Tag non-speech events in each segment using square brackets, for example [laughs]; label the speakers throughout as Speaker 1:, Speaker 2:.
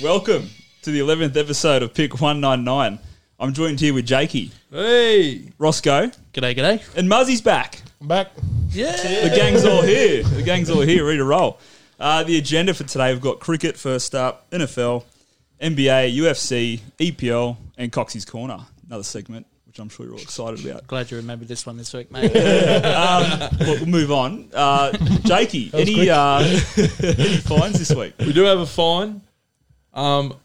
Speaker 1: Welcome to the 11th episode of Pick 199. I'm joined here with Jakey,
Speaker 2: Hey,
Speaker 1: Roscoe,
Speaker 3: G'day, g'day.
Speaker 1: and Muzzy's back.
Speaker 4: I'm back.
Speaker 3: Yeah.
Speaker 1: The gang's all here. The gang's all here, ready to roll. Uh, the agenda for today we've got cricket first up, NFL, NBA, UFC, EPL, E and Coxie's Corner. Another segment, which I'm sure you're all excited about.
Speaker 3: Glad you remembered this one this week,
Speaker 2: [laughs]
Speaker 3: mate.
Speaker 1: Well, we'll move on. Uh, Jakey, any,
Speaker 4: quick.
Speaker 1: uh, any fines this week?
Speaker 2: we do have a fine. Um,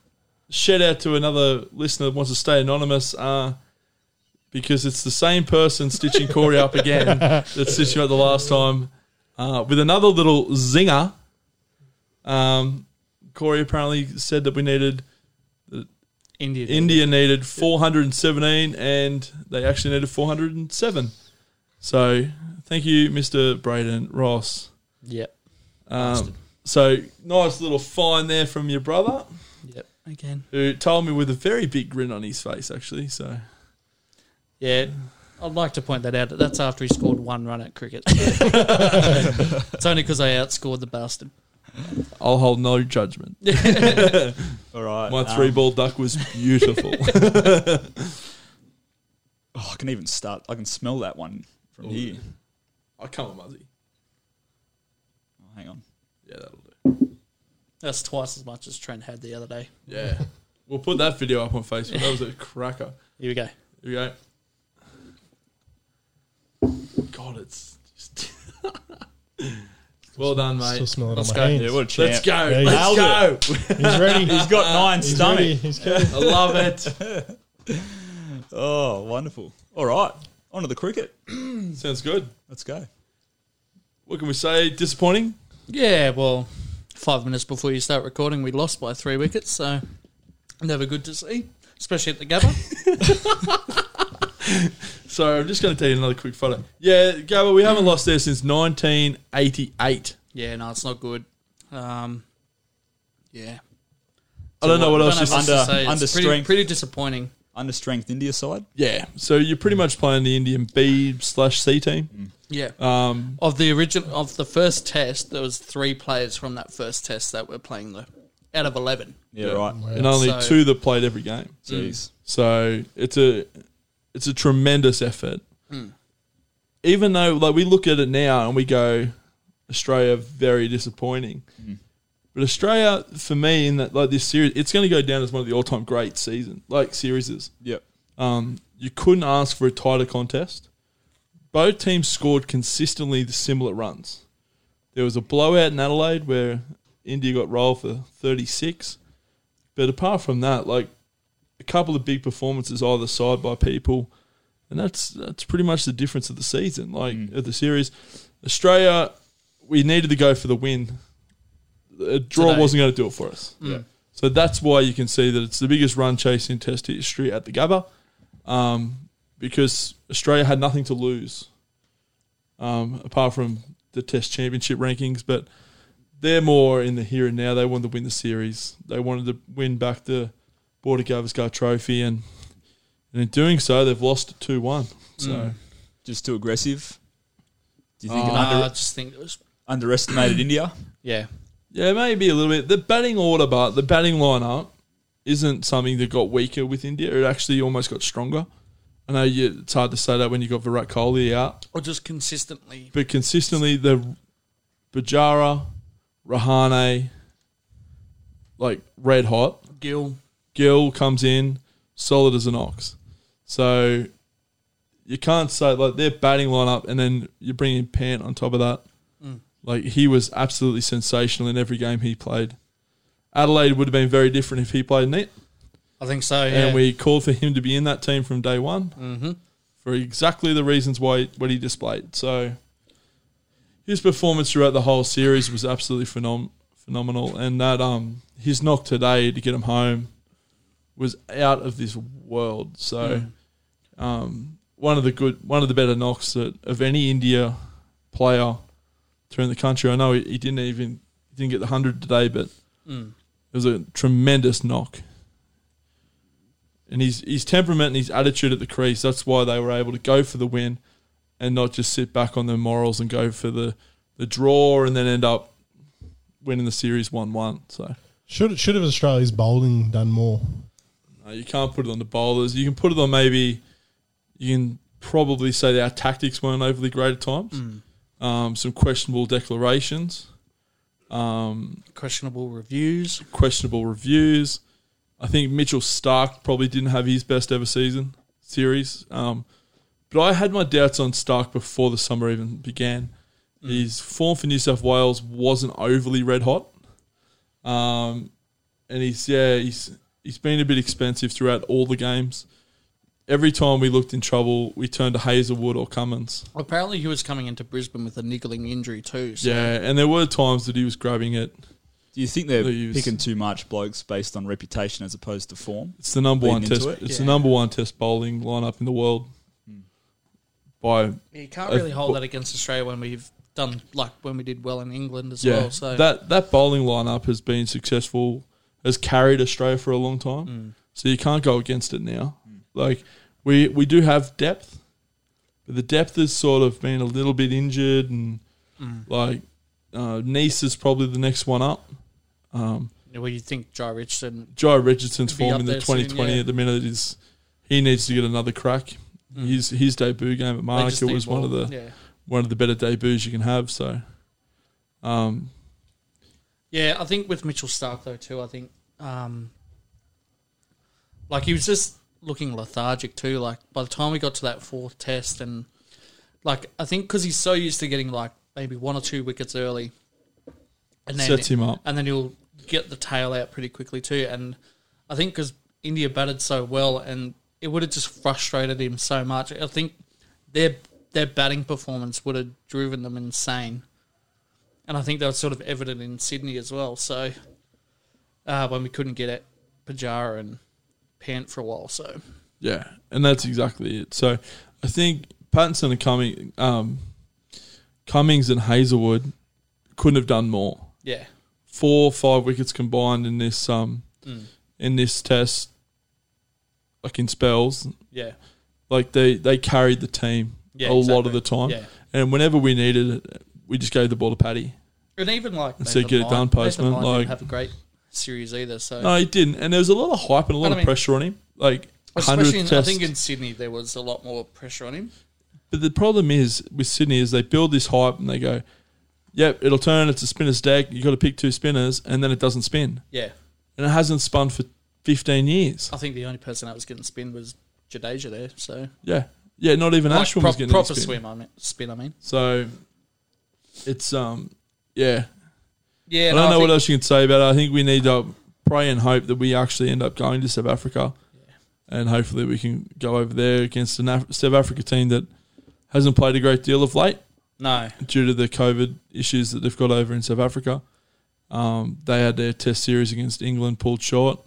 Speaker 2: shout out to another listener that wants to stay anonymous. Uh, because it's the same person stitching Corey up
Speaker 3: [laughs]
Speaker 2: again that stitched him up the last time uh, with another little zinger. Um, Corey apparently said that we needed
Speaker 3: India.
Speaker 2: India needed 417 and they actually needed 407. So thank you, Mr. Braden Ross.
Speaker 3: Yep.
Speaker 2: Um, so nice little find there from your brother,
Speaker 3: Yep. Again.
Speaker 2: who told me with a very big grin on his face, actually. So [sighs]
Speaker 3: Yeah. I'd like to point that out. that That's after he scored one run
Speaker 2: [laughs]
Speaker 3: at cricket. [laughs] it's only because I outscored the bastard.
Speaker 2: I'll hold no judgment.
Speaker 1: All right.
Speaker 2: My
Speaker 1: um,
Speaker 2: three ball duck was [laughs] beautiful.
Speaker 1: oh, I can even start. I can smell that one from here.
Speaker 2: oh, come on, Muzzy.
Speaker 1: Oh, hang on.
Speaker 2: Yeah, that'll do.
Speaker 3: That's twice as much as Trent had the other day.
Speaker 2: Yeah. We'll put that video up on Facebook. That was a cracker.
Speaker 3: Here we go.
Speaker 2: Here we go. God, it's just. [laughs] well done,
Speaker 4: Still
Speaker 2: mate.
Speaker 4: smelling on
Speaker 3: Let's
Speaker 4: my
Speaker 3: go.
Speaker 4: hands.
Speaker 1: Yeah, what a champ.
Speaker 2: Let's go.
Speaker 4: Yeah,
Speaker 2: Let's go.
Speaker 3: [laughs]
Speaker 4: He's ready.
Speaker 1: He's got nine
Speaker 4: Uh, He's
Speaker 1: stomach.
Speaker 4: ready. He's good.
Speaker 2: I love it.
Speaker 1: Oh, wonderful. All right. On to the cricket.
Speaker 2: [laughs] Sounds good.
Speaker 1: Let's go.
Speaker 2: What can we say? Disappointing?
Speaker 3: Yeah, well, five minutes before you start recording, we lost by three wickets, so never good to see, especially at
Speaker 2: [laughs]
Speaker 3: the Gabba.
Speaker 2: So I'm just going to tell you another quick photo. Yeah, Gabba, we haven't lost there since 1988.
Speaker 3: yeah, no, it's not good. Um, yeah.
Speaker 2: I don't know what else.
Speaker 3: Don't
Speaker 2: Just,
Speaker 3: have much to
Speaker 1: Under-
Speaker 3: say. It's
Speaker 1: under
Speaker 3: pretty,
Speaker 1: strength.
Speaker 3: Pretty disappointing.
Speaker 1: Under strength India side.
Speaker 2: yeah, so you're pretty much playing the Indian B slash C team.
Speaker 3: Yeah.
Speaker 2: Um,
Speaker 3: Of the original of the first test, there was three players from that first test that were playing the out of eleven.
Speaker 1: Yeah,
Speaker 2: Yeah.
Speaker 1: right.
Speaker 3: Mm.
Speaker 2: and only
Speaker 3: So-
Speaker 2: two that played every game.
Speaker 1: Jeez.
Speaker 2: So it's a it's a tremendous effort. Even though like we look at it now and we go, Australia very disappointing. But Australia for me in that like this series, it's going to go down as one of the all time great season like series.
Speaker 1: Yep.
Speaker 2: Um, you couldn't ask for a tighter contest. Both teams scored consistently the similar runs. There was a blowout in Adelaide where India got rolled for 36. But apart from that, like a couple of big performances either side by people, and that's that's pretty much the difference of the season, like of the series. Australia, we needed to go for the win. A draw
Speaker 3: Today.
Speaker 2: wasn't going to do it for us. So that's why you can see that it's the biggest run chase in Test history at the Gabba, um, because Australia had nothing to lose, um, apart from the Test Championship rankings. But they're more in the here and now. They wanted to win the series. They wanted to win back the Border Gavaskar Trophy, and and in doing so, they've lost two one. So
Speaker 1: Just too aggressive. Do you think
Speaker 3: No,
Speaker 1: under,
Speaker 3: Uh, I just think it was
Speaker 1: underestimated India?
Speaker 3: yeah.
Speaker 2: yeah, maybe a little bit. The batting order, but the batting lineup isn't something that got weaker with India. It actually almost got stronger. I know you, it's hard to say that when you got Virat Kohli out,
Speaker 3: Or just consistently
Speaker 2: but consistently the Bajara, Rahane, like red hot.
Speaker 3: Gill.
Speaker 2: Gill comes in solid as an ox. So you can't say like their batting lineup, and then you bring in Pant on top of that. Like he was absolutely sensational in every game he played. Adelaide would have been very different if he played in it,
Speaker 3: I think so. Yeah. Mm-hmm.
Speaker 2: and we called for him to be in that team from day one for exactly the reasons why what he displayed. So his performance throughout the whole series was absolutely phenom- phenomenal, and that um his knock today to get him home was out of this world. So um, one of the good, one of the better knocks that of any India player throughout the country. I know he, he didn't even he didn't get the hundred today, but
Speaker 3: Hmm.
Speaker 2: it was a tremendous knock. And his his temperament and his attitude at the crease. That's why they were able to go for the win, and not just sit back on their morals and go for the the draw and then end up winning the series one one. So
Speaker 4: Should should have Australia's bowling done more?
Speaker 2: No, you can't put it on the bowlers. You can put it on maybe. You can probably say that our tactics weren't overly great at times. Um, some questionable declarations, um,
Speaker 3: Questionable reviews.
Speaker 2: questionable reviews. I think Mitchell Stark probably didn't have his best ever season series. Um, but I had my doubts on Stark before the summer even began. His form for New South Wales wasn't overly red hot. Um, and he's yeah, he's he's been a bit expensive throughout all the games. Every time we looked in trouble, we turned to Hazelwood or Cummins.
Speaker 3: Apparently, he was coming into Brisbane with a niggling injury too. So
Speaker 2: Yeah, and there were times that he was grabbing it.
Speaker 1: Do you think they're
Speaker 2: They use-
Speaker 1: picking too much blokes based on reputation as opposed to form?
Speaker 2: It's the number one
Speaker 1: Leading into
Speaker 2: test.
Speaker 1: it?
Speaker 2: It's
Speaker 3: Yeah. Hmm.
Speaker 2: the number one test bowling lineup in the world. By
Speaker 3: you can't
Speaker 2: Uh,
Speaker 3: really hold
Speaker 2: well-
Speaker 3: that against Australia when we've done like when we did well in England as
Speaker 2: yeah,
Speaker 3: well. So
Speaker 2: that that bowling lineup has been successful, has carried Australia for a long time.
Speaker 3: Hmm.
Speaker 2: So you can't go against it now. Like we we do have depth, but the depth has sort of been a little bit injured, and
Speaker 3: Hmm.
Speaker 2: like uh, Nice is probably the next one up. Um,
Speaker 3: well, you think Joe Richardson?
Speaker 2: Joe Richardson's
Speaker 3: Be up
Speaker 2: form in the
Speaker 3: there soon,
Speaker 2: 2020
Speaker 3: yeah.
Speaker 2: at the minute is he needs to get another crack. His his debut game at
Speaker 3: Hmm. they just
Speaker 2: Monaco
Speaker 3: need
Speaker 2: was one of
Speaker 3: more.
Speaker 2: the
Speaker 3: yeah.
Speaker 2: one of the better debuts you can have. So, um,
Speaker 3: Yeah, I think with Mitchell Stark though too, I think um, like he was just looking lethargic too. Like by the time we got to that fourth test, and like I think because he's so used to getting like maybe one or two wickets early, and then
Speaker 2: sets him up.
Speaker 3: and then he'll get the tail out pretty quickly too. And I think because India batted so well, and it would have just frustrated him so much. I think their their batting performance would have driven them insane, and I think that was sort of evident in Sydney as well. So uh, when we couldn't get at Pajara and Pant for a while, so
Speaker 2: Yeah, and that's exactly it. So, I think Pattinson and Cumming, um, Cummings and Hazelwood couldn't have done more.
Speaker 3: yeah,
Speaker 2: Four or five wickets combined in this um,
Speaker 3: Mm,
Speaker 2: in this test, like in spells.
Speaker 3: yeah,
Speaker 2: Like they they carried the team
Speaker 3: yeah.
Speaker 2: a lot
Speaker 3: exactly.
Speaker 2: of the time.
Speaker 3: yeah.
Speaker 2: And whenever we needed it, we just gave the ball to Paddy.
Speaker 3: And even like
Speaker 2: And so get it done,
Speaker 3: Lyne- Nathan
Speaker 2: postman,
Speaker 3: Lyne didn't
Speaker 2: like-
Speaker 3: have a great series either. So
Speaker 2: No, he didn't. And there was a lot of hype and a lot
Speaker 3: I
Speaker 2: of
Speaker 3: mean-
Speaker 2: pressure on him. Like
Speaker 3: especially in,
Speaker 2: hundredth
Speaker 3: I
Speaker 2: test.
Speaker 3: think in Sydney there was a lot more pressure on him.
Speaker 2: but the problem is with Sydney is they build this hype and they go, "Yep, it'll turn. It's a spinner's deck. You got to pick two spinners, and then it doesn't spin,
Speaker 3: Yeah,
Speaker 2: and it hasn't spun for fifteen years."
Speaker 3: I think the only person that was getting spin was Jadeja there. So
Speaker 2: Yeah, yeah. Not even
Speaker 3: Like,
Speaker 2: Ashwin
Speaker 3: prop-
Speaker 2: was getting
Speaker 3: proper
Speaker 2: any spin.
Speaker 3: swim. I mean, spin. I mean,
Speaker 2: So it's um, yeah.
Speaker 3: yeah.
Speaker 2: I don't know what else you can say about it. I think we need to pray and hope that we actually end up going to South Africa, and hopefully we can go over there against an Af- South Africa team that hasn't played a great deal of late
Speaker 3: No,
Speaker 2: due to the COVID issues that they've got over in South Africa. Um, they had their Test series against England pulled short.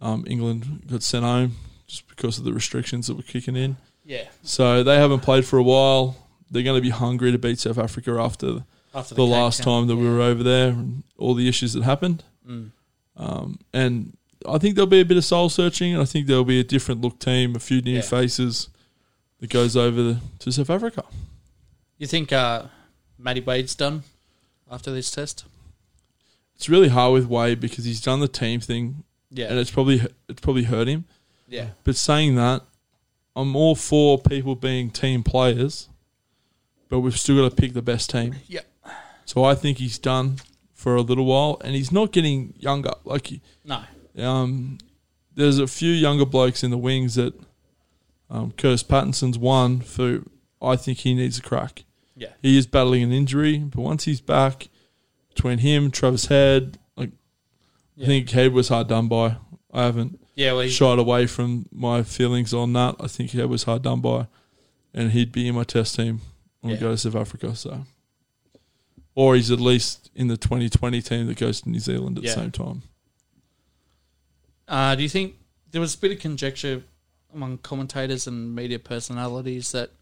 Speaker 2: Um, England got sent home just because of the restrictions that were kicking in.
Speaker 3: yeah.
Speaker 2: So they haven't played for a while. They're going to be hungry to beat South Africa after
Speaker 3: After
Speaker 2: the
Speaker 3: Cape
Speaker 2: last
Speaker 3: Town.
Speaker 2: time that we were over there and all the issues that happened.
Speaker 3: Mm.
Speaker 2: Um, and I think there'll be a bit of soul searching, and I think there'll be a different look team, a few new
Speaker 3: Yeah.
Speaker 2: faces that goes over to South Africa.
Speaker 3: You think uh, Matty Wade's done after this test?
Speaker 2: It's really hard with Wade because he's done the team thing,
Speaker 3: Yeah,
Speaker 2: and it's probably it's probably hurt him.
Speaker 3: yeah,
Speaker 2: But saying that, I'm all for people being team players, but we've still got to pick the best team.
Speaker 3: yeah.
Speaker 2: So I think he's done for a little while, and he's not getting younger. Like he,
Speaker 3: No,
Speaker 2: um, there's a few younger blokes in the wings that um, Curtis Pattinson's one for. I think he needs a crack.
Speaker 3: Yeah.
Speaker 2: he is battling an injury, but once he's back, between him, Travis Head, like I
Speaker 3: Yeah.
Speaker 2: think Head was hard done by. I haven't
Speaker 3: yeah. Well, he-
Speaker 2: shied away from my feelings on that. I think Head was hard done by, and he'd be in my test team when
Speaker 3: Yeah.
Speaker 2: we go to South Africa. So, or he's at least in the 2020 team that goes to New Zealand at
Speaker 3: Yeah.
Speaker 2: the same time.
Speaker 3: Uh, do you think there was a bit of conjecture among commentators and media personalities that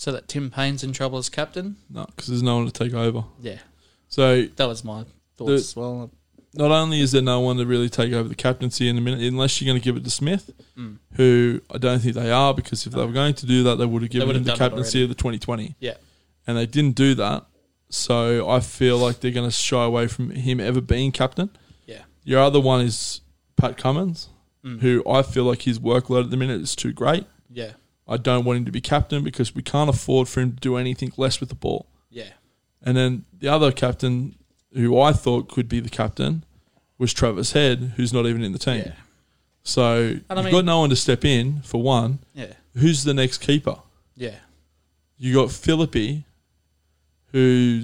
Speaker 3: so that Tim Payne's in trouble as captain?
Speaker 2: No, because there's no one to take over.
Speaker 3: Yeah,
Speaker 2: So
Speaker 3: that was my thoughts
Speaker 2: The-
Speaker 3: as well.
Speaker 2: not only is there no one to really take over the captaincy in a minute, unless you're going to give it to Smith,
Speaker 3: Mm.
Speaker 2: who I don't think they are, because if they were going to do that, they would have given
Speaker 3: would
Speaker 2: him
Speaker 3: have
Speaker 2: the
Speaker 3: done it
Speaker 2: captaincy of the 2020.
Speaker 3: Yeah.
Speaker 2: And they didn't do that. So I feel like they're going to shy away from him ever being captain.
Speaker 3: Yeah.
Speaker 2: Your other one is Pat Cummins,
Speaker 3: Mm.
Speaker 2: who I feel like his workload at the minute is too great.
Speaker 3: Yeah.
Speaker 2: I don't want him to be captain because we can't afford for him to do anything less with the ball.
Speaker 3: Yeah.
Speaker 2: And then the other captain, who I thought could be the captain, was Travis Head, who's not even in the team.
Speaker 3: Yeah.
Speaker 2: So
Speaker 3: I
Speaker 2: you've
Speaker 3: mean-
Speaker 2: got no one to step in for one.
Speaker 3: Yeah.
Speaker 2: Who's the next keeper?
Speaker 3: Yeah.
Speaker 2: You got Philippi, who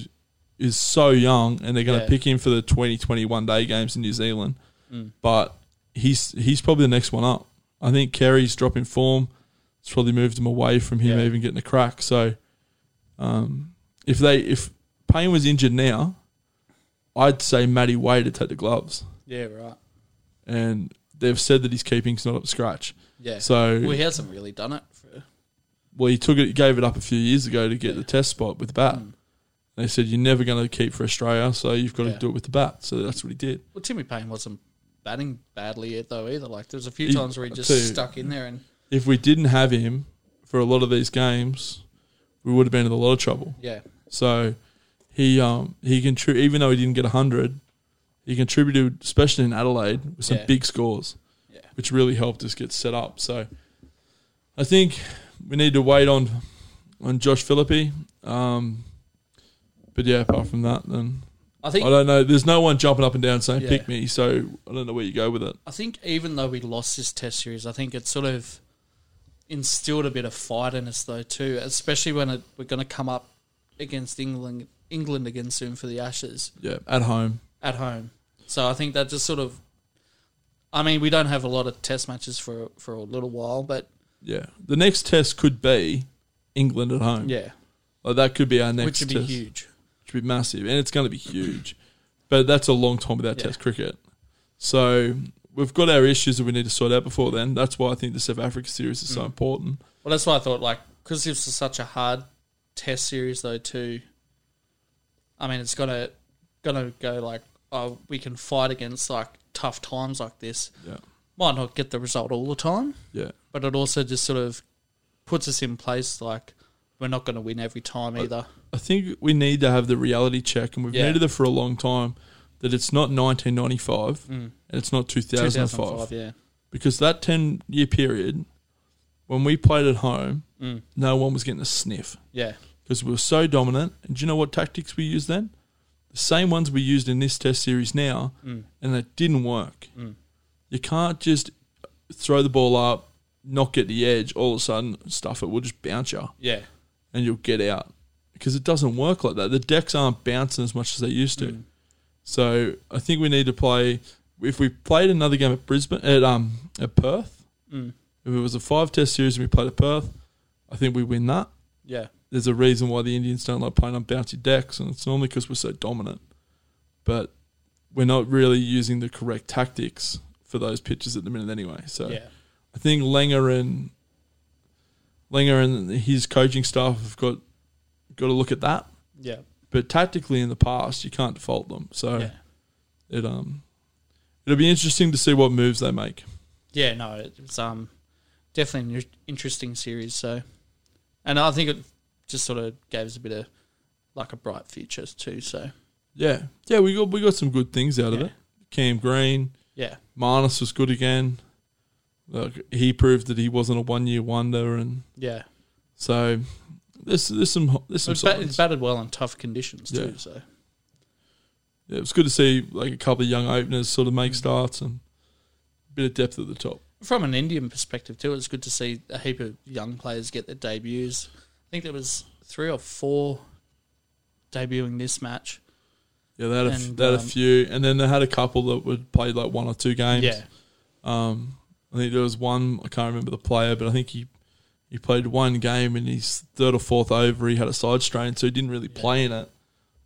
Speaker 2: is so young, and they're going to
Speaker 3: Yeah.
Speaker 2: pick him for the 2021 day games in New Zealand.
Speaker 3: Mm.
Speaker 2: But he's he's probably the next one up. I think Kerry's dropping form. It's probably moved him away from him
Speaker 3: Yeah.
Speaker 2: even getting a crack. So um, if they if Payne was injured now, I'd say Matty Wade to take the gloves.
Speaker 3: Yeah. Right.
Speaker 2: And they've said that his keeping's not up to scratch.
Speaker 3: Yeah.
Speaker 2: So
Speaker 3: well, he hasn't really done it. For,
Speaker 2: well, he took it, gave it up a few years ago to get the test spot with the bat.
Speaker 3: Hmm.
Speaker 2: They said you're never going to keep for Australia, so you've got
Speaker 3: Yeah.
Speaker 2: to do it with the bat. So that's what he did.
Speaker 3: well, Timmy Payne wasn't batting badly yet though either. Like there was a few
Speaker 2: He-
Speaker 3: times where he
Speaker 2: I'll
Speaker 3: just
Speaker 2: tell you-
Speaker 3: stuck in there and
Speaker 2: If we didn't have him for a lot of these games, we would have been in a lot of trouble.
Speaker 3: yeah.
Speaker 2: So he um, he contrib- even though he didn't get hundred, he contributed especially in Adelaide with some
Speaker 3: Yeah.
Speaker 2: big scores,
Speaker 3: Yeah.
Speaker 2: which really helped us get set up. So I think we need to wait on on Josh Philippi. Um, but yeah, apart from that, then
Speaker 3: I
Speaker 2: I
Speaker 3: think
Speaker 2: don't know. There's no one jumping up and down saying
Speaker 3: Yeah.
Speaker 2: pick me, so I don't know where you go with it.
Speaker 3: I think even though we lost this test series, I think it sort of instilled a bit of fight in us though too, especially when it, we're going to come up against England England again soon for the Ashes
Speaker 2: Yeah, at home.
Speaker 3: at home. So I think that just sort of I mean, we don't have a lot of test matches for for a little while, but
Speaker 2: Yeah, the next test could be England at home.
Speaker 3: yeah,
Speaker 2: like, that could be our next
Speaker 3: which would be
Speaker 2: test,
Speaker 3: huge.
Speaker 2: which would be massive, and it's going to be huge. But that's a long time without
Speaker 3: Yeah.
Speaker 2: Test cricket. So we've got our issues that we need to sort out before then. That's why I think the South Africa series is
Speaker 3: Mm.
Speaker 2: so important.
Speaker 3: Well, that's why I thought like because this is such a hard test series though too. I mean, it's gonna gonna go like oh, we can fight against like tough times like this.
Speaker 2: Yeah,
Speaker 3: Might not get the result all the time,
Speaker 2: yeah.
Speaker 3: but it also just sort of puts us in place like we're not going to win every time either.
Speaker 2: I think we need to have the reality check, and we've
Speaker 3: Yeah.
Speaker 2: needed it for a long time. That it's not 1995
Speaker 3: Mm.
Speaker 2: and it's not 2005.
Speaker 3: yeah,
Speaker 2: because that 10 year period when we played at home no one was getting a sniff
Speaker 3: Mm. yeah,
Speaker 2: because we were so dominant and do you know what tactics we used then the same ones we used in this test series now and it didn't work you can't just throw the ball up not get the edge all of a sudden stuff it will just bounce you
Speaker 3: yeah,
Speaker 2: and you'll get out because it doesn't work like that. The decks aren't bouncing as much as they used to.
Speaker 3: Mm.
Speaker 2: So I think we need to play. If we played another game at Brisbane at um at Perth,
Speaker 3: Mm.
Speaker 2: if it was a five test series and we played at Perth, I think we win that.
Speaker 3: yeah,
Speaker 2: There's a reason why the Indians don't like playing on bouncy decks, and it's normally because we're so dominant. But we're not really using the correct tactics for those pitches at the minute, anyway. So
Speaker 3: yeah,
Speaker 2: I think Langer and Langer and his coaching staff have got got to look at that.
Speaker 3: yeah,
Speaker 2: But tactically, in the past, you can't fault them. So
Speaker 3: yeah.
Speaker 2: it um it'll be interesting to see what moves they make.
Speaker 3: Yeah, no, it's um definitely an in- interesting series. So, and I think it just sort of gave us a bit of like a bright future too. So,
Speaker 2: Yeah, yeah, we got we got some good things out of
Speaker 3: Yeah.
Speaker 2: it. Cam Green,
Speaker 3: yeah,
Speaker 2: Marnus was good again. Like he proved that he wasn't a one year wonder, and
Speaker 3: yeah,
Speaker 2: so there's there's some there's some
Speaker 3: it's, bat-
Speaker 2: signs.
Speaker 3: it's batted well in tough conditions too.
Speaker 2: Yeah.
Speaker 3: So,
Speaker 2: Yeah, it was good to see like a couple of young openers sort of
Speaker 3: Mm.
Speaker 2: make starts and a bit of depth at the top.
Speaker 3: from an Indian perspective too, it's good to see a heap of young players get their debuts. I think there was three or four debuting this match.
Speaker 2: Yeah, they had, a, f-
Speaker 3: And,
Speaker 2: they had a
Speaker 3: um,
Speaker 2: few, and then they had a couple that would play like one or two games.
Speaker 3: Yeah,
Speaker 2: Um, I think there was one I can't remember the player, but I think he he played one game in his third or fourth over. He had a side strain, so he didn't really play in it.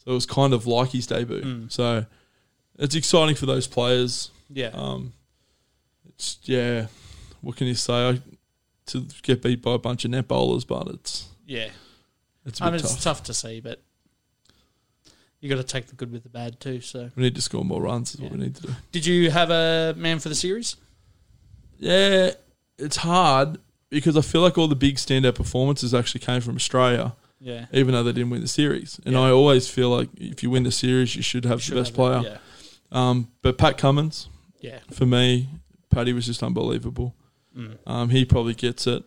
Speaker 2: So it was kind of like his debut.
Speaker 3: Mm.
Speaker 2: So it's exciting for those players.
Speaker 3: yeah,
Speaker 2: Um, it's yeah, what can you say? I, to get beat by a bunch of net bowlers, but it's
Speaker 3: yeah.
Speaker 2: it's a
Speaker 3: I
Speaker 2: bit
Speaker 3: mean,
Speaker 2: tough.
Speaker 3: it's tough to see, but you got to take the good with the bad too. So,
Speaker 2: We need to score more runs. Is what
Speaker 3: Yeah.
Speaker 2: we need to do.
Speaker 3: did you have a man for the series?
Speaker 2: Yeah, it's hard because I feel like all the big standout performances actually came from Australia,
Speaker 3: Yeah.
Speaker 2: even though they didn't win the series. And
Speaker 3: Yeah.
Speaker 2: I always feel like if you win the series, you should have
Speaker 3: Should
Speaker 2: the best
Speaker 3: have
Speaker 2: player.
Speaker 3: it, Yeah.
Speaker 2: Um, but Pat Cummins,
Speaker 3: Yeah.
Speaker 2: for me, Paddy was just unbelievable.
Speaker 3: Mm.
Speaker 2: Um, he probably gets it.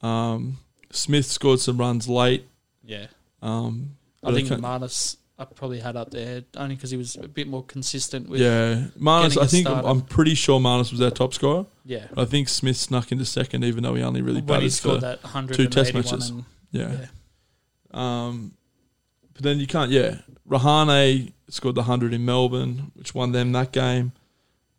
Speaker 2: Um, Smith scored some runs late.
Speaker 3: Yeah.
Speaker 2: Um,
Speaker 3: I
Speaker 2: but
Speaker 3: think
Speaker 2: can't-
Speaker 3: Marnus I probably had up there only because he was a bit more consistent with.
Speaker 2: yeah, Marnus.
Speaker 3: getting
Speaker 2: I
Speaker 3: us
Speaker 2: think
Speaker 3: started.
Speaker 2: I'm pretty sure Marnus was our top scorer.
Speaker 3: Yeah.
Speaker 2: I think Smith snuck into second, even though he only really
Speaker 3: when he
Speaker 2: batted
Speaker 3: scored
Speaker 2: for
Speaker 3: that 100
Speaker 2: two test matches.
Speaker 3: And,
Speaker 2: yeah. Um, but then you can't. Yeah, Rahane scored the hundred in Melbourne, which won them that game.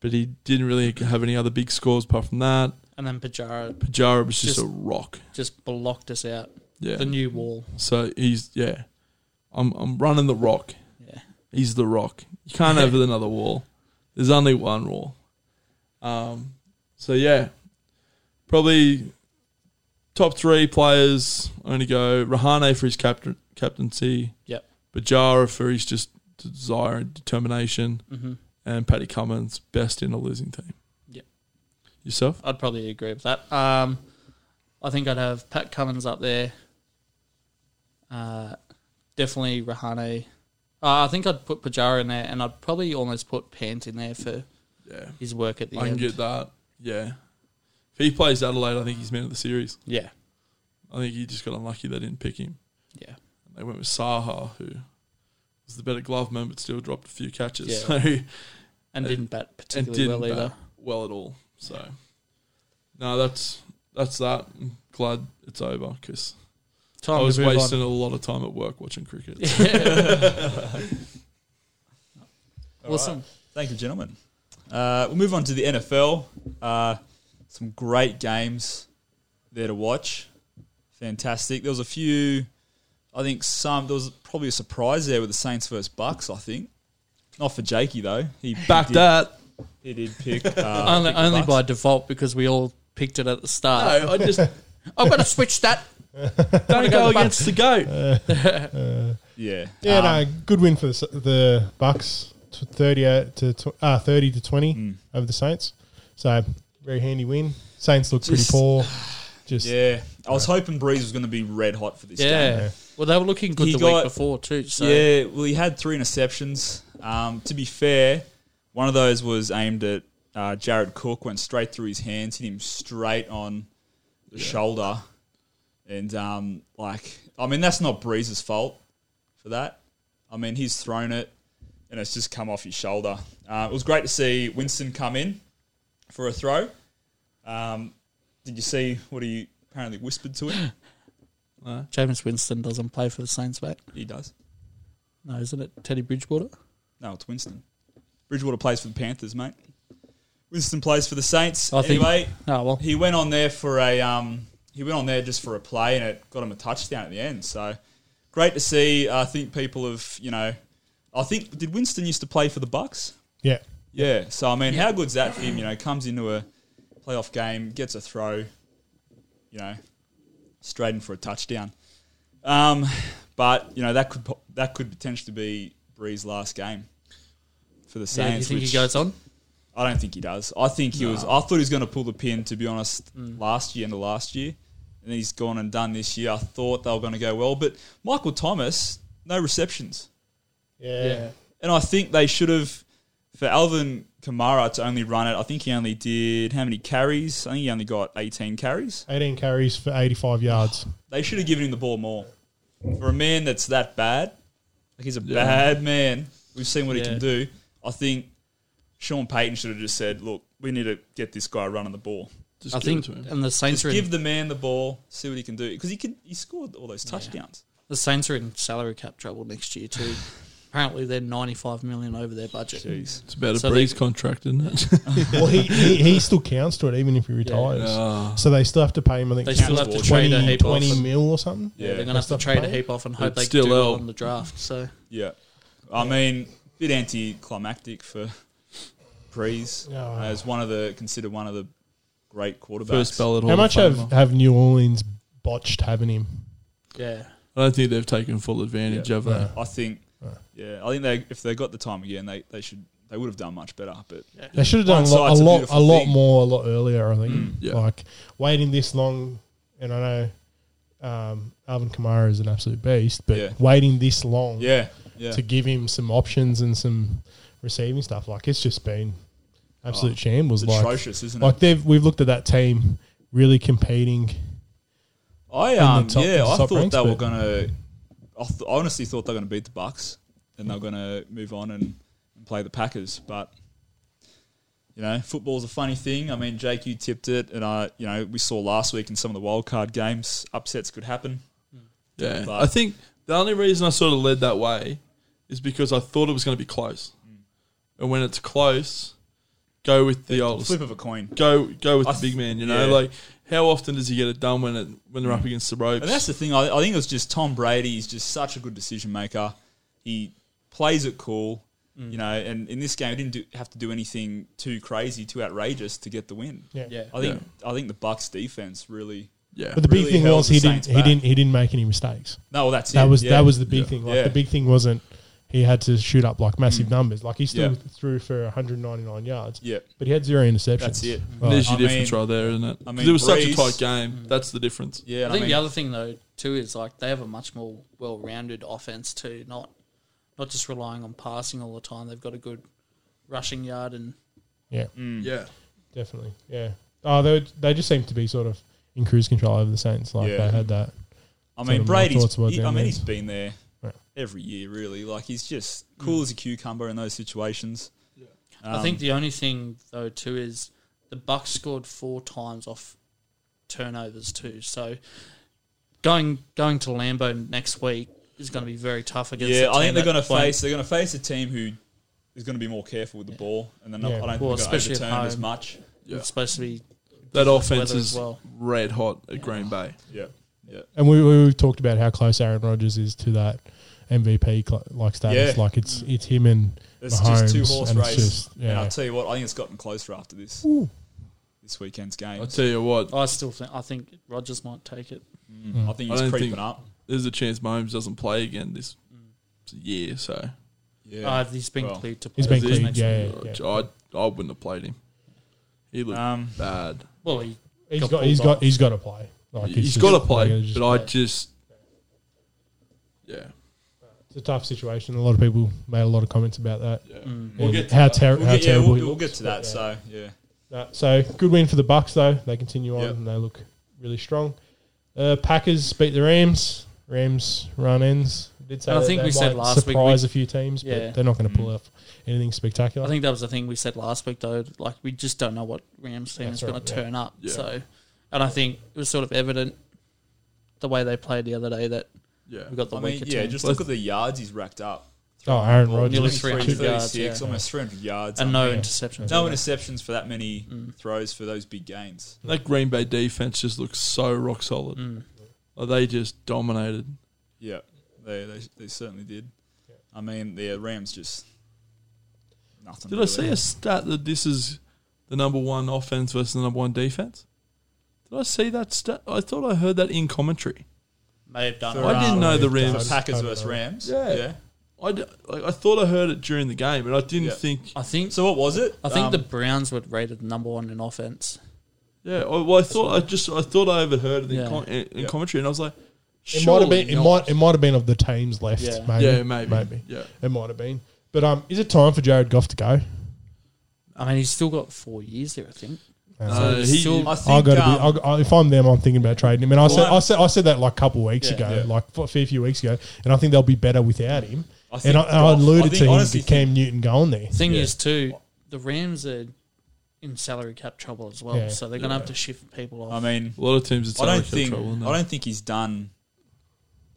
Speaker 2: But he didn't really have any other big scores apart from that.
Speaker 3: and then Pajara
Speaker 2: Pajara was just,
Speaker 3: Just-
Speaker 2: a rock.
Speaker 3: just blocked us out.
Speaker 2: Yeah.
Speaker 3: The new wall.
Speaker 2: so he's yeah. I'm I'm running the rock.
Speaker 3: Yeah.
Speaker 2: He's the rock. You can't
Speaker 3: [laughs]
Speaker 2: have another wall. There's only one wall. Um, so yeah, probably top three players. I'm gonna go Rahane for his captain captaincy.
Speaker 3: Yep.
Speaker 2: Bajara for his just desire and determination,
Speaker 3: hmm
Speaker 2: and Paddy Cummins best in a losing team.
Speaker 3: Yep.
Speaker 2: Yourself?
Speaker 3: I'd probably agree with that. Um, I think I'd have Pat Cummins up there. Uh, definitely Rahane. Uh, I think I'd put Pajara in there, and I'd probably almost put Pant in there for
Speaker 2: Yeah.
Speaker 3: his work at the
Speaker 2: I can
Speaker 3: end.
Speaker 2: get that. Yeah. If he plays Adelaide, I think he's man of the series.
Speaker 3: Yeah,
Speaker 2: I think he just got unlucky they didn't pick him.
Speaker 3: yeah,
Speaker 2: They went with Saha, who was the better glove man, but still dropped a few catches.
Speaker 3: Yeah.
Speaker 2: [laughs] So
Speaker 3: and
Speaker 2: Uh,
Speaker 3: didn't bat
Speaker 2: and
Speaker 3: particularly
Speaker 2: didn't
Speaker 3: well either.
Speaker 2: bat well at all. So no, that's that's that. I'm glad it's over because I
Speaker 3: Time
Speaker 2: was
Speaker 3: to move
Speaker 2: wasting a lot of time at work watching cricket.
Speaker 3: on. Yeah. awesome.
Speaker 1: Thank you, gentlemen. Uh, we'll move on to the NFL. Uh, some great games there to watch. Fantastic. There was a few. I think some. There was probably a surprise there with the Saints versus Bucks. I think not for Jakey though. He
Speaker 2: Back
Speaker 1: he did,
Speaker 2: that.
Speaker 1: He did pick.
Speaker 3: [laughs]
Speaker 1: Uh,
Speaker 3: Only,
Speaker 1: pick the
Speaker 3: only
Speaker 1: Bucks.
Speaker 3: by default because we all picked it at the
Speaker 2: No,
Speaker 3: start.
Speaker 2: I
Speaker 3: [laughs]
Speaker 2: just
Speaker 3: I'm going to
Speaker 2: [laughs]
Speaker 3: switch that.
Speaker 2: don't
Speaker 3: go
Speaker 2: go
Speaker 3: the Bucks.
Speaker 2: against the goat.
Speaker 1: Yeah.
Speaker 4: Yeah,
Speaker 1: Um,
Speaker 4: no, good win for the, S- the Bucks, t- thirty out to tw- uh, thirty to twenty
Speaker 3: Hmm.
Speaker 4: over the Saints. So very handy win. Saints look pretty
Speaker 1: Just-
Speaker 4: poor. Just
Speaker 1: Yeah. I was hoping Breeze was going to be red hot for this game.
Speaker 3: Yeah. Well, they were looking good
Speaker 1: He
Speaker 3: the
Speaker 1: got-
Speaker 3: week before too. So
Speaker 1: Yeah, well, he had three interceptions. Um, to be fair, one of those was aimed at uh, Jared Cook, went straight through his hands, hit him straight on the shoulder. And, um, like, I mean, that's not Breeze's fault for that. I mean, he's thrown it and it's just come off his shoulder. Uh, it was great to see Winston come in for a throw. Um, did you see what he apparently whispered to him?
Speaker 3: Jameis Winston doesn't play for the Saints, mate.
Speaker 1: He does.
Speaker 3: No, isn't it Teddy Bridgewater?
Speaker 1: No, it's Winston. Bridgewater plays for the Panthers, mate. Winston plays for the Saints.
Speaker 3: I think-
Speaker 1: anyway,
Speaker 3: Oh well,
Speaker 1: he went on there for a um, he went on there just for a play, and it got him a touchdown at the end. So great to see. uh, I think people have you know, I think did Winston used to play for the Bucks?
Speaker 4: yeah,
Speaker 1: Yeah. So I mean, how good's that for him? You know, comes into a playoff game, gets a throw, you know, straight in for a touchdown. Um, but you know that could po- that could potentially be Bree's last game for the
Speaker 3: yeah, do you
Speaker 1: Saints.
Speaker 3: think
Speaker 1: which
Speaker 3: he goes on?
Speaker 1: I don't think he does. I think he was. I thought he was going to pull the pin. To be honest,
Speaker 3: Mm.
Speaker 1: last year, end of last year, and he's gone and done this year. I thought they were going to go well, but Michael Thomas, no receptions.
Speaker 4: yeah,
Speaker 1: And I think they should have, for Alvin Kamara to only run it, I think he only did how many carries? I think he only got 18 carries.
Speaker 4: Eighteen carries for eighty-five
Speaker 3: [laughs]
Speaker 4: yards.
Speaker 1: They should have given him the ball more. For a man that's that bad, like he's a bad man, we've seen what he
Speaker 3: Yeah.
Speaker 1: can do. I think Sean Payton should have just said, look, we need to get this guy running the ball.
Speaker 2: Just
Speaker 3: I
Speaker 2: give
Speaker 3: think,
Speaker 2: it to him.
Speaker 3: and the Saints
Speaker 1: Just
Speaker 3: are in,
Speaker 1: give the man the ball, see what he can do. Because he, can- he scored all those touchdowns.
Speaker 3: the Saints are in salary cap trouble next
Speaker 1: [sighs]
Speaker 3: year too. Apparently, they're ninety-five million over their budget.
Speaker 1: Jeez.
Speaker 2: It's about a
Speaker 3: So
Speaker 2: breeze contract, isn't it?
Speaker 3: [laughs]
Speaker 4: Well, he, he he still counts to it even if he retires.
Speaker 2: Ah.
Speaker 4: So they still have to pay him. I think
Speaker 3: Uh, They still
Speaker 4: counts
Speaker 1: have to
Speaker 3: trade a
Speaker 4: 20
Speaker 3: heap off.
Speaker 4: 20 mil or something.
Speaker 3: Yeah, they're
Speaker 1: Yeah.
Speaker 3: going to have to
Speaker 4: That's
Speaker 3: trade
Speaker 4: the
Speaker 3: a heap off and hope
Speaker 2: It's
Speaker 3: they
Speaker 2: still
Speaker 3: do well
Speaker 2: out.
Speaker 3: on the draft. So
Speaker 1: Yeah. I mean, bit anticlimactic for Breeze
Speaker 4: Oh.
Speaker 1: as one of the considered one of the great quarterbacks.
Speaker 2: First ballot. Hall
Speaker 4: How
Speaker 2: of
Speaker 4: much
Speaker 2: Famer.
Speaker 4: have, have New Orleans botched having him?
Speaker 3: yeah,
Speaker 2: I don't think they've taken full advantage of that.
Speaker 1: I think, yeah, I think they if they got the time again, they, they should they would have done much better. But
Speaker 4: They should have done a lot,
Speaker 1: Hindsight's
Speaker 4: a
Speaker 1: a
Speaker 4: lot,
Speaker 1: beautiful
Speaker 4: a lot
Speaker 1: thing. Mm,
Speaker 4: more, a lot earlier. I think,
Speaker 2: yeah.
Speaker 4: like waiting this long, and I know um, Alvin Kamara is an absolute beast, but
Speaker 1: Yeah.
Speaker 4: waiting this long
Speaker 1: yeah, yeah,
Speaker 4: to give him some options and some receiving stuff. Like it's just been absolute shambles.
Speaker 1: Oh, It's
Speaker 4: like
Speaker 1: atrocious, isn't it?
Speaker 4: like they've we've looked at that team really competing.
Speaker 1: I um
Speaker 4: top- in
Speaker 1: yeah,
Speaker 4: the
Speaker 1: I
Speaker 4: top
Speaker 1: thought
Speaker 4: ranks,
Speaker 1: they were
Speaker 4: but-
Speaker 1: gonna. I, th- I honestly thought they were gonna beat the Bucks and they were gonna move on and, and play the Packers, but you know, football's a funny thing. I mean, Jake, you tipped it, and I, you know, we saw last week in some of the wild card games, upsets could happen.
Speaker 2: Yeah,
Speaker 1: But-
Speaker 2: I think the only reason I sort of led that way is because I thought it was going to be close,
Speaker 3: Mm.
Speaker 2: and when it's close, go with the oldest.
Speaker 1: Flip of a coin.
Speaker 2: Go go with
Speaker 1: I
Speaker 2: the
Speaker 1: th-
Speaker 2: big man. You know,
Speaker 1: yeah.
Speaker 2: like how often does he get it done when it when they're up against the ropes?
Speaker 1: And that's the thing. I, I think it was just Tom Brady. He's just such a good decision maker. He plays it cool,
Speaker 4: Mm.
Speaker 1: you know. And in this game, he didn't do, have to do anything too crazy, too outrageous to get the win.
Speaker 4: Yeah.
Speaker 3: Yeah.
Speaker 1: I think I think the Bucks defense really.
Speaker 2: yeah,
Speaker 4: But the big
Speaker 1: Really
Speaker 4: thing
Speaker 1: held
Speaker 4: was
Speaker 1: the
Speaker 4: he didn't
Speaker 1: Saints
Speaker 4: he
Speaker 1: back.
Speaker 4: didn't he didn't make any mistakes.
Speaker 1: No, well, that's
Speaker 4: That
Speaker 1: it.
Speaker 4: was
Speaker 1: yeah.
Speaker 4: that was the big thing. Like
Speaker 1: Yeah. Mm.
Speaker 4: the big thing wasn't he had to shoot up like massive numbers. Like he still
Speaker 1: Yeah.
Speaker 4: threw for 199 yards,
Speaker 1: yeah.
Speaker 4: but he had zero interceptions. Oh,
Speaker 1: That's it.
Speaker 4: Like,
Speaker 2: there's your
Speaker 1: I
Speaker 2: difference
Speaker 1: mean-
Speaker 2: right there, isn't it?
Speaker 1: I
Speaker 2: 'Cause
Speaker 1: mean, Mm.
Speaker 2: it was
Speaker 1: Breeze-
Speaker 2: such a tight game. That's the difference.
Speaker 1: Yeah,
Speaker 3: I
Speaker 1: and
Speaker 3: think
Speaker 1: I
Speaker 3: the
Speaker 1: mean,
Speaker 3: other thing though too is like they have a much more well-rounded offense too, not not just relying on passing all the time. They've got a good rushing yard and
Speaker 4: yeah,
Speaker 1: mm,
Speaker 2: Yeah,
Speaker 4: definitely. Yeah. Oh, they were, they just seemed to be sort of in cruise control over the Saints. Like
Speaker 1: Yeah.
Speaker 4: they had that.
Speaker 1: I
Speaker 4: sort
Speaker 1: mean
Speaker 4: of my
Speaker 1: Brady's.
Speaker 4: thoughts about
Speaker 1: he- I
Speaker 4: them
Speaker 1: mean,
Speaker 4: is-
Speaker 1: he's been there
Speaker 4: Right.
Speaker 1: every year, really. Like he's just
Speaker 4: Mm.
Speaker 1: cool as a cucumber in those situations. Um,
Speaker 3: I think the only thing though too is the Bucks scored four times off turnovers too. So going going to Lambeau next week is going to be very tough against.
Speaker 1: Yeah, I
Speaker 3: a team
Speaker 1: think they're
Speaker 3: that
Speaker 1: going to
Speaker 3: won't-
Speaker 1: face. They're going to face a team who is going to be more careful with the ball, and then
Speaker 4: Yeah.
Speaker 1: I don't think
Speaker 3: Well,
Speaker 1: they're going to
Speaker 3: especially at
Speaker 1: overturn it as
Speaker 3: home.
Speaker 1: much.
Speaker 2: Yeah.
Speaker 3: It's supposed to be
Speaker 2: that
Speaker 3: Different
Speaker 2: offense
Speaker 3: weather as
Speaker 2: is
Speaker 3: well.
Speaker 2: red hot at Green Bay.
Speaker 1: Yeah, yeah.
Speaker 4: And we we we've talked about how close Aaron Rodgers is to that MVP cl- like status.
Speaker 1: Yeah.
Speaker 4: Like it's it's him and
Speaker 1: It's
Speaker 4: Mahomes
Speaker 1: just two horse
Speaker 4: and
Speaker 1: race.
Speaker 4: it's just
Speaker 1: And I'll
Speaker 4: yeah.
Speaker 1: tell you what, I think it's gotten closer after this this weekend's game.
Speaker 2: I tell you what,
Speaker 3: I still think I think Rogers might take it.
Speaker 1: Mm,
Speaker 4: Mm.
Speaker 1: I think
Speaker 2: I
Speaker 1: he's
Speaker 2: don't
Speaker 1: creeping
Speaker 2: think-
Speaker 1: up.
Speaker 2: there's a chance Mahomes doesn't play again this
Speaker 1: Mm.
Speaker 2: year. So
Speaker 1: Yeah.
Speaker 3: Uh, he's been
Speaker 1: Well,
Speaker 3: cleared to play.
Speaker 4: He's been
Speaker 3: for
Speaker 4: cleared,
Speaker 3: next
Speaker 4: yeah,
Speaker 3: week.
Speaker 4: yeah.
Speaker 2: I I wouldn't have played him. He looked
Speaker 1: um,
Speaker 2: bad.
Speaker 3: Well, he,
Speaker 4: He's
Speaker 3: got
Speaker 4: got he's
Speaker 3: pulled
Speaker 4: got
Speaker 3: off.
Speaker 4: he's got to play. Like it's
Speaker 2: he's
Speaker 4: just-
Speaker 2: got to play,
Speaker 4: like, it's just-
Speaker 2: but I
Speaker 3: yeah.
Speaker 2: just yeah.
Speaker 4: it's a tough situation. A lot of people made a lot of comments about that.
Speaker 2: yeah.
Speaker 1: Mm.
Speaker 3: mm,
Speaker 4: And
Speaker 1: get to
Speaker 4: how,
Speaker 1: that.
Speaker 4: ter-
Speaker 1: we'll
Speaker 4: how
Speaker 1: get, yeah,
Speaker 4: terrible
Speaker 1: we'll,
Speaker 4: he
Speaker 1: we'll
Speaker 4: looks.
Speaker 1: get to that.
Speaker 4: Yeah.
Speaker 1: So yeah,
Speaker 4: No, Uh, so good win for the Bucks though. They continue on
Speaker 1: Yep.
Speaker 4: and they look really strong. Uh, Packers beat the Rams. Rams run ends. Did say
Speaker 3: And I
Speaker 4: that
Speaker 3: think
Speaker 4: they
Speaker 3: we said
Speaker 4: might
Speaker 3: last week
Speaker 4: surprise a few teams,
Speaker 3: Yeah.
Speaker 4: but they're not going to
Speaker 2: Mm.
Speaker 4: pull off anything spectacular.
Speaker 3: I think that was the thing we said last week, though. Like, we just don't know what Rams team
Speaker 4: That's
Speaker 3: is going
Speaker 4: right,
Speaker 3: to
Speaker 4: yeah.
Speaker 3: turn up.
Speaker 2: Yeah.
Speaker 3: So, and I think it was sort of evident the way they played the other day that
Speaker 2: Yeah.
Speaker 3: we got the
Speaker 1: I mean,
Speaker 3: weaker
Speaker 1: yeah.
Speaker 3: team.
Speaker 1: Just look at the yards he's racked up.
Speaker 4: oh, Aaron
Speaker 1: Well,
Speaker 3: Nearly
Speaker 4: Rodgers.
Speaker 3: 300
Speaker 4: Two-
Speaker 3: yards,
Speaker 1: 336,
Speaker 3: yeah.
Speaker 1: almost 300 yards.
Speaker 3: and
Speaker 1: I
Speaker 3: no
Speaker 1: mean,
Speaker 3: interceptions.
Speaker 1: no interceptions for that many throws for those big gains.
Speaker 2: That Green Bay defense just looks so rock solid.
Speaker 1: Mm.
Speaker 3: Mm.
Speaker 2: Like, they just dominated.
Speaker 1: Yeah, they they, they certainly did. I mean, the Rams just nothing.
Speaker 2: Did I
Speaker 1: really.
Speaker 2: see a stat that this is the number one offense versus the number one defense? Did I see that stat? I thought I heard that in commentary.
Speaker 3: May have done
Speaker 1: For,
Speaker 3: it.
Speaker 2: I didn't
Speaker 1: um,
Speaker 2: know the
Speaker 1: for
Speaker 2: Rams.
Speaker 1: Packers versus Rams.
Speaker 2: Yeah.
Speaker 1: yeah.
Speaker 2: I, d- like, I thought I heard it during the game, and I didn't
Speaker 1: Yeah.
Speaker 2: think.
Speaker 3: I think
Speaker 1: So what was it?
Speaker 3: I think
Speaker 1: Um,
Speaker 3: the Browns were rated number one in offense.
Speaker 2: Yeah, I, well, I thought I just I thought I overheard it in,
Speaker 3: Yeah.
Speaker 2: com- in, in
Speaker 1: Yeah.
Speaker 2: commentary, and I was like,
Speaker 4: It might have been.
Speaker 2: "Surely
Speaker 4: It
Speaker 2: not."
Speaker 4: might. It might have been of the teams left.
Speaker 3: Yeah.
Speaker 4: Maybe.
Speaker 2: yeah, maybe, yeah.
Speaker 4: It might have been. But um, is it time for Jared Goff to go?
Speaker 3: I mean, he's still got four years there, I think.
Speaker 2: Uh,
Speaker 3: he's
Speaker 2: he-
Speaker 3: still,
Speaker 1: I
Speaker 4: I
Speaker 1: think
Speaker 4: got to
Speaker 1: um,
Speaker 4: be. I, I, if I'm them, I'm thinking about trading him. And I said,
Speaker 1: Well,
Speaker 4: I said, I said that like a couple weeks
Speaker 3: Yeah.
Speaker 4: ago,
Speaker 1: Yeah.
Speaker 4: like for a fair few weeks ago. And I think they'll be better without him.
Speaker 1: I think
Speaker 4: and I, and I
Speaker 1: Goff-
Speaker 4: alluded
Speaker 1: I think
Speaker 4: to him
Speaker 1: honestly
Speaker 4: with Cam Newton going there.
Speaker 3: thing
Speaker 1: Yeah.
Speaker 3: is, too, the Rams are in salary cap trouble as well.
Speaker 4: Yeah.
Speaker 3: So they're going to have to shift people off.
Speaker 1: I mean,
Speaker 2: A lot of teams. It's
Speaker 1: I don't
Speaker 2: like
Speaker 1: think
Speaker 2: trouble, isn't it?
Speaker 1: I don't think he's done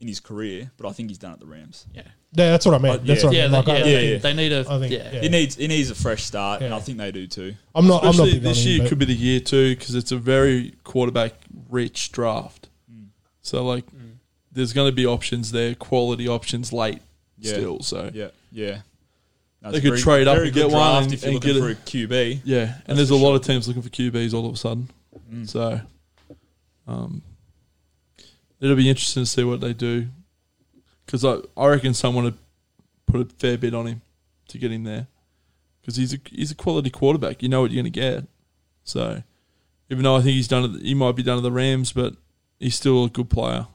Speaker 1: in his career, but I think he's done at the Rams.
Speaker 3: yeah.
Speaker 4: Yeah, that's what I meant.
Speaker 1: Uh,
Speaker 4: that's
Speaker 1: yeah.
Speaker 4: what I
Speaker 3: Yeah,
Speaker 4: meant.
Speaker 3: they,
Speaker 4: Like,
Speaker 3: yeah,
Speaker 4: I,
Speaker 1: yeah,
Speaker 3: they-
Speaker 1: yeah.
Speaker 3: they need a.
Speaker 4: I think,
Speaker 3: yeah.
Speaker 4: yeah.
Speaker 1: He needs he needs a fresh start, and
Speaker 4: Yeah.
Speaker 1: I think they do too.
Speaker 4: I'm not. I'm not
Speaker 2: Especially
Speaker 4: big on
Speaker 2: this
Speaker 4: him,
Speaker 2: year
Speaker 4: but
Speaker 2: could be the year too because it's a very quarterback rich draft. So like,
Speaker 3: Mm.
Speaker 2: there's going to be options there, quality options late
Speaker 1: Yeah.
Speaker 2: still. So yeah,
Speaker 1: Yeah, yeah. No, it's
Speaker 2: They
Speaker 1: a
Speaker 2: could
Speaker 1: very-
Speaker 2: trade up
Speaker 1: very
Speaker 2: and
Speaker 1: good
Speaker 2: get one
Speaker 1: draft
Speaker 2: and-
Speaker 1: if you're
Speaker 2: and
Speaker 1: looking
Speaker 2: get
Speaker 1: for
Speaker 2: a-
Speaker 1: a QB.
Speaker 2: and there's a lot of teams looking for QBs all of a sudden. So, um, it'll be interesting to see what they do because I I reckon someone would put a fair bit on him to get him there because he's a he's a quality quarterback. You know what you're going to get. So, even though I think he's done it, he might be done at the Rams, but he's still a good player.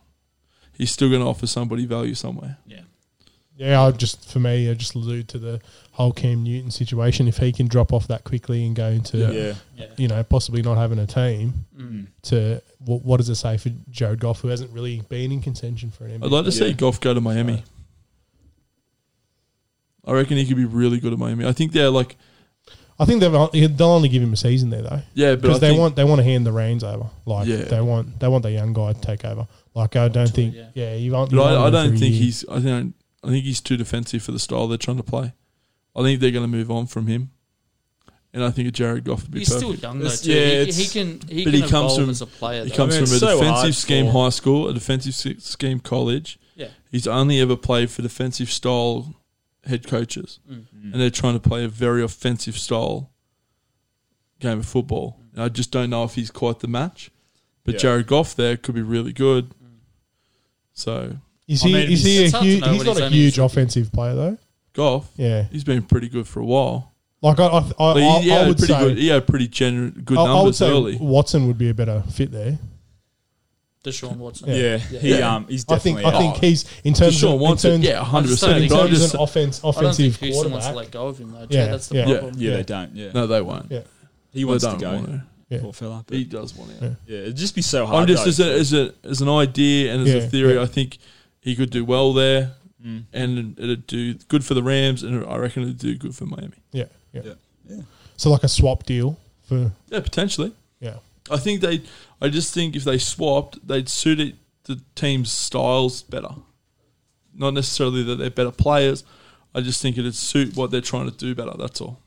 Speaker 2: He's still going to offer somebody value somewhere.
Speaker 3: Yeah.
Speaker 4: Yeah, I just for me, I just allude to the whole Cam Newton situation. If he can drop off that quickly and go into,
Speaker 2: Yeah.
Speaker 1: Yeah.
Speaker 3: Yeah.
Speaker 4: you know, possibly not having a team,
Speaker 1: Mm.
Speaker 4: to what, what does it say for Jared Goff, who hasn't really been in contention for an
Speaker 2: I'd
Speaker 4: MVP?
Speaker 2: like to see
Speaker 1: Yeah.
Speaker 2: Goff go to Miami. I reckon he could be really good at Miami. I think they're like,
Speaker 4: I think they'll they'll only give him a season there though,
Speaker 2: yeah, but I
Speaker 4: because they
Speaker 2: think,
Speaker 4: want they want to hand the reins over. Like
Speaker 2: Yeah.
Speaker 4: they want they want the young guy to take over. Like I don't think,
Speaker 3: yeah.
Speaker 4: yeah, you won't.
Speaker 2: but
Speaker 4: you
Speaker 2: I, I
Speaker 4: won't win for
Speaker 2: don't
Speaker 4: a
Speaker 2: think
Speaker 4: year.
Speaker 2: he's. I think I think he's too defensive for the style they're trying to play. I think they're going to move on from him, and I think a Jared Goff would be
Speaker 3: He's
Speaker 2: perfect.
Speaker 3: still young though.
Speaker 1: It's-
Speaker 3: Too.
Speaker 1: yeah,
Speaker 3: He-
Speaker 1: it's-
Speaker 3: he, can he
Speaker 2: but he
Speaker 3: can
Speaker 2: comes
Speaker 3: evolve
Speaker 2: from-
Speaker 3: as a player.
Speaker 2: He
Speaker 3: though.
Speaker 2: comes
Speaker 1: I mean,
Speaker 2: from a
Speaker 1: it's so hard
Speaker 2: defensive scheme
Speaker 1: for-
Speaker 2: high school, a defensive s- scheme college.
Speaker 3: Yeah.
Speaker 2: He's only ever played for defensive style head coaches,
Speaker 1: Mm.
Speaker 2: and they're trying to play a very offensive style game of football. And I just don't know if he's quite the match, but
Speaker 1: Yeah.
Speaker 2: Jared Goff there could be really good.
Speaker 1: Mm.
Speaker 2: So
Speaker 4: Is
Speaker 1: I
Speaker 4: he?
Speaker 1: mean,
Speaker 4: is he
Speaker 3: it's
Speaker 4: a
Speaker 3: hard to
Speaker 4: huge?
Speaker 3: know
Speaker 4: He's
Speaker 3: when
Speaker 4: not
Speaker 3: he's
Speaker 4: a
Speaker 3: only
Speaker 4: huge
Speaker 3: sort
Speaker 4: offensive player though.
Speaker 2: Goff,
Speaker 4: Yeah,
Speaker 2: he's been pretty good for a while.
Speaker 4: like I, I, I,
Speaker 2: But he,
Speaker 4: I,
Speaker 2: he
Speaker 4: I
Speaker 2: had
Speaker 4: would
Speaker 2: pretty
Speaker 4: say,
Speaker 2: good, he had pretty gener- good
Speaker 4: I, I would
Speaker 2: numbers
Speaker 4: say
Speaker 2: early.
Speaker 4: Watson would be a better fit there.
Speaker 3: Deshaun Watson.
Speaker 1: Yeah. He
Speaker 2: Yeah.
Speaker 1: um he's
Speaker 4: I think
Speaker 1: definitely
Speaker 4: I think
Speaker 1: out.
Speaker 4: he's in terms
Speaker 2: Oh, Deshaun
Speaker 4: of
Speaker 2: Watson,
Speaker 4: in terms,
Speaker 2: yeah, hundred
Speaker 3: I
Speaker 2: percent.
Speaker 4: in
Speaker 3: think
Speaker 2: But I
Speaker 4: terms
Speaker 2: just
Speaker 4: of an offense
Speaker 3: I don't think
Speaker 4: offensive
Speaker 3: Houston wants to
Speaker 4: quarterback.
Speaker 3: let go of him though.
Speaker 4: Yeah,
Speaker 3: Yeah, that's the
Speaker 4: yeah.
Speaker 3: problem.
Speaker 1: yeah,
Speaker 4: Yeah.
Speaker 1: they don't. Yeah.
Speaker 2: no, they won't.
Speaker 4: Yeah.
Speaker 1: He wants
Speaker 2: they
Speaker 1: to
Speaker 2: don't
Speaker 1: go.
Speaker 2: want to.
Speaker 4: Yeah.
Speaker 1: Poor fella. But,
Speaker 2: He does want to.
Speaker 4: Yeah.
Speaker 1: yeah, it'd just be so hard.
Speaker 2: I'm just
Speaker 1: though.
Speaker 2: as, a, as, a, as an idea and as a
Speaker 4: Yeah,
Speaker 2: theory,
Speaker 4: yeah.
Speaker 2: I think he could do well there,
Speaker 1: Mm.
Speaker 2: and it'd do good for the Rams, and I reckon it'd do good for Miami.
Speaker 4: Yeah, yeah,
Speaker 1: Yeah. Yeah.
Speaker 4: So like a swap deal for
Speaker 2: Yeah, potentially.
Speaker 4: yeah,
Speaker 2: I think they. I just think if they swapped, they'd suit it, the team's styles better. Not necessarily that they're better players. I just think it'd suit what they're trying to do better. That's all.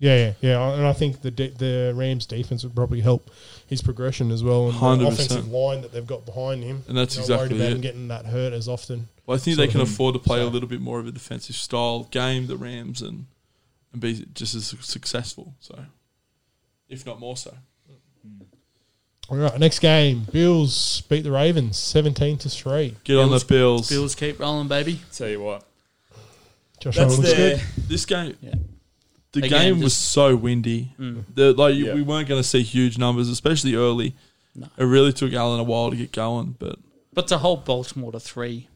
Speaker 4: yeah, yeah, yeah. And I think the de- the Rams defense would probably help his progression as well, and the
Speaker 2: 100%.
Speaker 4: offensive line that they've got behind him.
Speaker 2: And that's
Speaker 4: Not
Speaker 2: exactly
Speaker 4: worried about
Speaker 2: it.
Speaker 4: him getting that hurt as often.
Speaker 2: Well, I think
Speaker 4: sort
Speaker 2: they
Speaker 4: of
Speaker 2: can
Speaker 4: thing.
Speaker 2: afford to play a
Speaker 4: So-
Speaker 2: little bit more of a defensive style game, the Rams, and and be just as successful. So, if not more so.
Speaker 4: All right, next game, Bills beat the Ravens seventeen to three.
Speaker 2: Get on the Bills.
Speaker 3: Bills keep rolling, baby.
Speaker 1: Tell you what,
Speaker 4: Josh
Speaker 1: that's
Speaker 4: Allen looks
Speaker 1: their
Speaker 4: good.
Speaker 2: This game,
Speaker 3: Yeah.
Speaker 2: the
Speaker 3: Again,
Speaker 2: game
Speaker 3: just- Mm.
Speaker 2: was so windy. The, like you
Speaker 1: Yeah.
Speaker 2: we weren't going to see huge numbers, especially early.
Speaker 3: No.
Speaker 2: It really took Allen a while to get going, but
Speaker 3: But to hold Baltimore to three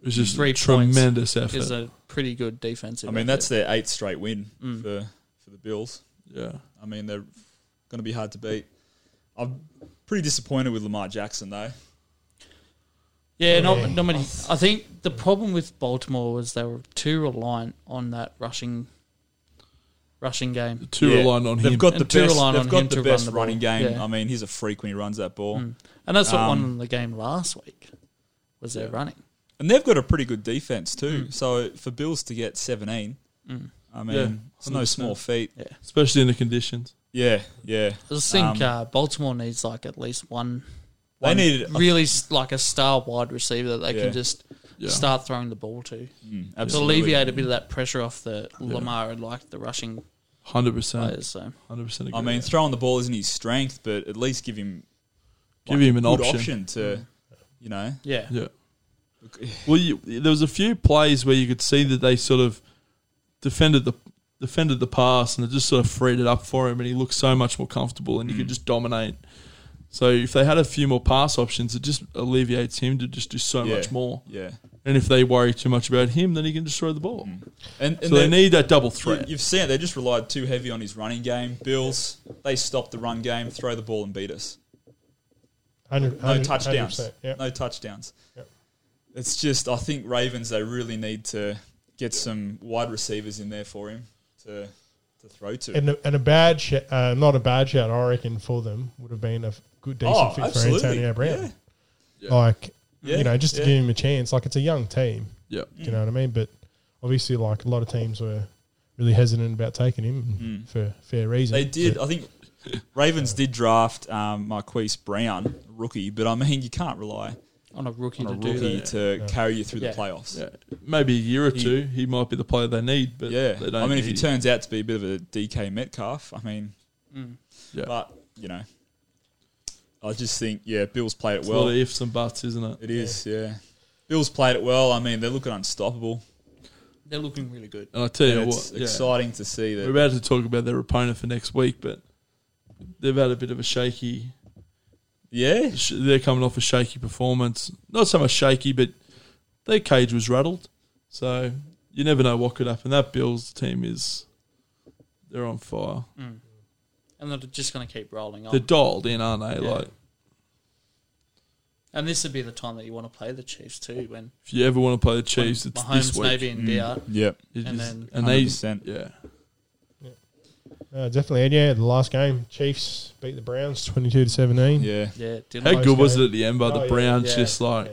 Speaker 2: it was just
Speaker 3: Three points
Speaker 2: tremendous
Speaker 3: is
Speaker 2: effort.
Speaker 3: a pretty good defensive.
Speaker 1: I mean,
Speaker 3: effort.
Speaker 1: that's their eighth straight win
Speaker 3: Mm.
Speaker 1: for for the Bills.
Speaker 2: Yeah,
Speaker 1: I mean, they're going to be hard to beat. I'm pretty disappointed with Lamar Jackson though.
Speaker 3: yeah.
Speaker 4: Yeah.
Speaker 3: Not, not many. I think the problem with Baltimore was they were too reliant on that rushing, rushing game.
Speaker 2: too
Speaker 1: Yeah.
Speaker 2: reliant on
Speaker 1: they've
Speaker 2: him.
Speaker 1: Got the
Speaker 3: And two
Speaker 1: best,
Speaker 3: relying
Speaker 1: they've
Speaker 3: on
Speaker 1: got
Speaker 3: him
Speaker 1: the
Speaker 3: to
Speaker 1: best
Speaker 3: run the ball.
Speaker 1: running game.
Speaker 3: Yeah.
Speaker 1: I mean, he's a freak when he runs that ball.
Speaker 3: Mm. And that's what
Speaker 1: Um,
Speaker 3: won the game last week. Was their
Speaker 1: Yeah.
Speaker 3: running?
Speaker 1: And they've got a pretty good defense too. So for Bills to get 17,
Speaker 3: Mm.
Speaker 1: I mean,
Speaker 2: Yeah,
Speaker 1: it's no
Speaker 2: 100%.
Speaker 1: small feat.
Speaker 2: especially in the conditions.
Speaker 1: Yeah, yeah.
Speaker 3: I just think
Speaker 1: Um,
Speaker 3: uh, Baltimore needs like at least one.
Speaker 1: They
Speaker 3: one
Speaker 1: needed-
Speaker 3: really s like a star wide receiver that they
Speaker 1: Yeah.
Speaker 3: can just
Speaker 2: Yeah,
Speaker 3: start throwing the ball to
Speaker 1: Mm,
Speaker 3: to
Speaker 1: absolutely.
Speaker 3: alleviate a bit of that pressure off the Lamar and like the rushing
Speaker 2: hundred percent,
Speaker 3: players. So
Speaker 2: hundred percent.
Speaker 1: I mean, throwing the ball isn't his strength, but at least give him
Speaker 2: Give
Speaker 1: like,
Speaker 2: him an
Speaker 1: good
Speaker 2: option.
Speaker 1: to, you know,
Speaker 3: yeah,
Speaker 2: yeah. Well, you, there was a few plays where you could see that they sort of defended the defended the pass and it just sort of freed it up for him, and he looked so much more comfortable, and he
Speaker 1: Mm.
Speaker 2: could just dominate. So if they had a few more pass options, it just alleviates him to just do so
Speaker 1: Yeah.
Speaker 2: much more.
Speaker 1: yeah.
Speaker 2: And if they worry too much about him, then he can just throw the ball.
Speaker 1: And, Mm. and
Speaker 2: So they
Speaker 1: they've-
Speaker 2: need that double
Speaker 1: you,
Speaker 2: threat.
Speaker 1: you've seen it. They just relied too heavy on his running game. Bills, they stopped the run game, throw the ball and beat us.
Speaker 4: 100,
Speaker 1: No touchdowns.
Speaker 4: 100%, yeah.
Speaker 1: No touchdowns.
Speaker 4: Yep.
Speaker 1: It's just, I think Ravens, they really need to get some wide receivers in there for him to to throw to.
Speaker 4: And a, and a bad, sh- uh, not a bad shout, I reckon, for them would have been a f- good, decent
Speaker 1: Oh,
Speaker 4: fit
Speaker 1: absolutely.
Speaker 4: for Antonio
Speaker 1: Yeah.
Speaker 4: Brown.
Speaker 2: Yeah.
Speaker 4: Like,
Speaker 1: Yeah,
Speaker 4: you know, just to
Speaker 1: yeah.
Speaker 4: give him a chance. Like, it's a young team.
Speaker 2: Yeah,
Speaker 4: Do you know what I mean? But obviously, like, a lot of teams were really hesitant about taking him for fair reason.
Speaker 1: Hmm. They did.
Speaker 4: But
Speaker 1: I think Ravens did draft um, Marquise Brown, rookie, but I mean, you can't rely
Speaker 3: on a rookie
Speaker 1: on a
Speaker 3: to do
Speaker 1: rookie
Speaker 3: that.
Speaker 1: to carry you through
Speaker 3: Yeah.
Speaker 1: the playoffs.
Speaker 2: yeah. Maybe a year or two, he might be the player they need. But
Speaker 1: Yeah,
Speaker 2: they don't
Speaker 1: I mean, if he
Speaker 2: need
Speaker 1: turns out to be a bit of a DK Metcalf, I mean,
Speaker 2: Mm. Yeah.
Speaker 1: but you know, I just think yeah, Bills played it
Speaker 2: It's a lot
Speaker 1: well.
Speaker 2: of ifs and buts, isn't it?
Speaker 1: It is, yeah. Bills played it well. I mean, they're looking unstoppable.
Speaker 3: They're looking really good.
Speaker 2: And I tell you
Speaker 1: and
Speaker 2: what,
Speaker 1: it's
Speaker 2: yeah.
Speaker 1: exciting to see
Speaker 2: We're
Speaker 1: that.
Speaker 2: about to talk about their opponent for next week, but they've had a bit of a shaky.
Speaker 1: Yeah,
Speaker 2: sh- They're coming off a shaky performance. Not so much shaky, but their cage was rattled. So you never know what could happen. That Bills team is they're on fire.
Speaker 3: and they're just going to keep rolling on.
Speaker 2: They're dialed in, aren't they?
Speaker 3: Yeah.
Speaker 2: Like
Speaker 3: and this would be the time that you want to play the Chiefs too, when,
Speaker 2: if you ever want to play the
Speaker 3: when
Speaker 2: Chiefs, Oh, it's
Speaker 3: Mahomes
Speaker 2: this week. Mm.
Speaker 3: may be in doubt.
Speaker 1: Yep.
Speaker 2: It
Speaker 3: and
Speaker 2: is-
Speaker 3: then-
Speaker 2: and they
Speaker 1: 100%.
Speaker 2: yeah.
Speaker 4: Uh, definitely, and yeah, the last game, Chiefs beat the Browns twenty-two to seventeen.
Speaker 1: Yeah.
Speaker 3: Yeah, didn't
Speaker 2: How
Speaker 3: like-
Speaker 4: Close
Speaker 2: good was
Speaker 4: game.
Speaker 2: it at the end? But
Speaker 4: Oh,
Speaker 2: the
Speaker 4: yeah.
Speaker 2: Browns
Speaker 3: Yeah.
Speaker 2: just like
Speaker 4: Yeah.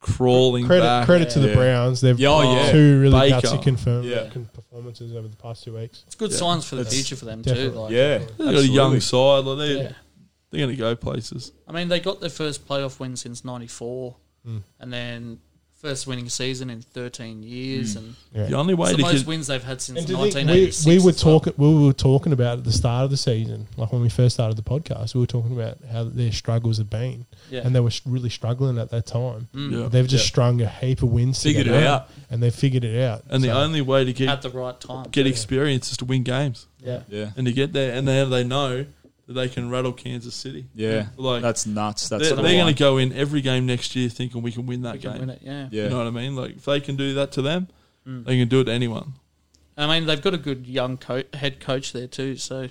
Speaker 2: crawling
Speaker 4: Credit
Speaker 2: back.
Speaker 4: credit to the
Speaker 1: Yeah.
Speaker 4: Browns. They've
Speaker 1: Yeah, oh, yeah.
Speaker 4: two really
Speaker 2: Baker.
Speaker 4: gutsy confirm
Speaker 1: Yeah.
Speaker 4: con- performances over the past two weeks.
Speaker 3: it's good
Speaker 2: Yeah.
Speaker 3: signs for the
Speaker 1: It's-
Speaker 3: future for them too.
Speaker 4: Definitely.
Speaker 3: Like,
Speaker 1: Yeah.
Speaker 2: They got a young
Speaker 1: Absolutely.
Speaker 2: side. Like they
Speaker 3: Yeah.
Speaker 2: they're going to go places.
Speaker 3: I mean, they got their first playoff win since '94,
Speaker 4: Mm.
Speaker 3: and then first winning season in 13 years, and
Speaker 4: Yeah.
Speaker 2: The only Mm. way
Speaker 3: it's the
Speaker 2: to
Speaker 3: most
Speaker 2: get
Speaker 3: wins they've had since
Speaker 4: And to think we,
Speaker 3: 1986.
Speaker 4: we were
Speaker 3: as well.
Speaker 4: talking we were talking about at the start of the season, like when we first started the podcast, we were talking about how their struggles have been,
Speaker 3: Yeah.
Speaker 4: and they were really struggling at that time.
Speaker 3: Mm.
Speaker 2: Yeah.
Speaker 4: They've just
Speaker 2: Yeah.
Speaker 4: strung a heap of wins
Speaker 1: Figured it
Speaker 4: together,
Speaker 1: out.
Speaker 4: and they figured it out.
Speaker 2: and the
Speaker 4: So,
Speaker 2: only way to get
Speaker 3: at the right time.
Speaker 2: get experience is to win games
Speaker 3: yeah.
Speaker 1: Yeah.
Speaker 2: and to get there. And now they know that they can rattle Kansas City.
Speaker 1: Yeah.
Speaker 2: like
Speaker 1: That's nuts. That's
Speaker 2: they're,
Speaker 1: the
Speaker 2: they're going
Speaker 1: one.
Speaker 2: to go in every game next year thinking we can win that
Speaker 3: We
Speaker 2: game.
Speaker 3: can win it, yeah.
Speaker 1: Yeah.
Speaker 2: You know what I mean? Like if they can do that to them,
Speaker 3: Mm.
Speaker 2: they can do it to anyone.
Speaker 3: And I mean, they've got a good young co- head coach there too. So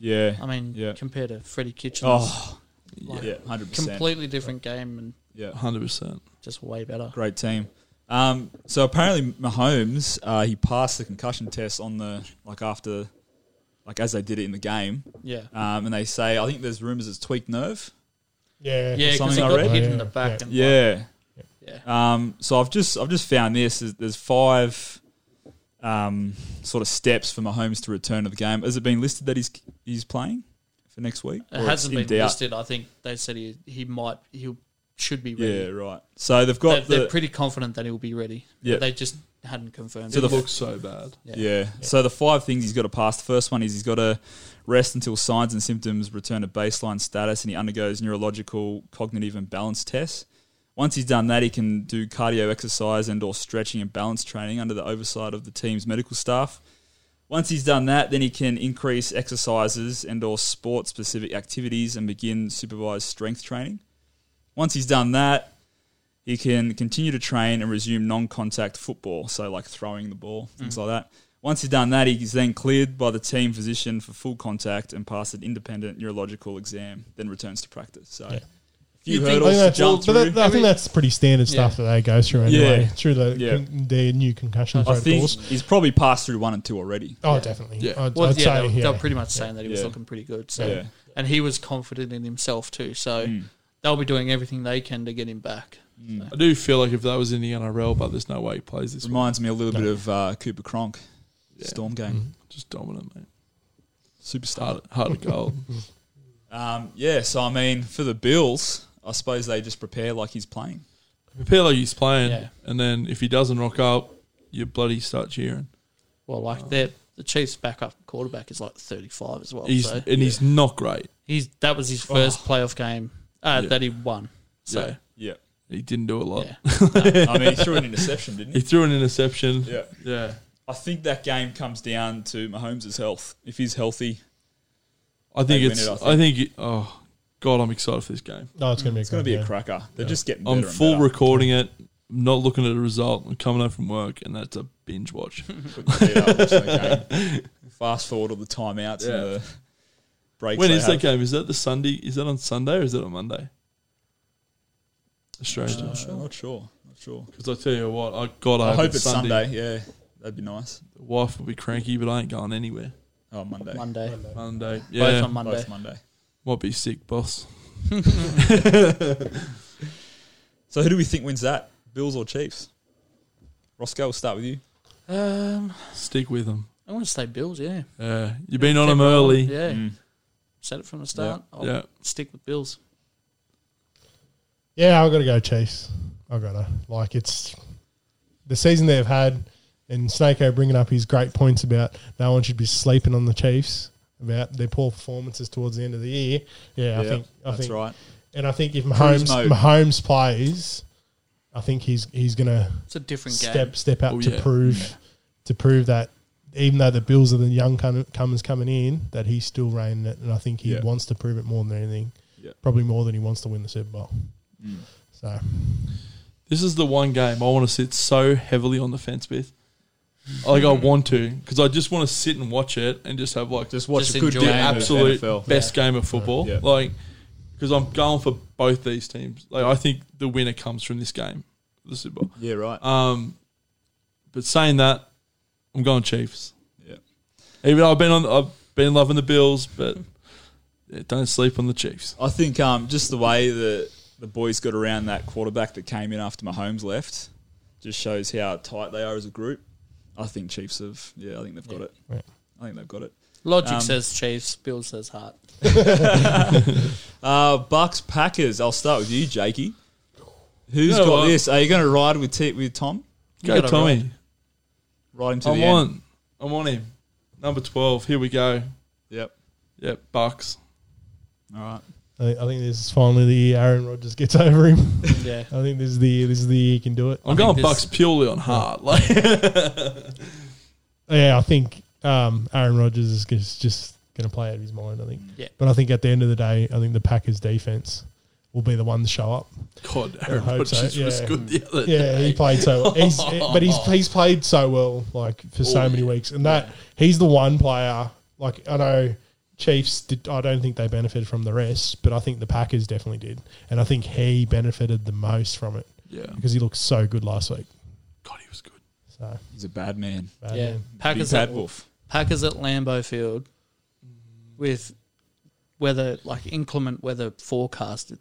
Speaker 1: yeah.
Speaker 3: I mean,
Speaker 1: Yeah.
Speaker 3: compared to Freddie Kitchens,
Speaker 1: Oh.
Speaker 3: like,
Speaker 1: Yeah. Hundred percent.
Speaker 3: completely different game and
Speaker 1: Yeah.
Speaker 2: Hundred percent.
Speaker 3: just way better.
Speaker 1: Great team. Um, so apparently Mahomes, uh, he passed the concussion test on the like after, like as they did it in the game,
Speaker 3: Yeah,
Speaker 1: um, and they say I think there's rumors it's tweaked nerve.
Speaker 4: yeah,
Speaker 3: yeah, because
Speaker 1: Something
Speaker 3: he
Speaker 1: I
Speaker 3: got
Speaker 1: read?
Speaker 3: hit
Speaker 4: Yeah.
Speaker 3: in the back. And
Speaker 1: Yeah.
Speaker 3: like, yeah,
Speaker 1: Um, so I've just I've just found this. Is there's five um, sort of steps for Mahomes to return to the game. Has it been listed that he's he's playing for next week? Or
Speaker 3: it
Speaker 1: it's
Speaker 3: hasn't
Speaker 1: in
Speaker 3: been
Speaker 1: doubt?
Speaker 3: listed. I think they said he he might he should be ready.
Speaker 1: Yeah, right. So they've
Speaker 3: they're,
Speaker 1: got
Speaker 3: they're
Speaker 1: the
Speaker 3: pretty confident that he'll be ready.
Speaker 1: Yeah.
Speaker 3: they just hadn't confirmed.
Speaker 1: So
Speaker 3: it.
Speaker 2: it
Speaker 1: the-
Speaker 2: looks so bad.
Speaker 1: yeah. So the five things he's got to pass. The first one is he's got to rest until signs and symptoms return to baseline status, and he undergoes neurological, cognitive, and balance tests. Once he's done that, he can do cardio exercise and or stretching and balance training under the oversight of the team's medical staff. Once he's done that, then he can increase exercises and or sport specific activities and begin supervised strength training. Once he's done that, he can continue to train and resume non-contact football, so like throwing the ball, things like that. Once he's done that, he's then cleared by the team physician for full contact and passed an independent neurological exam, then returns to practice. So, a few
Speaker 3: You think-
Speaker 1: hurdles
Speaker 4: I think,
Speaker 1: to
Speaker 4: that's,
Speaker 1: jump
Speaker 4: but
Speaker 1: through.
Speaker 4: that, I think that's pretty standard
Speaker 3: Yeah.
Speaker 4: stuff that they go through anyway.
Speaker 1: Yeah.
Speaker 4: Through the,
Speaker 1: Yeah.
Speaker 4: con- their new concussion
Speaker 1: I think
Speaker 4: protocols.
Speaker 1: he's probably passed through one and two already.
Speaker 4: Oh, definitely.
Speaker 2: Yeah.
Speaker 4: I'd,
Speaker 3: well,
Speaker 4: I'd
Speaker 3: yeah,
Speaker 4: say,
Speaker 3: they, were,
Speaker 4: yeah.
Speaker 3: they were pretty much saying that he was
Speaker 1: Yeah.
Speaker 3: looking pretty good. So,
Speaker 1: Yeah. Mm.
Speaker 3: and he was confident in himself too. So they'll be doing everything they can to get him back.
Speaker 2: I do feel like if that was in the NRL, but there's no way he plays this. one.
Speaker 1: Reminds me a little bit of uh, Cooper Cronk,
Speaker 2: Yeah.
Speaker 1: Storm game,
Speaker 2: Just dominant, mate.
Speaker 1: superstar.
Speaker 2: Hard, hard to
Speaker 3: [laughs]
Speaker 2: gold.
Speaker 1: Um, yeah, so I mean, for the Bills, I suppose they just prepare like he's playing.
Speaker 2: Prepare like he's playing,
Speaker 3: Yeah.
Speaker 2: and then if he doesn't rock up, you bloody start cheering.
Speaker 3: Well,
Speaker 1: Oh.
Speaker 3: like their the Chiefs' backup quarterback is like 35 as well.
Speaker 2: He's
Speaker 3: so
Speaker 2: and he's not great.
Speaker 3: he's that was his first
Speaker 1: Oh.
Speaker 3: playoff game uh,
Speaker 2: Yeah.
Speaker 3: that he won. So
Speaker 2: yeah.
Speaker 1: Yeah,
Speaker 2: he didn't do a lot.
Speaker 3: yeah,
Speaker 1: [laughs] I mean, he threw an interception, didn't
Speaker 2: He
Speaker 1: he?
Speaker 2: threw an
Speaker 1: [laughs]
Speaker 2: interception.
Speaker 1: Yeah.
Speaker 2: yeah.
Speaker 1: I think that game comes down to Mahomes' health. If he's healthy,
Speaker 2: I think
Speaker 1: They win
Speaker 2: it's.
Speaker 1: it, I
Speaker 2: I think. it- oh God, I'm excited for this game.
Speaker 4: No, it's going to be.
Speaker 1: it's going to be a cracker. They're just getting better.
Speaker 2: I'm
Speaker 1: and
Speaker 2: full
Speaker 1: better.
Speaker 2: recording it. Not looking at the result. I'm coming home from work, and that's a
Speaker 1: [laughs]
Speaker 2: binge watch.
Speaker 1: Put my feet up, watch the game.
Speaker 2: [laughs]
Speaker 1: Fast forward all the timeouts
Speaker 2: Yeah.
Speaker 1: and the breaks.
Speaker 2: when
Speaker 1: they
Speaker 2: is that
Speaker 1: have.
Speaker 2: game? Is that the Sunday? Is that on Sunday or is that on Monday? Australian.
Speaker 1: Uh, not sure. Not sure.
Speaker 2: Because I tell you what, I God, I,
Speaker 1: I hope it's Sunday. Yeah, that'd be nice.
Speaker 2: The wife will be cranky, but I ain't going anywhere.
Speaker 1: Oh, Monday.
Speaker 3: Monday.
Speaker 2: Monday,
Speaker 3: Both
Speaker 2: yeah,
Speaker 3: on Monday.
Speaker 1: Both Monday.
Speaker 2: might be sick, boss.
Speaker 1: So who do we think wins that? Bills or Chiefs? Roscoe, we'll start with you.
Speaker 3: Um,
Speaker 2: Stick with them.
Speaker 3: I want to say Bills. Yeah,
Speaker 2: Uh, you've been on them early. Yeah.
Speaker 3: Yeah,
Speaker 1: Mm.
Speaker 3: said it from the start. I'll
Speaker 2: Yeah.
Speaker 3: stick with Bills.
Speaker 4: Yeah, I've got to go Chiefs. I've got to. Like, it's the season they've had, and Snakeo bringing up his great points about no one should be sleeping on the Chiefs, about their poor performances towards the end of the year. Yeah, I
Speaker 1: Yeah,
Speaker 4: think. I
Speaker 1: that's
Speaker 4: think,
Speaker 1: right.
Speaker 4: And I think if Mahomes,
Speaker 1: mode.
Speaker 4: Mahomes plays, I think he's he's going to
Speaker 3: It's a different game.
Speaker 4: step step up
Speaker 2: Oh,
Speaker 4: to
Speaker 2: yeah.
Speaker 4: prove to prove that even though the Bills are the young com- comers coming in, that he's still reigning it, and I think he
Speaker 1: Yeah.
Speaker 4: wants to prove it more than anything.
Speaker 1: Yeah.
Speaker 4: Probably more than he wants to win the Super Bowl. So
Speaker 2: Mm. This is the one game I want to sit so heavily on the fence with. Like I want to because I just want to sit and watch it and just have like
Speaker 1: Just watch
Speaker 3: Just
Speaker 1: a good
Speaker 3: enjoy
Speaker 1: game.
Speaker 2: the
Speaker 3: it.
Speaker 1: of
Speaker 2: absolute
Speaker 1: NFL.
Speaker 2: best game of football.
Speaker 1: Yeah.
Speaker 2: Like, because I'm going for both these teams. Like, I think the winner comes from this game, the Super Bowl.
Speaker 1: Yeah, right.
Speaker 2: Um, but saying that, I'm going Chiefs.
Speaker 1: Yeah.
Speaker 2: Even though I've been on, I've been loving the Bills, but yeah, don't sleep on the Chiefs.
Speaker 1: I think um, just the way the the boys got around that quarterback that came in after Mahomes left just shows how tight they are as a group. I think Chiefs have. Yeah, I think they've got it.
Speaker 4: Yeah.
Speaker 1: I think they've got it.
Speaker 3: Logic
Speaker 1: Um,
Speaker 3: says Chiefs, Bill says Hart.
Speaker 1: Uh, Bucks Packers. I'll start with you, Jakey. Who's
Speaker 2: You know
Speaker 1: got
Speaker 2: what?
Speaker 1: this? Are you going to ride with T- with Tom?
Speaker 2: Go
Speaker 3: gotta
Speaker 2: Tommy.
Speaker 1: Ride him to
Speaker 2: I'm
Speaker 1: the end.
Speaker 2: on. I'm on him. Number twelve. Here we go.
Speaker 1: Yep.
Speaker 2: Yep, Bucks.
Speaker 1: All right.
Speaker 4: I, I think this is finally the year Aaron Rodgers gets [laughs] over him.
Speaker 2: [laughs]
Speaker 3: Yeah.
Speaker 4: I think this is the year, this is the year he can do it.
Speaker 2: I'm
Speaker 3: I think
Speaker 2: going
Speaker 3: this-
Speaker 2: Bucks purely on heart. Like, [laughs]
Speaker 4: Yeah, I think um, Aaron Rodgers is just, just going to play out of his mind. I think.
Speaker 3: Yeah.
Speaker 4: But I think at the end of the day, I think the Packers defense will be the one to show up.
Speaker 2: God, Aaron
Speaker 4: hope so,
Speaker 2: Rodgers was
Speaker 4: yeah.
Speaker 2: good the other
Speaker 4: Yeah,
Speaker 2: day.
Speaker 4: he played so well. He's, but he's he's played so well like for so
Speaker 2: Oh,
Speaker 4: many
Speaker 2: yeah.
Speaker 4: weeks, and that he's the one player. Like I know Chiefs did. I don't think they benefited from the rest, but I think the Packers definitely did, and I think he benefited the most from it
Speaker 2: Yeah,
Speaker 4: because he looked so good last week.
Speaker 2: God, he was good.
Speaker 4: So
Speaker 1: He's a bad man.
Speaker 4: bad
Speaker 3: yeah.
Speaker 4: man.
Speaker 1: Big
Speaker 3: Packers
Speaker 1: bad
Speaker 3: at,
Speaker 1: wolf.
Speaker 3: Packers at Lambeau Field with weather, like inclement weather forecasted.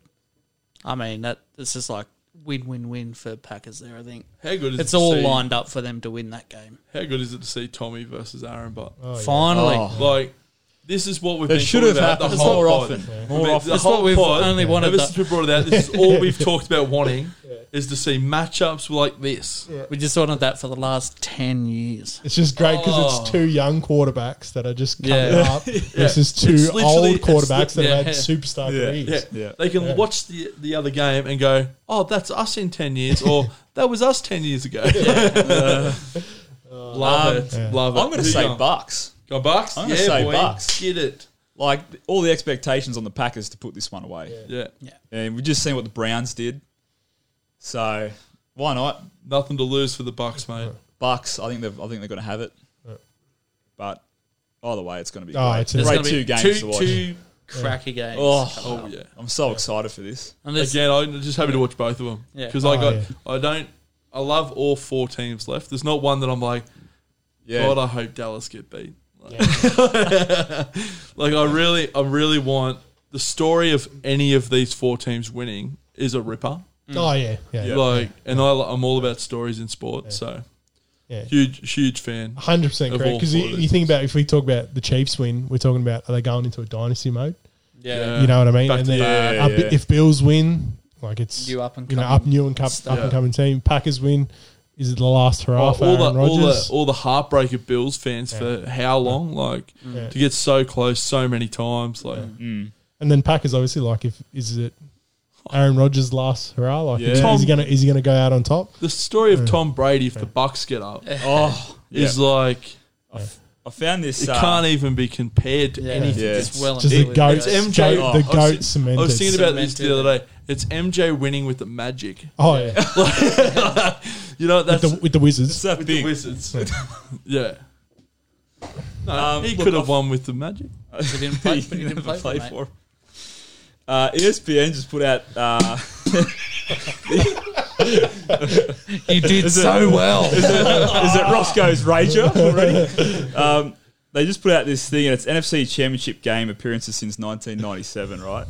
Speaker 3: I mean, that it's just like win win win for Packers there, I think.
Speaker 2: How good is
Speaker 3: It's
Speaker 2: it to
Speaker 3: all
Speaker 2: see,
Speaker 3: lined up for them to win that game.
Speaker 2: How good is it to see Tommy versus Aaron? But
Speaker 4: Oh, yeah.
Speaker 3: Finally.
Speaker 1: Oh.
Speaker 2: like, this is what we've
Speaker 1: It
Speaker 2: been
Speaker 1: should
Speaker 2: talking
Speaker 1: have
Speaker 2: about
Speaker 1: happened
Speaker 2: the whole
Speaker 1: more
Speaker 2: pod.
Speaker 1: often.
Speaker 2: We've
Speaker 1: More
Speaker 2: been-
Speaker 1: often.
Speaker 2: The
Speaker 3: That's what
Speaker 2: whole
Speaker 3: we've
Speaker 2: pod,
Speaker 3: only wanted
Speaker 2: Ever
Speaker 3: that-
Speaker 2: since we brought it out, this
Speaker 1: [laughs]
Speaker 2: is all we've talked about wanting is to see matchups like this.
Speaker 3: We just wanted that for the last 10 years.
Speaker 4: It's just great because
Speaker 2: Oh.
Speaker 4: it's two young quarterbacks that are just coming
Speaker 3: Yeah.
Speaker 2: [laughs]
Speaker 4: up versus two
Speaker 2: It's literally-
Speaker 4: old
Speaker 2: it's
Speaker 4: quarterbacks that
Speaker 3: li-
Speaker 4: have
Speaker 3: yeah.
Speaker 4: had superstar
Speaker 1: Yeah.
Speaker 2: Yeah.
Speaker 4: careers.
Speaker 1: Yeah.
Speaker 2: They can watch the the other game and go, "Oh, that's us in ten
Speaker 1: [laughs]
Speaker 2: years," or "That was us ten years ago." [laughs] love it,
Speaker 4: Yeah.
Speaker 2: love
Speaker 1: Uh, um,
Speaker 2: it.
Speaker 1: I'm going to
Speaker 2: Who
Speaker 1: say
Speaker 2: you going?
Speaker 1: Bucks.
Speaker 2: Go Bucks.
Speaker 1: I'm
Speaker 2: yeah,
Speaker 1: gonna say
Speaker 2: boy.
Speaker 1: Bucks.
Speaker 2: Get it.
Speaker 1: Like all the expectations on the Packers to put this one away.
Speaker 2: Yeah,
Speaker 1: And we've just seen what the Browns did. So why not?
Speaker 2: nothing to lose for the Bucks, mate.
Speaker 1: Bucks, I think they've I think they're gonna have it. But either way, it's gonna be
Speaker 4: Oh,
Speaker 1: great,
Speaker 4: it's a-
Speaker 1: great
Speaker 3: gonna be
Speaker 1: two games
Speaker 3: two,
Speaker 1: to watch.
Speaker 3: two cracky games.
Speaker 1: Oh.
Speaker 2: Oh yeah.
Speaker 1: I'm so excited for this.
Speaker 3: And there's-
Speaker 2: Again, I'm just happy to watch both of them
Speaker 3: Yeah.
Speaker 2: because I
Speaker 4: Oh,
Speaker 2: got,
Speaker 4: yeah.
Speaker 2: I don't, I love all four teams left. There's not one that I'm like,
Speaker 1: Yeah.
Speaker 2: God, I hope Dallas get beat. Like, [laughs] like, I really, I really want the story of any of these four teams winning is a ripper.
Speaker 4: Oh yeah, yeah, yeah.
Speaker 2: Mm. Like, and I, I'm all about stories in sport, so huge, huge fan.
Speaker 4: Hundred percent
Speaker 2: Of
Speaker 4: correct.
Speaker 2: all
Speaker 4: Because
Speaker 2: four
Speaker 4: you,
Speaker 2: of
Speaker 4: you
Speaker 2: these.
Speaker 4: think about if we talk about the Chiefs win, we're talking about are they going into a dynasty mode?
Speaker 3: yeah.
Speaker 4: You know what I mean?
Speaker 2: Back
Speaker 4: And
Speaker 2: to-
Speaker 4: then
Speaker 1: Yeah,
Speaker 4: uh,
Speaker 1: yeah.
Speaker 4: if Bills win, like it's
Speaker 3: New up and
Speaker 4: you know
Speaker 3: coming
Speaker 4: up new and cup,
Speaker 3: stuff.
Speaker 4: up and coming team. Packers win. Is it the last hurrah
Speaker 2: Oh,
Speaker 4: for
Speaker 2: all,
Speaker 4: Aaron
Speaker 2: the, all the
Speaker 4: Rodgers?
Speaker 2: all the heartbreak of Bills fans for how long? Like
Speaker 4: Yeah.
Speaker 2: to get so close so many times. Like
Speaker 1: Mm.
Speaker 4: and then Packers obviously like if is it Aaron Rodgers' last hurrah? Like
Speaker 1: Yeah.
Speaker 4: is,
Speaker 2: Tom-
Speaker 4: he gonna is he gonna go out on top?
Speaker 2: the story of Tom Brady if the Bucks get up
Speaker 1: Oh
Speaker 2: is like
Speaker 1: I found this
Speaker 2: it
Speaker 1: uh,
Speaker 2: can't even be compared to
Speaker 3: Yeah.
Speaker 2: anything.
Speaker 1: Yeah.
Speaker 3: It's well
Speaker 4: Just
Speaker 3: and truly
Speaker 4: the goat,
Speaker 2: It's
Speaker 3: there.
Speaker 2: MJ.
Speaker 4: goat- the
Speaker 2: Oh, I was
Speaker 4: goat
Speaker 2: thi- I
Speaker 4: cemented.
Speaker 2: was thinking about this the
Speaker 3: Cemented.
Speaker 2: other day. It's MJ winning with the Magic.
Speaker 4: oh yeah,
Speaker 2: You know that's
Speaker 4: with the, with the Wizards.
Speaker 1: it's that
Speaker 2: with
Speaker 1: [laughs]
Speaker 2: the
Speaker 1: big.
Speaker 2: Wizards. yeah. No,
Speaker 1: Um,
Speaker 2: he
Speaker 1: look,
Speaker 2: could have
Speaker 1: I've-
Speaker 2: won with the Magic.
Speaker 3: He didn't play,
Speaker 1: [laughs]
Speaker 3: but he
Speaker 1: You
Speaker 3: didn't
Speaker 1: never
Speaker 3: play,
Speaker 1: play
Speaker 3: for, it, mate.
Speaker 1: for. Uh, ESPN just put out. Uh,
Speaker 3: [laughs] You did
Speaker 1: it-
Speaker 3: so well.
Speaker 1: is, it, is it Roscoe's Rager already? Um, they just put out this thing, and it's NFC Championship game appearances since 1997. Right?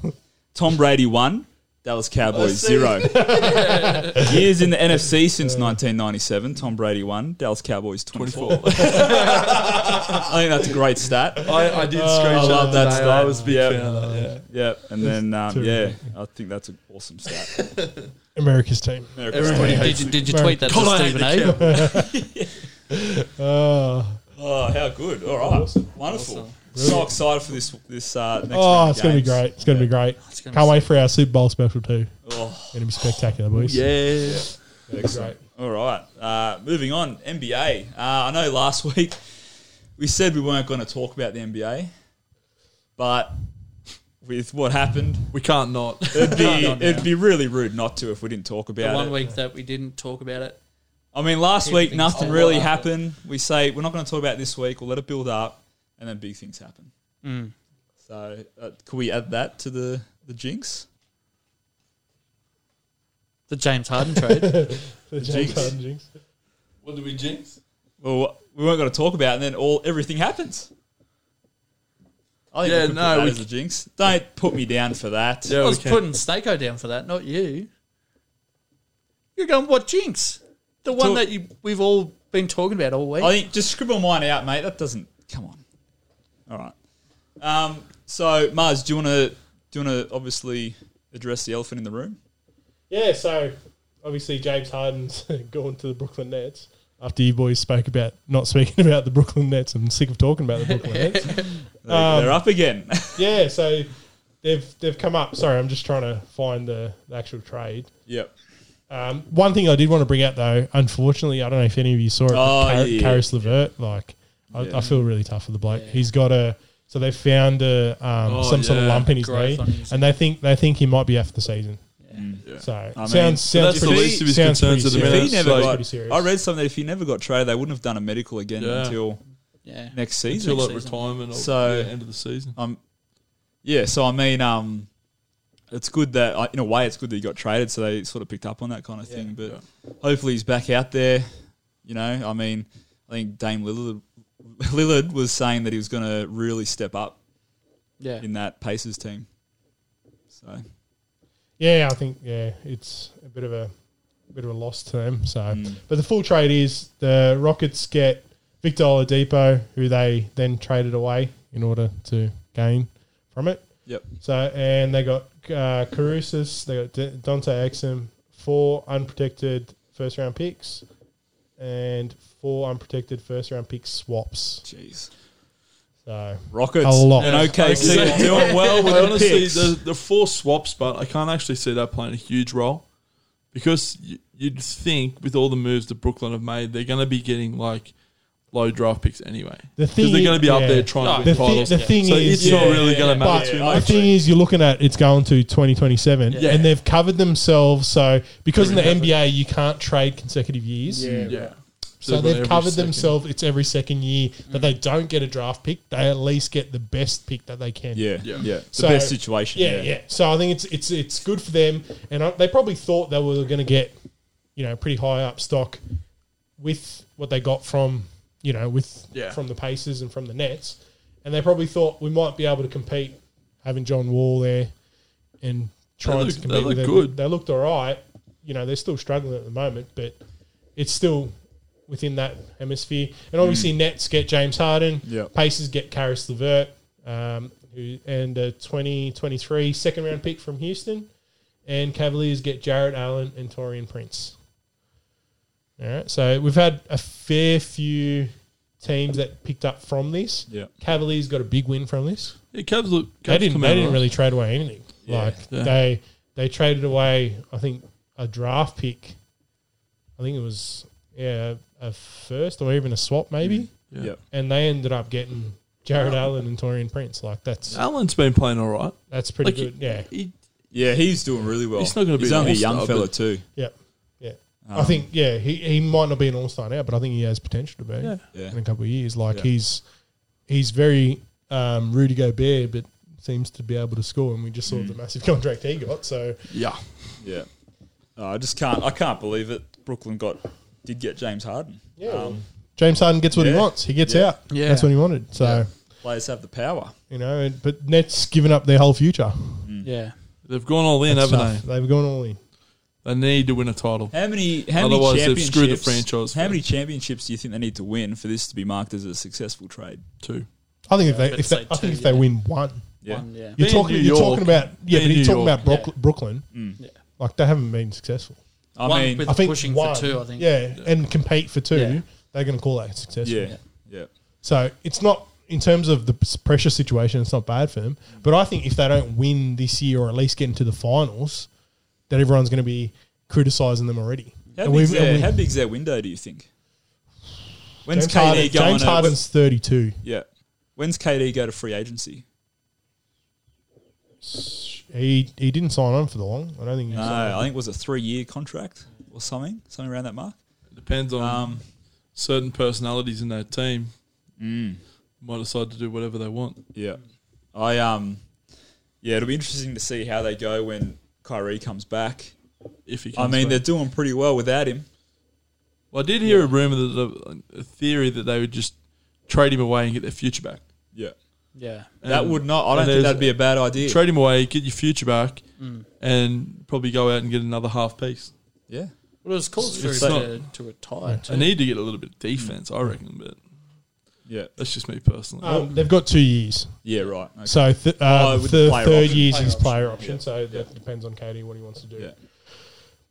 Speaker 1: Tom Brady one, Dallas Cowboys
Speaker 2: I see.
Speaker 1: zero.
Speaker 2: [laughs]
Speaker 1: Years in the NFC since 1997. Tom Brady one, Dallas Cowboys 24.
Speaker 2: [laughs] Twenty-four.
Speaker 1: I think that's a great stat.
Speaker 2: I, I
Speaker 4: Oh,
Speaker 2: did screenshot
Speaker 1: love that
Speaker 2: that. Today. I
Speaker 1: stat.
Speaker 2: was a big
Speaker 1: Yeah.
Speaker 2: fan of that.
Speaker 1: Yeah, and then um, yeah,
Speaker 4: terrific.
Speaker 1: I think that's an awesome stat.
Speaker 4: America's team.
Speaker 1: America's
Speaker 2: Everybody
Speaker 1: 28.
Speaker 3: Did you, did you tweet that
Speaker 2: God,
Speaker 3: to
Speaker 2: I hate
Speaker 3: Stephen
Speaker 2: the
Speaker 3: A? [laughs]
Speaker 2: Cowboys.
Speaker 4: Oh.
Speaker 1: Oh, how good! All right, wonderful. So excited for this this uh, next.
Speaker 4: Oh,
Speaker 1: round
Speaker 4: it's going to be
Speaker 1: games.
Speaker 4: great. It's going to be great.
Speaker 3: gonna
Speaker 4: Can't
Speaker 3: be
Speaker 4: wait for our Super Bowl special too.
Speaker 1: Oh,
Speaker 4: Going to be spectacular, boys.
Speaker 2: Yeah.
Speaker 1: excellent. All right, uh, moving on. NBA. Uh, I know last [laughs] week we said we weren't going to talk about the NBA, but with what happened,
Speaker 2: We can't not.
Speaker 1: it'd be
Speaker 3: Can't not
Speaker 1: it'd be really rude not to if we didn't talk
Speaker 3: The
Speaker 1: about
Speaker 3: one
Speaker 1: it.
Speaker 3: week that we didn't talk about it
Speaker 1: I mean, last
Speaker 3: Big
Speaker 1: week
Speaker 3: things
Speaker 1: nothing
Speaker 3: will
Speaker 1: really
Speaker 3: happen.
Speaker 1: happened. We say we're not going to talk about this week. We'll let it build up, and then big things happen. So, uh, could we add that to the the jinx?
Speaker 3: The James Harden
Speaker 4: [laughs]
Speaker 3: trade.
Speaker 4: The
Speaker 1: jinx.
Speaker 4: James Harden jinx.
Speaker 2: [laughs] What do we jinx?
Speaker 1: Well, we weren't going to talk about, it, and then all everything happens. I think
Speaker 2: Yeah,
Speaker 1: we could
Speaker 2: no,
Speaker 1: put that
Speaker 2: we
Speaker 1: as a jinx. Don't put me down for that.
Speaker 2: Yeah,
Speaker 3: I
Speaker 2: we
Speaker 3: was
Speaker 2: can.
Speaker 3: putting Snako down for that, not you. You're going what jinx? The one
Speaker 1: Talk-
Speaker 3: that you, we've all been talking about all week.
Speaker 1: I think just scribble mine out, mate. That doesn't come on. All right. Um, so Mars, do you want to do you want to obviously address the elephant in the room?
Speaker 4: Yeah, so obviously James Harden's [laughs] gone to the Brooklyn Nets after you boys spoke about not speaking [laughs] about the Brooklyn Nets. I'm sick of talking about the Brooklyn [laughs] Nets.
Speaker 1: They're, they're up again. [laughs]
Speaker 4: Yeah, so they've they've come up. Sorry, I'm just trying to find the, the actual trade.
Speaker 1: yep.
Speaker 4: Um, one thing I did want to bring out though, unfortunately, I don't know if any of you saw it.
Speaker 1: Oh,
Speaker 4: Car-
Speaker 1: yeah.
Speaker 4: Karis Levert, like I,
Speaker 1: Yeah.
Speaker 4: I feel really tough for the bloke. He's got a so they found a um,
Speaker 2: Oh,
Speaker 4: some sort of
Speaker 2: yeah.
Speaker 4: lump in his
Speaker 3: Growth
Speaker 4: knee,
Speaker 3: on his-
Speaker 4: and they think they think he might be out for the season.
Speaker 2: Yeah.
Speaker 4: So
Speaker 1: mean,
Speaker 4: sounds
Speaker 1: so
Speaker 4: sounds
Speaker 2: that's the
Speaker 4: pretty,
Speaker 2: least of his
Speaker 4: sounds
Speaker 2: concerns at the
Speaker 4: pretty
Speaker 1: If
Speaker 2: minute.
Speaker 4: serious.
Speaker 1: he
Speaker 2: it's
Speaker 1: never
Speaker 2: like-
Speaker 4: Pretty
Speaker 1: got,
Speaker 4: serious.
Speaker 1: I read something that if he never got traded, they wouldn't have done a medical again
Speaker 2: Yeah.
Speaker 1: until
Speaker 3: yeah.
Speaker 1: next
Speaker 2: Until
Speaker 1: season.
Speaker 2: like
Speaker 3: season.
Speaker 2: retirement or
Speaker 1: So-
Speaker 2: yeah, end of the season.
Speaker 1: Um, yeah. So I mean, um, it's good that I- in a way it's good that he got traded, so they sort of picked up on that kind of thing. But hopefully he's back out there. You know, I mean, I think Dame Lillard, Lillard was saying that he was going to really step up
Speaker 3: Yeah.
Speaker 1: in that Pacers team. So
Speaker 4: Yeah, I think yeah, it's a bit of a bit of a loss to them. So,
Speaker 2: Mm.
Speaker 1: mm.
Speaker 4: but the full trade is the Rockets get Victor Oladipo, who they then traded away in order to gain from it.
Speaker 1: yep,
Speaker 4: So, and they got uh, Carusis, they got D- Dante Exum, four unprotected first round picks, and four unprotected first round pick swaps.
Speaker 1: jeez,
Speaker 4: So,
Speaker 1: Rockets
Speaker 4: A lot.
Speaker 1: and OKC
Speaker 2: Yeah.
Speaker 1: doing well with
Speaker 2: I
Speaker 1: the
Speaker 2: honestly,
Speaker 1: picks.
Speaker 2: the, the four swaps, but I can't actually see that playing a huge role because you, you'd think with all the moves that Brooklyn have made, they're going to be getting like low draft picks anyway.
Speaker 4: The
Speaker 2: Because they're
Speaker 4: thing-
Speaker 2: going to be up
Speaker 4: yeah.
Speaker 2: there trying
Speaker 3: No,
Speaker 2: to
Speaker 4: the,
Speaker 2: win
Speaker 4: thi-
Speaker 2: titles.
Speaker 4: the thing
Speaker 2: so
Speaker 4: is,
Speaker 2: it's not really going to matter
Speaker 4: But
Speaker 2: too
Speaker 4: the
Speaker 2: much.
Speaker 4: thing is, you're looking at it's going to 2027,
Speaker 2: Yeah.
Speaker 4: and they've covered themselves. So because in the
Speaker 2: Every-
Speaker 4: NBA you can't trade consecutive years,
Speaker 2: yeah.
Speaker 4: so
Speaker 2: they've got
Speaker 4: they've
Speaker 2: every
Speaker 4: covered
Speaker 2: second.
Speaker 4: themselves. It's every second year that they don't get a draft pick, they at least get the best pick that they can.
Speaker 1: yeah, yeah,
Speaker 2: Yeah.
Speaker 1: the
Speaker 4: So-
Speaker 1: best situation.
Speaker 4: yeah, yeah. So I think it's it's it's good for them, and I, they probably thought they were going to get you know pretty high up stock with what they got from you know with
Speaker 2: Yeah.
Speaker 4: from the Pacers and from the Nets, and they probably thought we might be able to compete having John Wall there and trying
Speaker 2: look-
Speaker 4: to
Speaker 2: they
Speaker 4: compete. with
Speaker 2: look
Speaker 4: them.
Speaker 2: good.
Speaker 4: They looked all right. You know they're still struggling at the moment, but it's still within that hemisphere. And obviously, Nets get James Harden.
Speaker 1: Yeah.
Speaker 4: Pacers get Karis LeVert, um, who and a 2023 second round pick from Houston, and Cavaliers get Jarrett Allen and Torian Prince. All right, so we've had a fair few teams that picked up from this.
Speaker 1: Yeah.
Speaker 4: Cavaliers got a big win from this.
Speaker 2: Yeah, Cavs look. Cavs
Speaker 4: They didn't.
Speaker 2: come
Speaker 4: They
Speaker 2: out
Speaker 4: didn't
Speaker 2: alright.
Speaker 4: really trade away anything. Like
Speaker 2: Yeah.
Speaker 4: they they traded away, I think a draft pick. I think it was yeah a first or even a swap maybe,
Speaker 2: Mm,
Speaker 1: yeah. Yep.
Speaker 4: and they ended up getting Jared Allen and Torian Prince. Like that's
Speaker 2: Allen's been playing all right.
Speaker 4: that's pretty
Speaker 2: Ah, Like,
Speaker 4: good. Yeah,
Speaker 2: He,
Speaker 1: Yeah, he's doing really well.
Speaker 2: He's not gonna be
Speaker 1: He's
Speaker 2: an
Speaker 1: only a
Speaker 2: all-star,
Speaker 1: young fella
Speaker 2: but-
Speaker 1: too.
Speaker 4: yeah, yeah.
Speaker 2: um,
Speaker 4: I think yeah he, he might not be an all star now, but I think he has potential to be
Speaker 2: Yeah.
Speaker 1: Yeah.
Speaker 4: in a couple of years. Like
Speaker 1: Yeah.
Speaker 4: he's he's very um, Rudy Gobert, but seems to be able to score, and we just saw
Speaker 2: Mm.
Speaker 4: the massive [laughs] contract he got. So
Speaker 2: yeah.
Speaker 1: Yeah, No, I just can't. I can't believe it. Brooklyn got did get James Harden.
Speaker 4: Yeah. James Harden gets what
Speaker 1: Yeah.
Speaker 4: he wants. He gets
Speaker 1: Yeah.
Speaker 4: out.
Speaker 3: Yeah.
Speaker 4: That's what he wanted. So
Speaker 1: players have the power.
Speaker 4: you know, and- but Nets given up their whole future.
Speaker 3: Yeah.
Speaker 2: They've gone all in,
Speaker 4: That's
Speaker 2: haven't
Speaker 4: tough. They've gone all in.
Speaker 2: they? They need to win a title.
Speaker 1: How many? How
Speaker 2: Otherwise,
Speaker 1: many
Speaker 2: they've
Speaker 1: championships?
Speaker 2: screwed the franchise.
Speaker 1: How many championships do you think they need to win for this to be marked as a successful trade?
Speaker 2: Two.
Speaker 4: I think if they
Speaker 3: I'd
Speaker 4: if they,
Speaker 3: say
Speaker 4: I think
Speaker 3: two,
Speaker 4: if they
Speaker 3: yeah.
Speaker 4: win one,
Speaker 1: Yeah,
Speaker 3: One, yeah.
Speaker 4: you're
Speaker 2: Being
Speaker 4: talking
Speaker 2: New
Speaker 4: you're
Speaker 2: York.
Speaker 4: talking about yeah,
Speaker 2: Being
Speaker 4: but
Speaker 2: New
Speaker 4: you're talking
Speaker 2: York.
Speaker 4: about Brook, Brooklyn.
Speaker 3: Yeah.
Speaker 4: Like they haven't been successful.
Speaker 1: I
Speaker 3: One
Speaker 1: mean,
Speaker 3: with-
Speaker 4: I think
Speaker 3: Pushing for
Speaker 4: one,
Speaker 3: two, I think.
Speaker 4: Yeah, and compete for two,
Speaker 3: Yeah.
Speaker 4: they're going to call that successful.
Speaker 1: yeah, yeah,
Speaker 4: So it's not in terms of the s- pressure situation. It's not bad for them. But I think if they don't win this year or at least get into the finals, that everyone's going to be criticizing them already.
Speaker 1: How,
Speaker 4: And
Speaker 1: big's
Speaker 4: we've- and
Speaker 1: their,
Speaker 4: we-
Speaker 1: how big's their window? Do you think? When's
Speaker 4: James
Speaker 1: KD
Speaker 4: Harden-
Speaker 1: going?
Speaker 4: James
Speaker 1: to-
Speaker 4: Harden's 32.
Speaker 1: yeah. When's KD go to free agency?
Speaker 4: He he didn't sign on for the long. I don't think he
Speaker 1: No,
Speaker 4: signed.
Speaker 1: I think it was a three-year contract or something, something around that mark.
Speaker 2: Depends on
Speaker 1: Um,
Speaker 2: certain personalities in that team.
Speaker 1: mm.
Speaker 2: Might decide to do whatever they want.
Speaker 1: yeah, I um, yeah, it'll be interesting to see how they go when Kyrie comes back.
Speaker 2: If he,
Speaker 1: I
Speaker 2: comes
Speaker 1: mean,
Speaker 2: back.
Speaker 1: they're doing pretty well without him.
Speaker 2: Well, I did hear a rumor that a, a theory that they would just trade him away and get their future back.
Speaker 1: Yeah,
Speaker 3: Yeah.
Speaker 1: that
Speaker 2: And-
Speaker 1: would not. I don't
Speaker 2: and
Speaker 1: think
Speaker 2: there's-
Speaker 1: that'd be a bad idea.
Speaker 2: Trade him away, get your future back,
Speaker 1: Mm.
Speaker 2: and probably go out and get another half piece.
Speaker 1: yeah,
Speaker 3: Well, it was called for
Speaker 2: It's
Speaker 3: him
Speaker 2: not-
Speaker 3: to, to retire.
Speaker 2: I
Speaker 3: Too.
Speaker 2: need to get a little bit of defense,
Speaker 1: Mm.
Speaker 2: I reckon, but
Speaker 1: yeah,
Speaker 2: that's just me personally.
Speaker 4: Um, they've got two years,
Speaker 1: yeah. Right. Okay.
Speaker 4: so th-
Speaker 1: Oh,
Speaker 4: uh,
Speaker 1: with the
Speaker 4: the
Speaker 1: player
Speaker 4: third
Speaker 1: option.
Speaker 4: year's
Speaker 3: Player
Speaker 4: his player
Speaker 1: option.
Speaker 4: option.
Speaker 1: Yeah.
Speaker 4: So
Speaker 1: Yeah.
Speaker 4: that depends on Katie what he wants to do.
Speaker 1: yeah.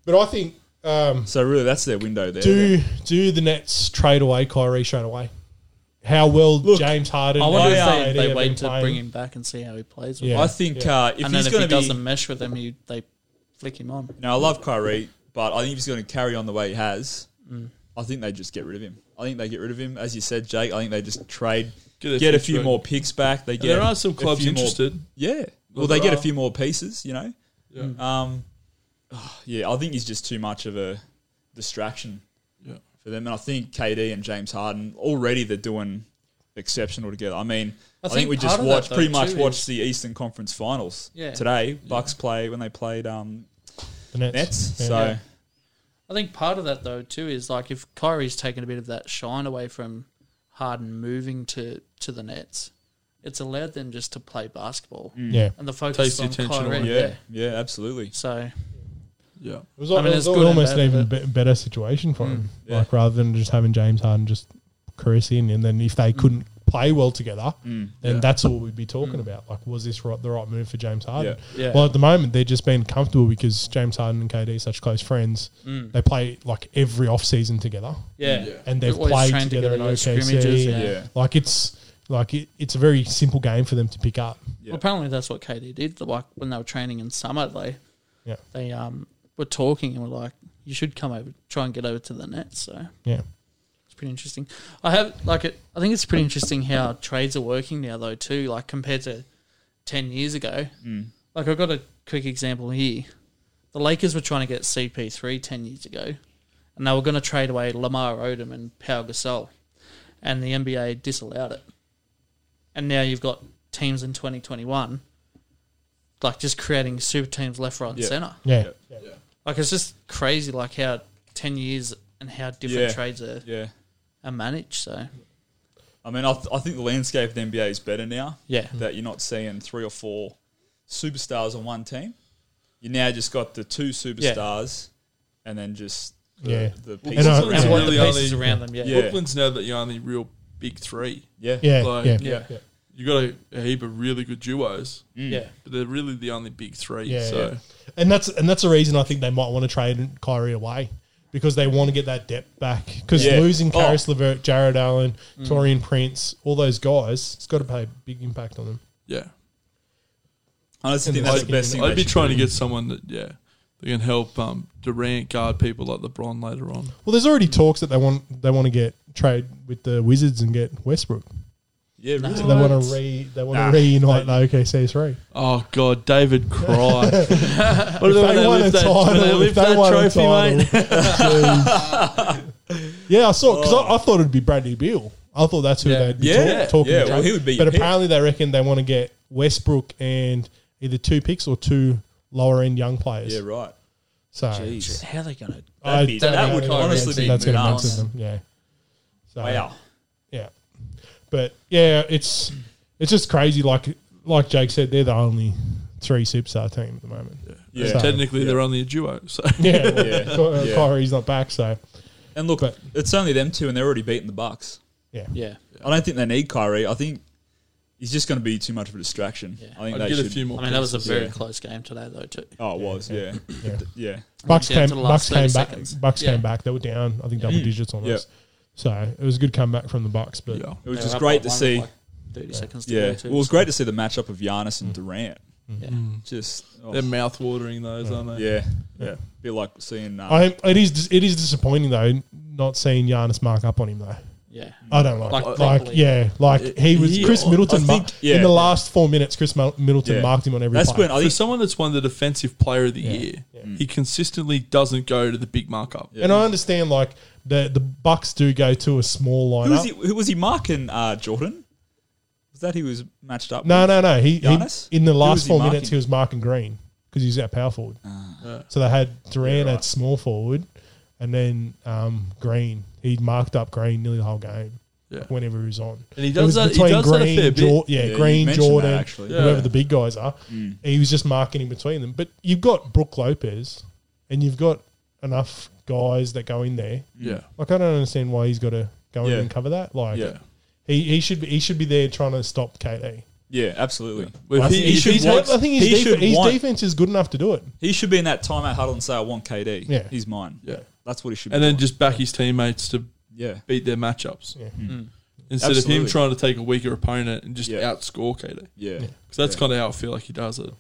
Speaker 4: But I think um,
Speaker 1: So really, that's their window there.
Speaker 4: do do the Nets trade away Kyrie straight away? How well
Speaker 1: Look,
Speaker 4: James Harden?
Speaker 3: I wonder
Speaker 1: Yeah,
Speaker 3: if they,
Speaker 4: and KD
Speaker 3: they
Speaker 4: have been
Speaker 3: wait to
Speaker 4: playing.
Speaker 3: bring him back and see how he plays. With
Speaker 4: Yeah.
Speaker 1: I think
Speaker 4: yeah.
Speaker 1: uh, if
Speaker 3: and then
Speaker 1: he's
Speaker 3: if he
Speaker 1: going to be,
Speaker 3: doesn't mesh with them, he, they flick him on.
Speaker 1: now I love Kyrie, but I think if he's going to carry on the way he has, I think they just get rid of him. I think they get rid of him, as you said, Jake. I think they just trade, get,
Speaker 2: Get their
Speaker 1: a
Speaker 2: future
Speaker 1: few
Speaker 2: back.
Speaker 1: more picks back. They
Speaker 2: And
Speaker 1: get
Speaker 2: there are some
Speaker 1: a
Speaker 2: clubs
Speaker 1: few more-
Speaker 2: interested.
Speaker 1: yeah, well,
Speaker 2: Well,
Speaker 1: they
Speaker 2: there
Speaker 1: get a
Speaker 2: are.
Speaker 1: few more pieces, you know.
Speaker 2: Yeah.
Speaker 1: Um, [sighs] oh, yeah, I think he's just too much of a distraction
Speaker 2: Yeah.
Speaker 1: for them, and I think KD and James Harden already they're doing exceptional together. I mean, I, think,
Speaker 3: think
Speaker 1: we just
Speaker 3: part of that,
Speaker 1: watched pretty
Speaker 3: though,
Speaker 1: much
Speaker 3: too,
Speaker 1: watched
Speaker 3: is-
Speaker 1: the Eastern Conference Finals
Speaker 3: Yeah.
Speaker 1: today. Bucks play when they played um,
Speaker 4: The Nets.
Speaker 1: Nets,
Speaker 4: Yeah.
Speaker 1: so
Speaker 3: Yeah. I think part of that though too is like if Kyrie's taken a bit of that shine away from Harden moving to to the Nets, it's allowed them just to play basketball
Speaker 1: Mm.
Speaker 4: yeah.
Speaker 3: and the focus
Speaker 2: Takes
Speaker 3: is
Speaker 2: the
Speaker 3: on
Speaker 2: attention
Speaker 3: Kyrie.
Speaker 2: away.
Speaker 1: yeah,
Speaker 3: Yeah.
Speaker 1: yeah, absolutely.
Speaker 3: So
Speaker 2: Yeah.
Speaker 4: It was,
Speaker 3: I
Speaker 4: I
Speaker 3: mean,
Speaker 4: it
Speaker 3: it's
Speaker 4: was
Speaker 3: good and
Speaker 4: almost an
Speaker 3: bad,
Speaker 4: even be- better situation for him,
Speaker 1: Hmm. yeah.
Speaker 4: like rather than just having James Harden just caress in, and then if they couldn't play well together, then
Speaker 1: Mm.
Speaker 2: Yeah.
Speaker 4: that's all we'd be talking about. Like, was this right, the right move for James Harden?
Speaker 3: Yeah. Yeah.
Speaker 4: Well, at the moment, they're just being comfortable because James Harden and KD are such close friends. They play like every off season together,
Speaker 3: Mm. yeah,
Speaker 2: Yeah.
Speaker 4: and
Speaker 3: They're
Speaker 4: they've
Speaker 3: always
Speaker 4: played
Speaker 3: trained
Speaker 4: together,
Speaker 3: together
Speaker 4: in
Speaker 3: in, like,
Speaker 4: OKC.
Speaker 3: scrimmages, yeah.
Speaker 1: Yeah.
Speaker 4: Like it's like it, it's a very simple game for them to pick up.
Speaker 1: Yeah.
Speaker 3: Well, apparently that's what KD did. Like when they were training in summer, they
Speaker 4: Yeah.
Speaker 3: they um were talking and were like, "You should come over, try and get over to the Nets." So
Speaker 4: Yeah,
Speaker 3: It's pretty interesting. I have like it. I think it's pretty interesting how trades are working now, though. Too like compared to ten years ago.
Speaker 1: Mm.
Speaker 3: Like I've got a quick example here. The Lakers were trying to get CP3 10 years ago, and they were going to trade away Lamar Odom and Pau Gasol, and the NBA disallowed it. And now you've got teams in 2021, like just creating super teams left, right, and
Speaker 1: Yeah.
Speaker 3: center.
Speaker 4: yeah.
Speaker 3: Like it's just crazy, like how 10 years and how different
Speaker 1: Yeah.
Speaker 3: trades are,
Speaker 1: Yeah,
Speaker 3: are managed. So.
Speaker 1: I mean, I, th- I think the landscape of the NBA is better now.
Speaker 3: Yeah.
Speaker 1: that you're not seeing three or four superstars on one team. You now just got the two superstars, and then just the,
Speaker 4: Yeah.
Speaker 1: the
Speaker 4: And
Speaker 1: pieces
Speaker 4: I-
Speaker 1: around
Speaker 3: and what
Speaker 2: really
Speaker 3: the pieces
Speaker 2: only-
Speaker 3: around them. Yeah,
Speaker 1: Yeah.
Speaker 2: Brooklyn's now that you only real big three.
Speaker 1: yeah, Mm.
Speaker 4: Yeah,
Speaker 2: Like,
Speaker 4: yeah,
Speaker 3: yeah.
Speaker 4: yeah.
Speaker 2: You got a, a heap of really good duos,
Speaker 3: yeah.
Speaker 2: but they're really the only big three.
Speaker 4: Yeah,
Speaker 2: so
Speaker 4: yeah. And that's and that's the reason I think they might want to trade Kyrie away because they want to get that depth back. Because
Speaker 1: Yeah.
Speaker 4: losing
Speaker 1: Oh.
Speaker 4: Karis Levert, Jared Allen, Torian Prince, all those guys, it's got to play a big impact on them.
Speaker 2: yeah.
Speaker 1: I honestly think
Speaker 4: And
Speaker 1: that's
Speaker 4: like-
Speaker 1: the best thing.
Speaker 2: I'd
Speaker 1: they
Speaker 2: be
Speaker 1: should
Speaker 2: trying
Speaker 1: do.
Speaker 2: to get someone that yeah, they can help um, Durant guard people like LeBron later on.
Speaker 4: Well, there's already talks that they want they want to get trade with the Wizards and get Westbrook.
Speaker 1: Yeah, really.
Speaker 4: So they want to re they want to
Speaker 1: Nah.
Speaker 4: reunite the OKC three.
Speaker 2: Oh God, David
Speaker 4: [laughs]
Speaker 2: Cry. what if
Speaker 4: If they won a title, if they won a title, geez. [laughs] yeah, I saw because I, I thought it'd be Bradley Beal. I thought that's who
Speaker 3: Yeah.
Speaker 4: they'd be
Speaker 1: Yeah.
Speaker 4: talk- talking
Speaker 1: Yeah,
Speaker 4: about.
Speaker 1: well, he would be
Speaker 4: But
Speaker 1: your pick.
Speaker 4: apparently, they reckon they want to get Westbrook and either two picks or two lower end young players.
Speaker 1: yeah, right.
Speaker 4: So
Speaker 1: Jeez.
Speaker 3: How are they gonna?
Speaker 4: Oh, I
Speaker 1: That'd be-
Speaker 4: don't
Speaker 3: that
Speaker 4: know
Speaker 3: would
Speaker 4: if
Speaker 3: honestly be
Speaker 4: that's going to
Speaker 3: nuts.
Speaker 4: mess with them. Yeah. So,
Speaker 1: Wow.
Speaker 4: Yeah, but yeah, it's it's just crazy. Like like Jake said, they're the only three superstar team at the moment.
Speaker 1: Yeah.
Speaker 4: So-
Speaker 2: Technically,
Speaker 1: Yeah.
Speaker 2: they're only a duo. So
Speaker 4: Yeah,
Speaker 1: Yeah.
Speaker 4: Ky-
Speaker 1: Yeah.
Speaker 4: Kyrie's not back, so
Speaker 1: And look,
Speaker 4: But-
Speaker 1: it's only them two, and they're already beating the Bucks.
Speaker 4: yeah.
Speaker 3: Yeah,
Speaker 1: I don't think they need Kyrie. I think he's just going to be too much of a distraction.
Speaker 3: Yeah.
Speaker 1: I think
Speaker 2: I'd
Speaker 1: they
Speaker 2: get
Speaker 1: should.
Speaker 2: a few more.
Speaker 3: I mean that was a very
Speaker 1: Yeah.
Speaker 3: close game today, though. Too.
Speaker 1: Oh, it was. Yeah,
Speaker 4: Yeah.
Speaker 1: yeah.
Speaker 4: Bucks
Speaker 3: Down
Speaker 4: came,
Speaker 3: to the last
Speaker 4: Bucks came
Speaker 3: 30
Speaker 4: back.
Speaker 3: seconds.
Speaker 4: Bucks
Speaker 3: Yeah.
Speaker 4: came back. They were down, I think, double digits almost. So it was a good comeback from the Bucks, but
Speaker 2: yeah.
Speaker 1: It was
Speaker 3: They
Speaker 1: just
Speaker 3: were up
Speaker 1: great to
Speaker 3: by one with,
Speaker 1: see.
Speaker 3: like, Thirty seconds. To
Speaker 1: yeah,
Speaker 3: go too.
Speaker 1: well, it was great to see the matchup of Giannis and Durant.
Speaker 3: Yeah.
Speaker 1: Just oh,
Speaker 2: They're mouth watering those, aren't they?
Speaker 1: yeah, yeah. Bit like seeing. Uh,
Speaker 4: I it is it is disappointing though not seeing Giannis mark up on him though.
Speaker 3: Yeah,
Speaker 4: I don't like
Speaker 3: Like,
Speaker 4: it.
Speaker 3: properly.
Speaker 4: like yeah like he was
Speaker 2: Yeah,
Speaker 4: Chris Middleton
Speaker 1: I
Speaker 4: mar-
Speaker 1: think- yeah.
Speaker 4: in the last four minutes. Chris Mil- Middleton
Speaker 1: Yeah.
Speaker 4: marked him on every.
Speaker 1: that's
Speaker 4: play.
Speaker 1: when I
Speaker 2: For
Speaker 1: think
Speaker 2: someone that's won the Defensive Player of the Year, he consistently doesn't go to the big markup.
Speaker 4: And I understand, like, the the Bucks do go to a small
Speaker 1: Who was he?
Speaker 4: lineup.
Speaker 1: Who was he marking? Uh, Jordan. Was that he was matched up?
Speaker 4: No,
Speaker 1: with?
Speaker 4: no, no. He, he
Speaker 1: Giannis?
Speaker 4: in the
Speaker 1: Who was
Speaker 4: last
Speaker 1: he
Speaker 4: four minutes
Speaker 1: marking?
Speaker 4: he was marking Green because he was our power forward.
Speaker 2: Ah.
Speaker 4: So they had Duran at small forward, and then um, Green. He marked up Green nearly the whole game.
Speaker 2: Yeah.
Speaker 4: Whenever he was on,
Speaker 2: And he
Speaker 4: It
Speaker 2: does
Speaker 4: was
Speaker 2: that- he
Speaker 4: between
Speaker 2: does that a fair bit.
Speaker 4: Jor- yeah,
Speaker 1: Yeah, you
Speaker 4: Green,
Speaker 1: mentioned that,
Speaker 4: Jordan,
Speaker 1: actually.
Speaker 2: Yeah. Mm.
Speaker 4: whoever the big guys are. He was just marking in between them. But you've got Brooke Lopez, and you've got enough guys that go in there.
Speaker 2: Yeah.
Speaker 4: Like I don't understand why he's got to go
Speaker 1: Yeah.
Speaker 4: in and cover that. Like
Speaker 2: Yeah.
Speaker 4: he, he should be, he should be there trying to stop KD.
Speaker 1: Yeah, absolutely.
Speaker 2: Well,
Speaker 1: I,
Speaker 2: if
Speaker 1: think
Speaker 2: he-
Speaker 1: he
Speaker 2: if
Speaker 1: should
Speaker 2: he's-
Speaker 1: want,
Speaker 4: I think his,
Speaker 1: he
Speaker 4: def-
Speaker 1: should
Speaker 4: his
Speaker 1: want-
Speaker 4: defense is good enough to do it.
Speaker 1: He should be in that timeout huddle and say, "I want KD.
Speaker 4: Yeah.
Speaker 1: he's mine."
Speaker 2: Yeah.
Speaker 1: that's what he should.
Speaker 2: And
Speaker 1: be
Speaker 2: then
Speaker 1: doing.
Speaker 2: just back his teammates to
Speaker 1: yeah,
Speaker 2: beat their matchups.
Speaker 4: Yeah.
Speaker 2: Instead of
Speaker 1: Absolutely.
Speaker 2: him trying to take a weaker opponent and just
Speaker 1: Yeah.
Speaker 2: outscore KD.
Speaker 1: yeah,
Speaker 2: Because that's
Speaker 1: Yeah.
Speaker 2: kind of how I feel like he does it.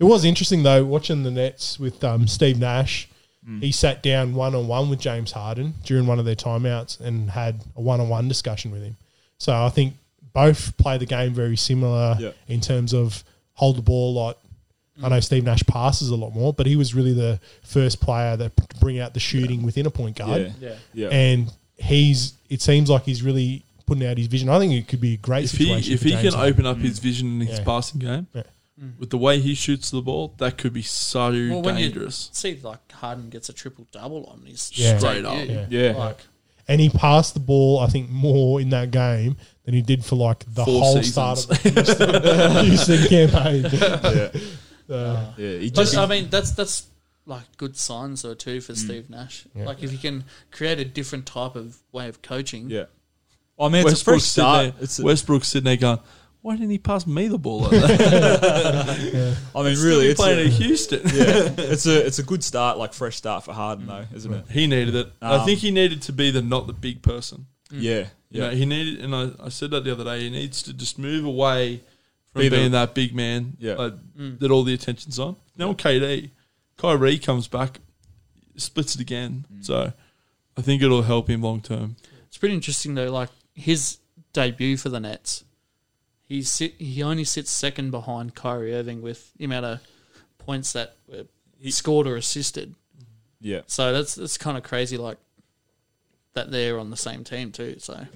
Speaker 4: It was interesting though watching the Nets with um, Steve Nash.
Speaker 1: Mm.
Speaker 4: He sat down one on one with James Harden during one of their timeouts and had a one on one discussion with him. So I think both play the game very similar
Speaker 1: Yeah. Mm.
Speaker 4: in terms of hold the ball a lot. I know Steve Nash passes a lot more, but he was really the first player that to bring out the shooting within a point guard.
Speaker 1: yeah, yeah, yeah.
Speaker 3: Yeah.
Speaker 4: And he's it seems like he's really putting out his vision. I think it could be a great
Speaker 2: If he
Speaker 4: situation.
Speaker 2: if
Speaker 4: for
Speaker 2: he
Speaker 4: James
Speaker 2: can
Speaker 4: Harden.
Speaker 2: open up
Speaker 1: Mm.
Speaker 2: his vision in his
Speaker 4: Yeah.
Speaker 2: passing game
Speaker 4: Yeah.
Speaker 2: with the way he shoots the ball, that could be so
Speaker 3: Mm. Well, when you-
Speaker 2: dangerous.
Speaker 3: See, like Harden gets a triple double on his
Speaker 4: Yeah.
Speaker 2: Straight up.
Speaker 3: debut.
Speaker 4: Yeah.
Speaker 1: Yeah.
Speaker 3: Like,
Speaker 4: and he passed the ball, I think, more in that game than he did for like the
Speaker 2: Four
Speaker 4: whole
Speaker 2: seasons.
Speaker 4: start of the Houston, [laughs] Houston campaign. Uh,
Speaker 1: yeah. He
Speaker 3: But
Speaker 1: just, Mm.
Speaker 3: I mean, that's that's like good signs though too for Steve Nash.
Speaker 4: Yeah.
Speaker 3: Like if he can create a different type of way of coaching.
Speaker 1: yeah. I mean, it's a fresh
Speaker 2: Westbrook's sitting
Speaker 1: start.
Speaker 2: there,
Speaker 1: It's a,
Speaker 2: Westbrook's sitting there going, why didn't he pass me the ball? Like
Speaker 1: [laughs]
Speaker 2: that?
Speaker 1: I mean, really, it's
Speaker 2: playing
Speaker 1: a,
Speaker 2: in Houston.
Speaker 1: [laughs] yeah, it's a it's a good start, like fresh start for Harden, though, isn't
Speaker 4: Mm.
Speaker 1: it?
Speaker 2: He needed it. I
Speaker 3: Um,
Speaker 2: think he needed to be the not the big person.
Speaker 1: Yeah,
Speaker 2: You
Speaker 1: yeah,
Speaker 2: know, he needed, and I, I said that the other day. He needs to just move away from
Speaker 1: Be the-
Speaker 2: being that big man
Speaker 1: Yeah.
Speaker 2: like, that all the attention's on. Now KD, Kyrie comes back, splits it again. So I think it'll help him long term.
Speaker 3: It's pretty interesting though. Like his debut for the Nets, he sit he only sits second behind Kyrie Irving with the amount of points that were scored or assisted.
Speaker 1: yeah.
Speaker 3: So that's that's kind of crazy. Like that they're on the same team too. So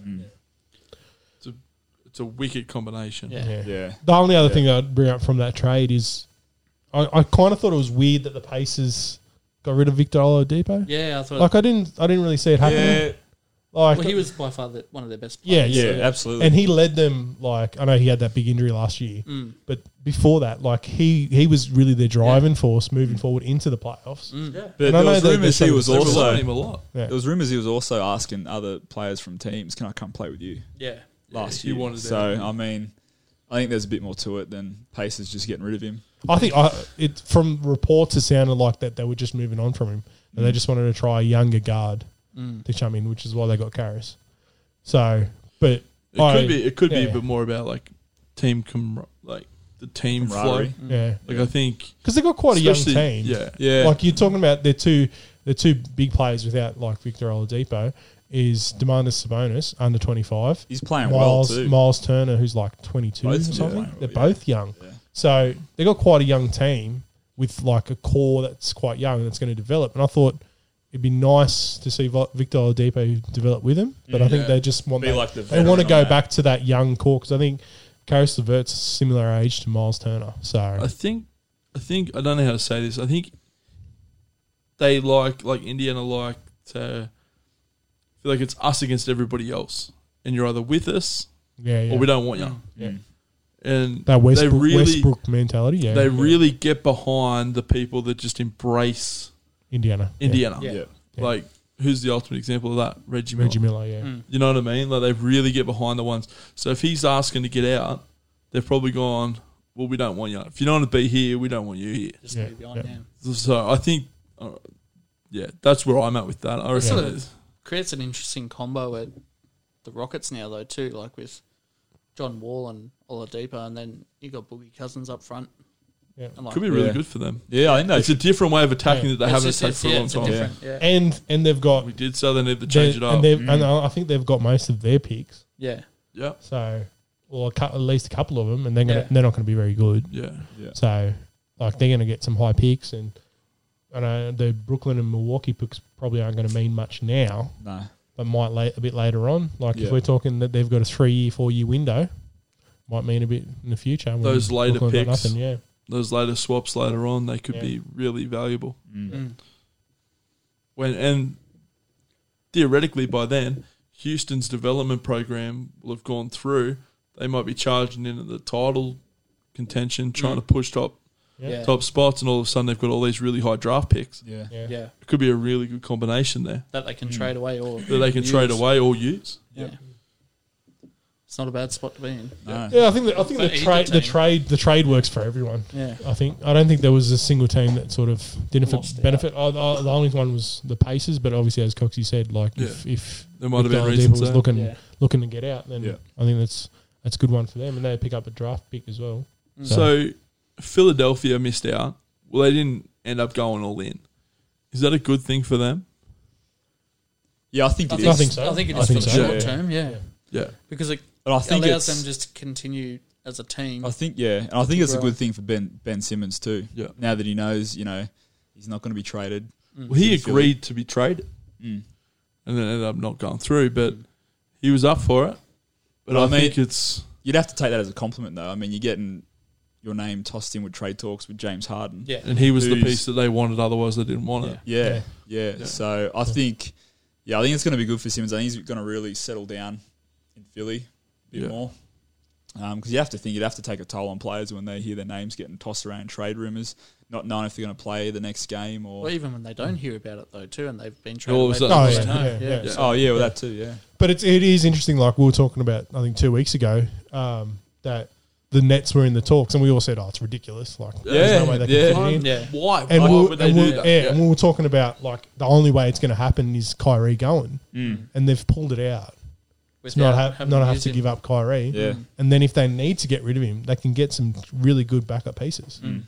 Speaker 2: It's a, it's a wicked combination.
Speaker 3: yeah,
Speaker 4: Yeah.
Speaker 1: Yeah.
Speaker 4: The only other thing I'd bring up from that trade is I, I kind of thought it was weird that the Pacers got rid of Victor Oladipo.
Speaker 3: yeah. I thought
Speaker 4: Like I didn't, I didn't really see it happening.
Speaker 1: Yeah,
Speaker 4: Like
Speaker 3: well, he was by far the, one of their best.
Speaker 4: Yeah,
Speaker 3: players.
Speaker 1: yeah,
Speaker 4: So-
Speaker 1: absolutely.
Speaker 4: and he led them like I know he had that big injury last year,
Speaker 2: Mm.
Speaker 4: but before that, like he he was really their driving force moving forward into the playoffs.
Speaker 2: Mm.
Speaker 1: but
Speaker 3: Mm.
Speaker 4: and I
Speaker 1: there
Speaker 4: know
Speaker 1: was
Speaker 4: that
Speaker 1: rumors
Speaker 4: there's
Speaker 1: he was
Speaker 4: some-
Speaker 2: They relied
Speaker 1: also
Speaker 2: on him a lot.
Speaker 4: Yeah.
Speaker 1: there was rumors he was also asking other players from teams, "Can I come play with you?"
Speaker 3: yeah.
Speaker 1: Last
Speaker 2: he
Speaker 1: year,
Speaker 2: wanted
Speaker 1: so
Speaker 2: that.
Speaker 1: I mean, I think there's a bit more to it than Pacers just getting rid of him.
Speaker 4: I think I, it from reports it sounded like that they were just moving on from him and
Speaker 2: Mm.
Speaker 4: they just wanted to try a younger guard
Speaker 3: Mm.
Speaker 4: to come in, which is why they got Karras. So, but
Speaker 2: It
Speaker 4: I-
Speaker 2: could be. It could
Speaker 4: yeah.
Speaker 2: be a bit more about like team com- like the team flow.
Speaker 1: Camaraderie.
Speaker 4: yeah
Speaker 2: Like I think,
Speaker 4: because they got quite a young
Speaker 2: Mm. especially-
Speaker 4: team.
Speaker 2: Yeah,
Speaker 1: Yeah,
Speaker 4: like you're talking about their two their two big players without like Victor Oladipo is Demandus Sabonis under 25
Speaker 1: he's
Speaker 2: [laughs]
Speaker 1: playing
Speaker 4: Miles,
Speaker 1: well too.
Speaker 4: Miles Turner, who's like 22
Speaker 1: Both
Speaker 4: or
Speaker 1: of them
Speaker 4: something.
Speaker 1: playing well,
Speaker 4: They're
Speaker 1: yeah.
Speaker 4: both young.
Speaker 1: Yeah.
Speaker 4: So they got quite a young team with like a core that's quite young that's going to develop. And I thought it'd be nice to see Vo- Victor Oladipo develop with him. But I think
Speaker 2: Yeah.
Speaker 4: they just want
Speaker 1: Be
Speaker 4: that,
Speaker 1: like the
Speaker 4: they want to
Speaker 1: veteran
Speaker 4: go
Speaker 1: on that.
Speaker 4: back to that young core because I think Karis LeVert's similar age to Miles Turner.
Speaker 2: I
Speaker 4: So
Speaker 2: think, I think I don't know how to say this. I think they like like Indiana like to feel like it's us against everybody else, and you're either with us
Speaker 4: yeah, yeah.
Speaker 2: or we don't want
Speaker 3: Mm.
Speaker 2: you.
Speaker 1: Mm.
Speaker 4: Yeah.
Speaker 2: And
Speaker 4: that Westbrook,
Speaker 2: they really
Speaker 4: Westbrook mentality. Yeah,
Speaker 2: they
Speaker 4: Yeah.
Speaker 2: really get behind the people that just embrace
Speaker 4: Indiana, Yeah.
Speaker 2: Indiana.
Speaker 3: Yeah.
Speaker 1: yeah,
Speaker 4: Yeah.
Speaker 2: Like who's the ultimate example of that? Reggie Miller.
Speaker 4: Reggie Miller. Yeah,
Speaker 3: Mm.
Speaker 2: You know what I mean? Like they really get behind the ones. So if he's asking to get out, they've probably gone. Well, we don't want you. If you don't want to be here, we don't want you here.
Speaker 3: Just
Speaker 4: Yeah,
Speaker 3: move on
Speaker 4: yeah.
Speaker 3: now.
Speaker 2: So I think, uh, yeah, that's where I'm at with that. I reckon.
Speaker 3: Yeah.
Speaker 2: it's-
Speaker 3: creates an interesting combo at the Rockets now, though, too. Like with John Wall and Oladipo, and then you got Boogie Cousins up front.
Speaker 4: Yeah.
Speaker 3: And like,
Speaker 2: could be really
Speaker 1: Yeah.
Speaker 2: good for them.
Speaker 1: yeah. I think
Speaker 2: It's
Speaker 1: that's
Speaker 2: a different way of attacking
Speaker 4: Yeah.
Speaker 2: that they
Speaker 3: It's
Speaker 2: haven't
Speaker 3: just-
Speaker 2: attacked
Speaker 3: it's-
Speaker 2: for a
Speaker 3: yeah,
Speaker 2: long
Speaker 3: it's
Speaker 2: time.
Speaker 3: different- Yeah.
Speaker 4: and and they've got
Speaker 2: We did, so they need to change it
Speaker 4: they-
Speaker 2: up. Mm.
Speaker 4: and they've and I think they've got most of their picks.
Speaker 3: yeah,
Speaker 2: yeah,
Speaker 4: So, or a cou- at least a couple of them, and they're gonna,
Speaker 3: Yeah.
Speaker 4: they're not going to be very good.
Speaker 2: yeah.
Speaker 1: yeah.
Speaker 4: So, like they're going to get some high picks, and I know the Brooklyn and Milwaukee picks probably aren't going to mean much now,
Speaker 1: No.
Speaker 4: but might late, a bit later on. Like
Speaker 2: Yeah.
Speaker 4: if we're talking that they've got a three year, four year window, might mean a bit in the future. when
Speaker 2: Those later
Speaker 4: Brooklyn got
Speaker 2: picks.
Speaker 4: yeah.
Speaker 2: Those later swaps later on, they could
Speaker 4: Yeah.
Speaker 2: be really valuable.
Speaker 1: Mm.
Speaker 3: Mm.
Speaker 2: When and theoretically by then, Houston's development program will have gone through. They might be charging in at the title contention, trying to push top
Speaker 4: Yeah.
Speaker 3: Yeah.
Speaker 2: top spots, and all of a sudden they've got all these really high draft picks.
Speaker 1: Yeah.
Speaker 4: Yeah.
Speaker 3: yeah.
Speaker 2: It could be a really good combination there
Speaker 3: That they can
Speaker 1: Mm.
Speaker 3: trade away or
Speaker 2: that they can
Speaker 3: use.
Speaker 2: trade away or use.
Speaker 3: Yeah.
Speaker 1: Yep.
Speaker 3: It's not a bad spot to be in.
Speaker 1: No.
Speaker 4: Yeah, I think the, I think
Speaker 3: For
Speaker 4: the
Speaker 3: either
Speaker 4: trade the
Speaker 3: team.
Speaker 4: trade the trade works for everyone.
Speaker 3: Yeah.
Speaker 4: I think I don't think there was a single team that sort of didn't
Speaker 3: Lost
Speaker 4: f-
Speaker 3: out.
Speaker 4: benefit. Oh, the, the only one was the Pacers, but obviously as Coxie said, like if if
Speaker 2: There might have been
Speaker 4: Victor
Speaker 2: reasons.
Speaker 4: Oladipo was
Speaker 2: there.
Speaker 4: looking
Speaker 3: Yeah.
Speaker 4: looking to get out, then
Speaker 2: Yeah.
Speaker 4: I think that's that's a good one for them, and they pick up a draft pick as well.
Speaker 2: Mm. So Philadelphia missed out. Well, they didn't end up going all in. Is that a good thing for them?
Speaker 1: Yeah, I think
Speaker 3: I
Speaker 1: it
Speaker 3: think,
Speaker 1: is.
Speaker 4: think so.
Speaker 3: I think it
Speaker 4: I
Speaker 3: is
Speaker 4: think
Speaker 3: for the
Speaker 4: so.
Speaker 3: short
Speaker 1: Yeah.
Speaker 3: term, yeah.
Speaker 4: Yeah.
Speaker 2: Yeah.
Speaker 3: Because it
Speaker 1: But I think
Speaker 3: allows
Speaker 1: it's-
Speaker 3: them just to continue as a team.
Speaker 1: Mm. I think yeah, and I think it's a
Speaker 3: Right.
Speaker 1: good thing for Ben Ben Simmons too.
Speaker 2: Yeah.
Speaker 1: Now that he knows, you know, he's not going to be traded.
Speaker 2: Well, he
Speaker 1: Philly.
Speaker 2: agreed to be traded
Speaker 1: Mm.
Speaker 2: and then ended up not going through, but he was up for it. But
Speaker 1: Well,
Speaker 2: I,
Speaker 1: I mean-
Speaker 2: think it's
Speaker 1: You'd have to take that as a compliment, though. I mean, you're getting your name tossed in with trade talks with James Harden.
Speaker 3: yeah.
Speaker 2: and he was the
Speaker 1: Who's-
Speaker 2: piece that they wanted. Otherwise, they didn't want it.
Speaker 1: Yeah, yeah.
Speaker 2: Yeah.
Speaker 1: So I think, yeah, I think it's going to be good for Simmons. I think he's going to really settle down in Philly a bit
Speaker 2: Yeah.
Speaker 1: more. Because you have to think you'd have to take a toll on players when they hear their names getting tossed around in trade rumors, not knowing if they're going to play the next game or.
Speaker 3: Well, even when they don't hear about it though, too, and they've been traded.
Speaker 2: All of
Speaker 3: away
Speaker 2: a
Speaker 3: to
Speaker 2: sudden-
Speaker 3: the
Speaker 2: Oh,
Speaker 3: West.
Speaker 4: yeah,
Speaker 3: No,
Speaker 4: yeah, yeah.
Speaker 1: oh yeah, well that too. Yeah,
Speaker 4: But it's it is interesting. Like we were talking about, I think two weeks ago, um, that the Nets were in the talks, and we all said, "Oh, it's ridiculous! Like there's no way they can
Speaker 1: Yeah,
Speaker 4: fit it in."
Speaker 3: Yeah.
Speaker 2: Why?
Speaker 4: And,
Speaker 2: Why
Speaker 4: we were,
Speaker 2: would they
Speaker 4: and,
Speaker 2: do
Speaker 4: we were,
Speaker 2: that?
Speaker 4: yeah, and we were talking about like the only way it's going to happen is Kyrie going,
Speaker 1: Mm.
Speaker 4: and they've pulled it out. It's not
Speaker 3: Without
Speaker 4: ha-
Speaker 3: having
Speaker 4: not have
Speaker 3: used
Speaker 4: to
Speaker 3: him.
Speaker 4: give up Kyrie.
Speaker 1: yeah.
Speaker 4: And then if they need to get rid of him, they can get some really good backup pieces.
Speaker 2: Mm.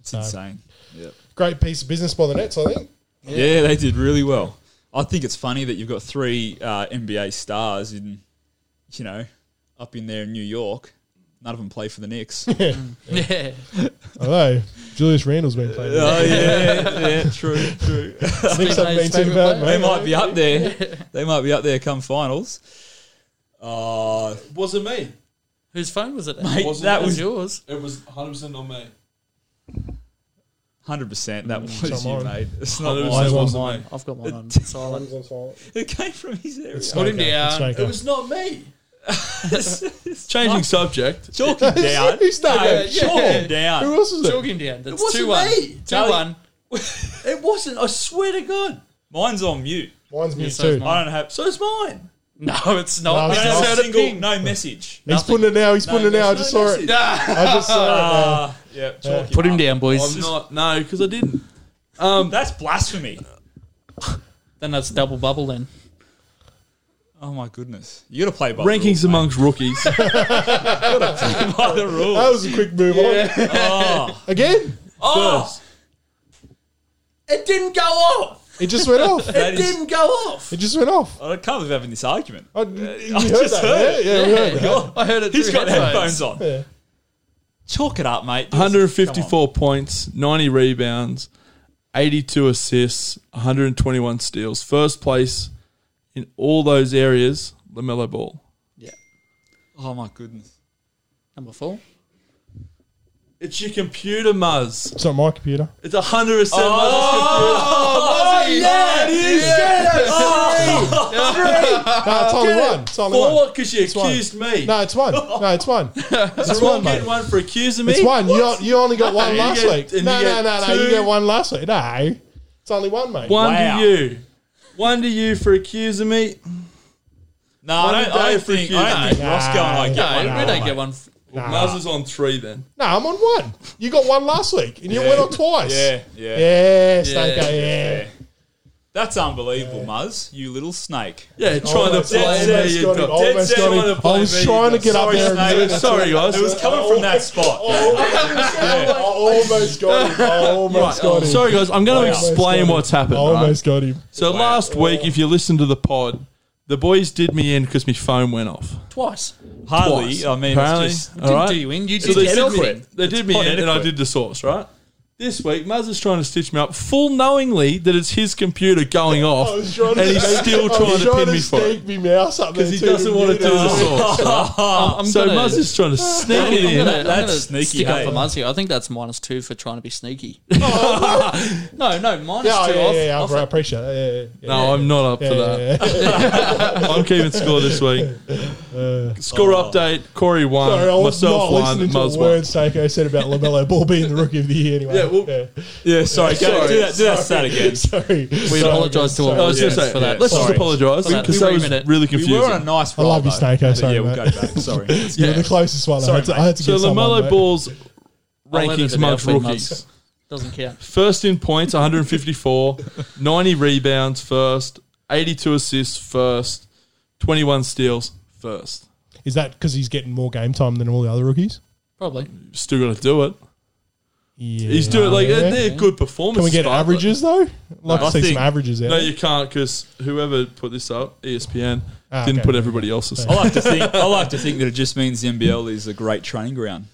Speaker 1: It's
Speaker 4: So-
Speaker 1: insane. Yeah.
Speaker 4: Great piece of business by the Nets, I think.
Speaker 1: yeah, they did really well. I think it's funny that you've got three uh, NBA stars in, you know, up in there in New York. None of them play for the Knicks. oh
Speaker 3: [laughs] Yeah.
Speaker 4: Although Julius Randle's been
Speaker 1: [laughs]
Speaker 4: playing.
Speaker 1: yeah, yeah, true, true.
Speaker 4: Knicks haven't been
Speaker 3: His
Speaker 4: too
Speaker 3: favourite
Speaker 4: bad,
Speaker 1: They
Speaker 4: mate.
Speaker 1: might be up there. They might be up there come finals. Oh,
Speaker 2: Was it me?
Speaker 3: Whose phone was it?
Speaker 1: Mate,
Speaker 3: Wasn't-
Speaker 1: that
Speaker 3: it
Speaker 1: was-
Speaker 3: yours.
Speaker 2: It was 100% on me.
Speaker 1: 100 percent. That was
Speaker 4: It's not
Speaker 1: you,
Speaker 4: mine.
Speaker 1: mate. It's not mine.
Speaker 2: It was
Speaker 4: Mine's on
Speaker 2: wasn't
Speaker 4: mine.
Speaker 2: me.
Speaker 3: I've got mine on silent.
Speaker 1: [laughs] It came from his area.
Speaker 4: [laughs] It's
Speaker 3: Put him
Speaker 4: Smoker.
Speaker 3: down.
Speaker 4: It's Smoker.
Speaker 2: It was not me.
Speaker 1: [laughs] It's
Speaker 2: Changing subject.
Speaker 1: Chalk him down.
Speaker 4: Who's that
Speaker 1: No,
Speaker 4: guy?
Speaker 1: chalk him
Speaker 4: Who [laughs]
Speaker 1: down.
Speaker 4: else is it?
Speaker 3: Chalk him down. That's
Speaker 2: wasn't
Speaker 3: 2 1.
Speaker 2: me.
Speaker 3: 2 1.
Speaker 2: It wasn't. I swear to God.
Speaker 1: Mine's on mute.
Speaker 4: Mine's me
Speaker 3: Yeah, so
Speaker 4: too.
Speaker 3: is mine.
Speaker 1: I don't have.
Speaker 2: So it's mine.
Speaker 3: [laughs] No, it's not.
Speaker 4: No,
Speaker 1: I
Speaker 4: it's
Speaker 3: It's
Speaker 1: don't have
Speaker 3: just
Speaker 4: not.
Speaker 1: a
Speaker 3: a
Speaker 1: single
Speaker 3: ping.
Speaker 1: no message.
Speaker 4: He's putting it now. He's putting it now. I
Speaker 1: there's
Speaker 4: just
Speaker 1: no
Speaker 4: saw it.
Speaker 1: message.
Speaker 4: I just saw it.
Speaker 1: Ah, yeah. Chalk
Speaker 3: Put him
Speaker 1: up.
Speaker 3: down, boys.
Speaker 2: I'm not. No, because I didn't.
Speaker 1: That's blasphemy.
Speaker 3: Then that's double bubble then.
Speaker 1: Oh my goodness! You got to play by
Speaker 2: Rankings
Speaker 1: the rules,
Speaker 2: amongst [laughs] rookies.
Speaker 1: mate. by the [laughs]
Speaker 4: now. That
Speaker 1: rules.
Speaker 4: was a quick move [laughs] on.
Speaker 1: Oh,
Speaker 4: Again,
Speaker 2: oh, it didn't go off.
Speaker 4: it just went off. It
Speaker 1: that is,
Speaker 2: go off.
Speaker 4: just went off.
Speaker 1: I can't believe having this argument.
Speaker 4: I, you
Speaker 1: I
Speaker 4: heard
Speaker 1: just
Speaker 4: that,
Speaker 1: heard.
Speaker 4: Yeah, yeah, we heard that.
Speaker 1: God,
Speaker 3: I heard it.
Speaker 1: he's
Speaker 3: through
Speaker 1: got headphones, on.
Speaker 4: Yeah.
Speaker 1: Chalk it up, mate. Come on.
Speaker 2: 154 points, 90 rebounds, 82 assists, 121 steals. First place in all those areas. Lamelo Ball.
Speaker 3: Yeah.
Speaker 1: Oh my goodness!
Speaker 3: Number four.
Speaker 2: It's your computer, Muzz.
Speaker 4: It's not my computer.
Speaker 2: It's 100 percent Oh,
Speaker 3: Oh, yeah,
Speaker 4: No, it's only one. It's only one.
Speaker 2: Four, because you accused me.
Speaker 4: No, it's one. No, it's one. It's
Speaker 2: We're all
Speaker 4: one, mate.
Speaker 2: getting one for accusing me.
Speaker 4: It's one. You, don't- you only got one
Speaker 2: You
Speaker 4: last
Speaker 2: get-
Speaker 4: week.
Speaker 2: and
Speaker 4: No,
Speaker 2: you
Speaker 4: no,
Speaker 2: get
Speaker 4: no, no. You
Speaker 2: two.
Speaker 4: get one last week. No, it's only one, mate.
Speaker 2: One
Speaker 1: Wow.
Speaker 2: to you. One to you for accusing me.
Speaker 1: No, I don't. I
Speaker 2: day
Speaker 1: don't
Speaker 2: for
Speaker 1: think.
Speaker 2: you.
Speaker 1: I don't think
Speaker 4: No.
Speaker 1: Roscoe and I
Speaker 4: No.
Speaker 1: get
Speaker 3: No,
Speaker 1: one.
Speaker 3: we don't
Speaker 4: mate.
Speaker 3: get one. f-
Speaker 4: Nah.
Speaker 2: Muzz is on three then.
Speaker 4: No, I'm on one. You got one last week, and you went on twice.
Speaker 1: Yeah, yeah,
Speaker 4: Yeah, Snake,
Speaker 3: Yeah.
Speaker 4: yeah.
Speaker 1: yeah. That's unbelievable, Muzz. You little snake.
Speaker 2: Yeah, trying to
Speaker 4: Oh, Almost
Speaker 2: play
Speaker 1: got
Speaker 2: me.
Speaker 1: him,
Speaker 2: you
Speaker 4: got him,
Speaker 2: dog. Dead
Speaker 4: almost got
Speaker 2: set
Speaker 4: him.
Speaker 2: wanna play
Speaker 4: I was
Speaker 2: me, you
Speaker 4: trying to
Speaker 2: dog.
Speaker 4: get up
Speaker 1: Sorry,
Speaker 4: there and
Speaker 1: Snake.
Speaker 4: do it.
Speaker 2: Sorry, guys.
Speaker 1: It was coming from that
Speaker 4: I
Speaker 1: spot.
Speaker 4: almost, I almost got him. I almost got him.
Speaker 2: oh, Sorry, guys. I'm going to
Speaker 4: I almost got
Speaker 2: explain
Speaker 4: him.
Speaker 2: what's happened.
Speaker 4: I
Speaker 2: right?
Speaker 4: almost got him.
Speaker 2: So last week, if you listen to the pod, the boys did me in because my phone went off.
Speaker 3: Twice.
Speaker 1: Hardly.
Speaker 2: Twice,
Speaker 1: I mean,
Speaker 2: apparently.
Speaker 1: it's just.
Speaker 2: All
Speaker 3: Didn't
Speaker 2: right.
Speaker 3: do you in. You
Speaker 2: So
Speaker 3: did
Speaker 2: they
Speaker 3: get
Speaker 2: did
Speaker 3: off
Speaker 2: me,
Speaker 3: it.
Speaker 2: in. They did me
Speaker 1: pod
Speaker 2: in, and I
Speaker 1: etiquette.
Speaker 2: did the sauce. Right. This week, Muzz is trying to stitch me up, full knowingly that it's his computer going off,
Speaker 4: I
Speaker 2: and
Speaker 4: was trying to
Speaker 2: he's
Speaker 4: sneak-
Speaker 2: still
Speaker 4: I
Speaker 2: trying
Speaker 4: was
Speaker 2: to pin me for
Speaker 4: sneak
Speaker 2: it
Speaker 4: me mouse up there
Speaker 2: because he
Speaker 4: too,
Speaker 2: doesn't
Speaker 4: but
Speaker 2: want to
Speaker 4: you
Speaker 2: do the
Speaker 4: didn't.
Speaker 2: source.
Speaker 4: [laughs]
Speaker 3: I'm, I'm
Speaker 2: So
Speaker 3: gonna,
Speaker 2: Muzz is trying to sneak
Speaker 3: I'm
Speaker 2: it
Speaker 3: gonna,
Speaker 2: in.
Speaker 3: I'm gonna
Speaker 1: That's sneaky,
Speaker 3: Stick up
Speaker 1: hey?
Speaker 3: for Muzz here. I think that's minus two for trying to be sneaky. [laughs] no, no, minus
Speaker 4: Yeah,
Speaker 3: two
Speaker 4: yeah,
Speaker 3: off.
Speaker 4: yeah, yeah,
Speaker 3: off
Speaker 4: I
Speaker 3: it.
Speaker 4: appreciate that. Yeah, yeah, yeah.
Speaker 2: No, I'm not up for
Speaker 4: Yeah,
Speaker 2: that.
Speaker 4: yeah, yeah. Uh, oh.
Speaker 2: I'm keeping score this
Speaker 4: [laughs]
Speaker 2: week. score update: Corey one,
Speaker 4: Sorry, I was
Speaker 2: Um, myself
Speaker 4: not
Speaker 2: one,
Speaker 4: listening to
Speaker 2: Muzz
Speaker 4: a
Speaker 2: one.
Speaker 4: word Seiko said about Lamelo Ball being the rookie of the year. Anyway,
Speaker 2: Yeah, well-
Speaker 1: Yeah, sorry. go-
Speaker 2: Sorry,
Speaker 1: do that, do that stat again.
Speaker 4: [laughs] sorry.
Speaker 3: We apologise to all
Speaker 2: I was
Speaker 3: listeners
Speaker 2: just saying.
Speaker 3: for that.
Speaker 2: Oh, Let's just
Speaker 1: Sorry.
Speaker 2: apologise
Speaker 3: Sorry.
Speaker 2: because
Speaker 3: We
Speaker 2: that was
Speaker 3: remade it.
Speaker 2: really
Speaker 1: We
Speaker 2: confusing.
Speaker 1: were on a nice
Speaker 4: I
Speaker 1: roll.
Speaker 4: love you,
Speaker 1: though.
Speaker 4: Snaker,
Speaker 1: But
Speaker 4: sorry,
Speaker 1: yeah, we'll
Speaker 4: mate.
Speaker 1: go back. eh? [laughs] Sorry.
Speaker 4: You're
Speaker 2: Yeah.
Speaker 4: the closest one.
Speaker 1: Sorry,
Speaker 4: I, had to, I had to
Speaker 2: So
Speaker 4: get someone,
Speaker 2: Lamelo
Speaker 4: mate.
Speaker 2: Ball's
Speaker 3: I'll edit
Speaker 2: rankings
Speaker 3: it out
Speaker 2: amongst
Speaker 3: for you, Muzz.
Speaker 2: rookies:
Speaker 3: Doesn't count.
Speaker 2: first in points,
Speaker 4: [laughs]
Speaker 2: 154, 90 rebounds, first, 82 assists, first, 21 steals, first.
Speaker 4: Is that because he's getting more game time than all the other rookies?
Speaker 3: Probably.
Speaker 2: Still got to do it.
Speaker 4: Yeah.
Speaker 2: He's doing like they're- they're good performance.
Speaker 4: Can we get
Speaker 2: start, but-
Speaker 4: averages though? I'd like
Speaker 1: I
Speaker 4: to see
Speaker 1: think-
Speaker 4: some averages there.
Speaker 2: No, you can't because whoever put this up, E ESPN,
Speaker 4: Ah,
Speaker 2: didn't
Speaker 4: okay.
Speaker 2: put everybody else's.
Speaker 1: I like to think. I like to think that it just means the NBL is a great training ground.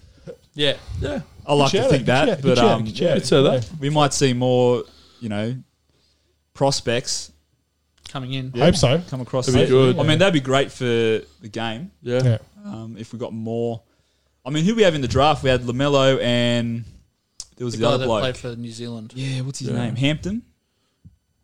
Speaker 3: Yeah.
Speaker 2: Yeah,
Speaker 1: I like to
Speaker 4: Shout
Speaker 1: think that,
Speaker 4: out, shout out,
Speaker 1: but
Speaker 4: shout out,
Speaker 1: um,
Speaker 4: shout out.
Speaker 2: I'd say that.
Speaker 1: we might see more. You know, prospects
Speaker 3: Coming in.
Speaker 4: I hope so.
Speaker 1: come across.
Speaker 2: That'd be
Speaker 1: that.
Speaker 2: good.
Speaker 1: I mean, that'd be great for the game
Speaker 2: Yeah.
Speaker 4: Yeah.
Speaker 1: um, if we got more. I mean, who we have in the draft? We had Lamelo and there was
Speaker 3: The
Speaker 1: the,
Speaker 3: guy
Speaker 1: other
Speaker 3: that
Speaker 1: bloke.
Speaker 3: played for New Zealand.
Speaker 1: Yeah, what's his
Speaker 2: Yeah.
Speaker 1: name? Hampton.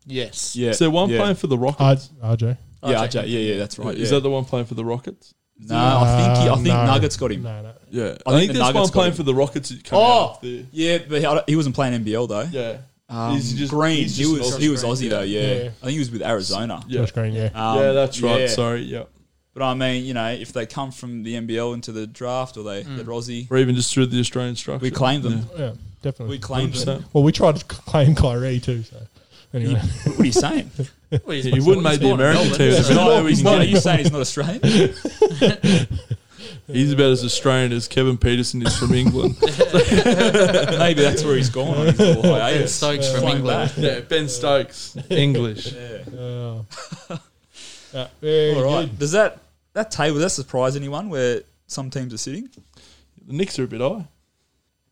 Speaker 3: Yes.
Speaker 1: Yeah,
Speaker 2: Is there one
Speaker 1: yeah.
Speaker 2: playing for the Rockets?
Speaker 4: R- RJ.
Speaker 1: Yeah,
Speaker 3: RJ.
Speaker 1: RJ. Yeah, yeah, that's right.
Speaker 2: Is
Speaker 1: yeah.
Speaker 2: that the one playing for the Rockets?
Speaker 1: No, I think he, I
Speaker 4: Uh,
Speaker 1: think
Speaker 4: no.
Speaker 1: Nuggets got him.
Speaker 4: No, no.
Speaker 2: Yeah,
Speaker 1: I
Speaker 2: I,
Speaker 1: think
Speaker 2: think
Speaker 1: the
Speaker 2: there's
Speaker 1: Nuggets
Speaker 2: one
Speaker 1: got
Speaker 2: playing
Speaker 1: him.
Speaker 2: for the Rockets. that Come out
Speaker 1: Oh,
Speaker 2: of the,
Speaker 1: yeah, but he, I don't- he wasn't playing NBL though.
Speaker 2: yeah,
Speaker 1: Um,
Speaker 2: He's just-
Speaker 1: Green,
Speaker 2: he's
Speaker 1: he
Speaker 2: just
Speaker 1: was
Speaker 2: Josh
Speaker 1: he was
Speaker 2: Green,
Speaker 1: Aussie
Speaker 2: yeah.
Speaker 1: though. Yeah.
Speaker 4: Yeah.
Speaker 1: I think he was with Arizona.
Speaker 2: yeah,
Speaker 4: Josh Green, yeah.
Speaker 1: Um,
Speaker 2: yeah. That's right.
Speaker 1: yeah.
Speaker 2: Sorry, yeah.
Speaker 1: But I mean, you know, if they come from the NBL into the draft or they they're Aussie,
Speaker 2: Or even just through the Australian structure.
Speaker 1: we claim them.
Speaker 4: Yeah,
Speaker 1: We
Speaker 4: definitely.
Speaker 1: claim them.
Speaker 2: 100%.
Speaker 4: Well, we tried to [laughs] c- claim Kyrie too. So anyway,
Speaker 1: What are you saying?
Speaker 3: Well, Oh, he's-
Speaker 2: He wouldn't make the
Speaker 3: born
Speaker 2: [laughs]
Speaker 3: in
Speaker 2: American
Speaker 3: Melbourne,
Speaker 2: team.
Speaker 3: so-
Speaker 2: There's no way we
Speaker 1: he's
Speaker 2: can
Speaker 1: not,
Speaker 2: get
Speaker 1: are
Speaker 2: him. [laughs]
Speaker 1: you saying he's not Australian?
Speaker 2: He's about as Australian as Kevin Peterson is from England.
Speaker 1: Maybe that's where he's
Speaker 2: [laughs]
Speaker 1: gone. On his little
Speaker 3: Ben
Speaker 1: hiatus.
Speaker 3: Stokes from
Speaker 1: Flying
Speaker 3: England.
Speaker 1: back.
Speaker 2: yeah, Ben Stokes, English.
Speaker 4: uh, [laughs] yeah, very
Speaker 1: All
Speaker 4: good.
Speaker 1: right. Does that that table does that surprise anyone where some teams are sitting?
Speaker 2: The Knicks are a bit high.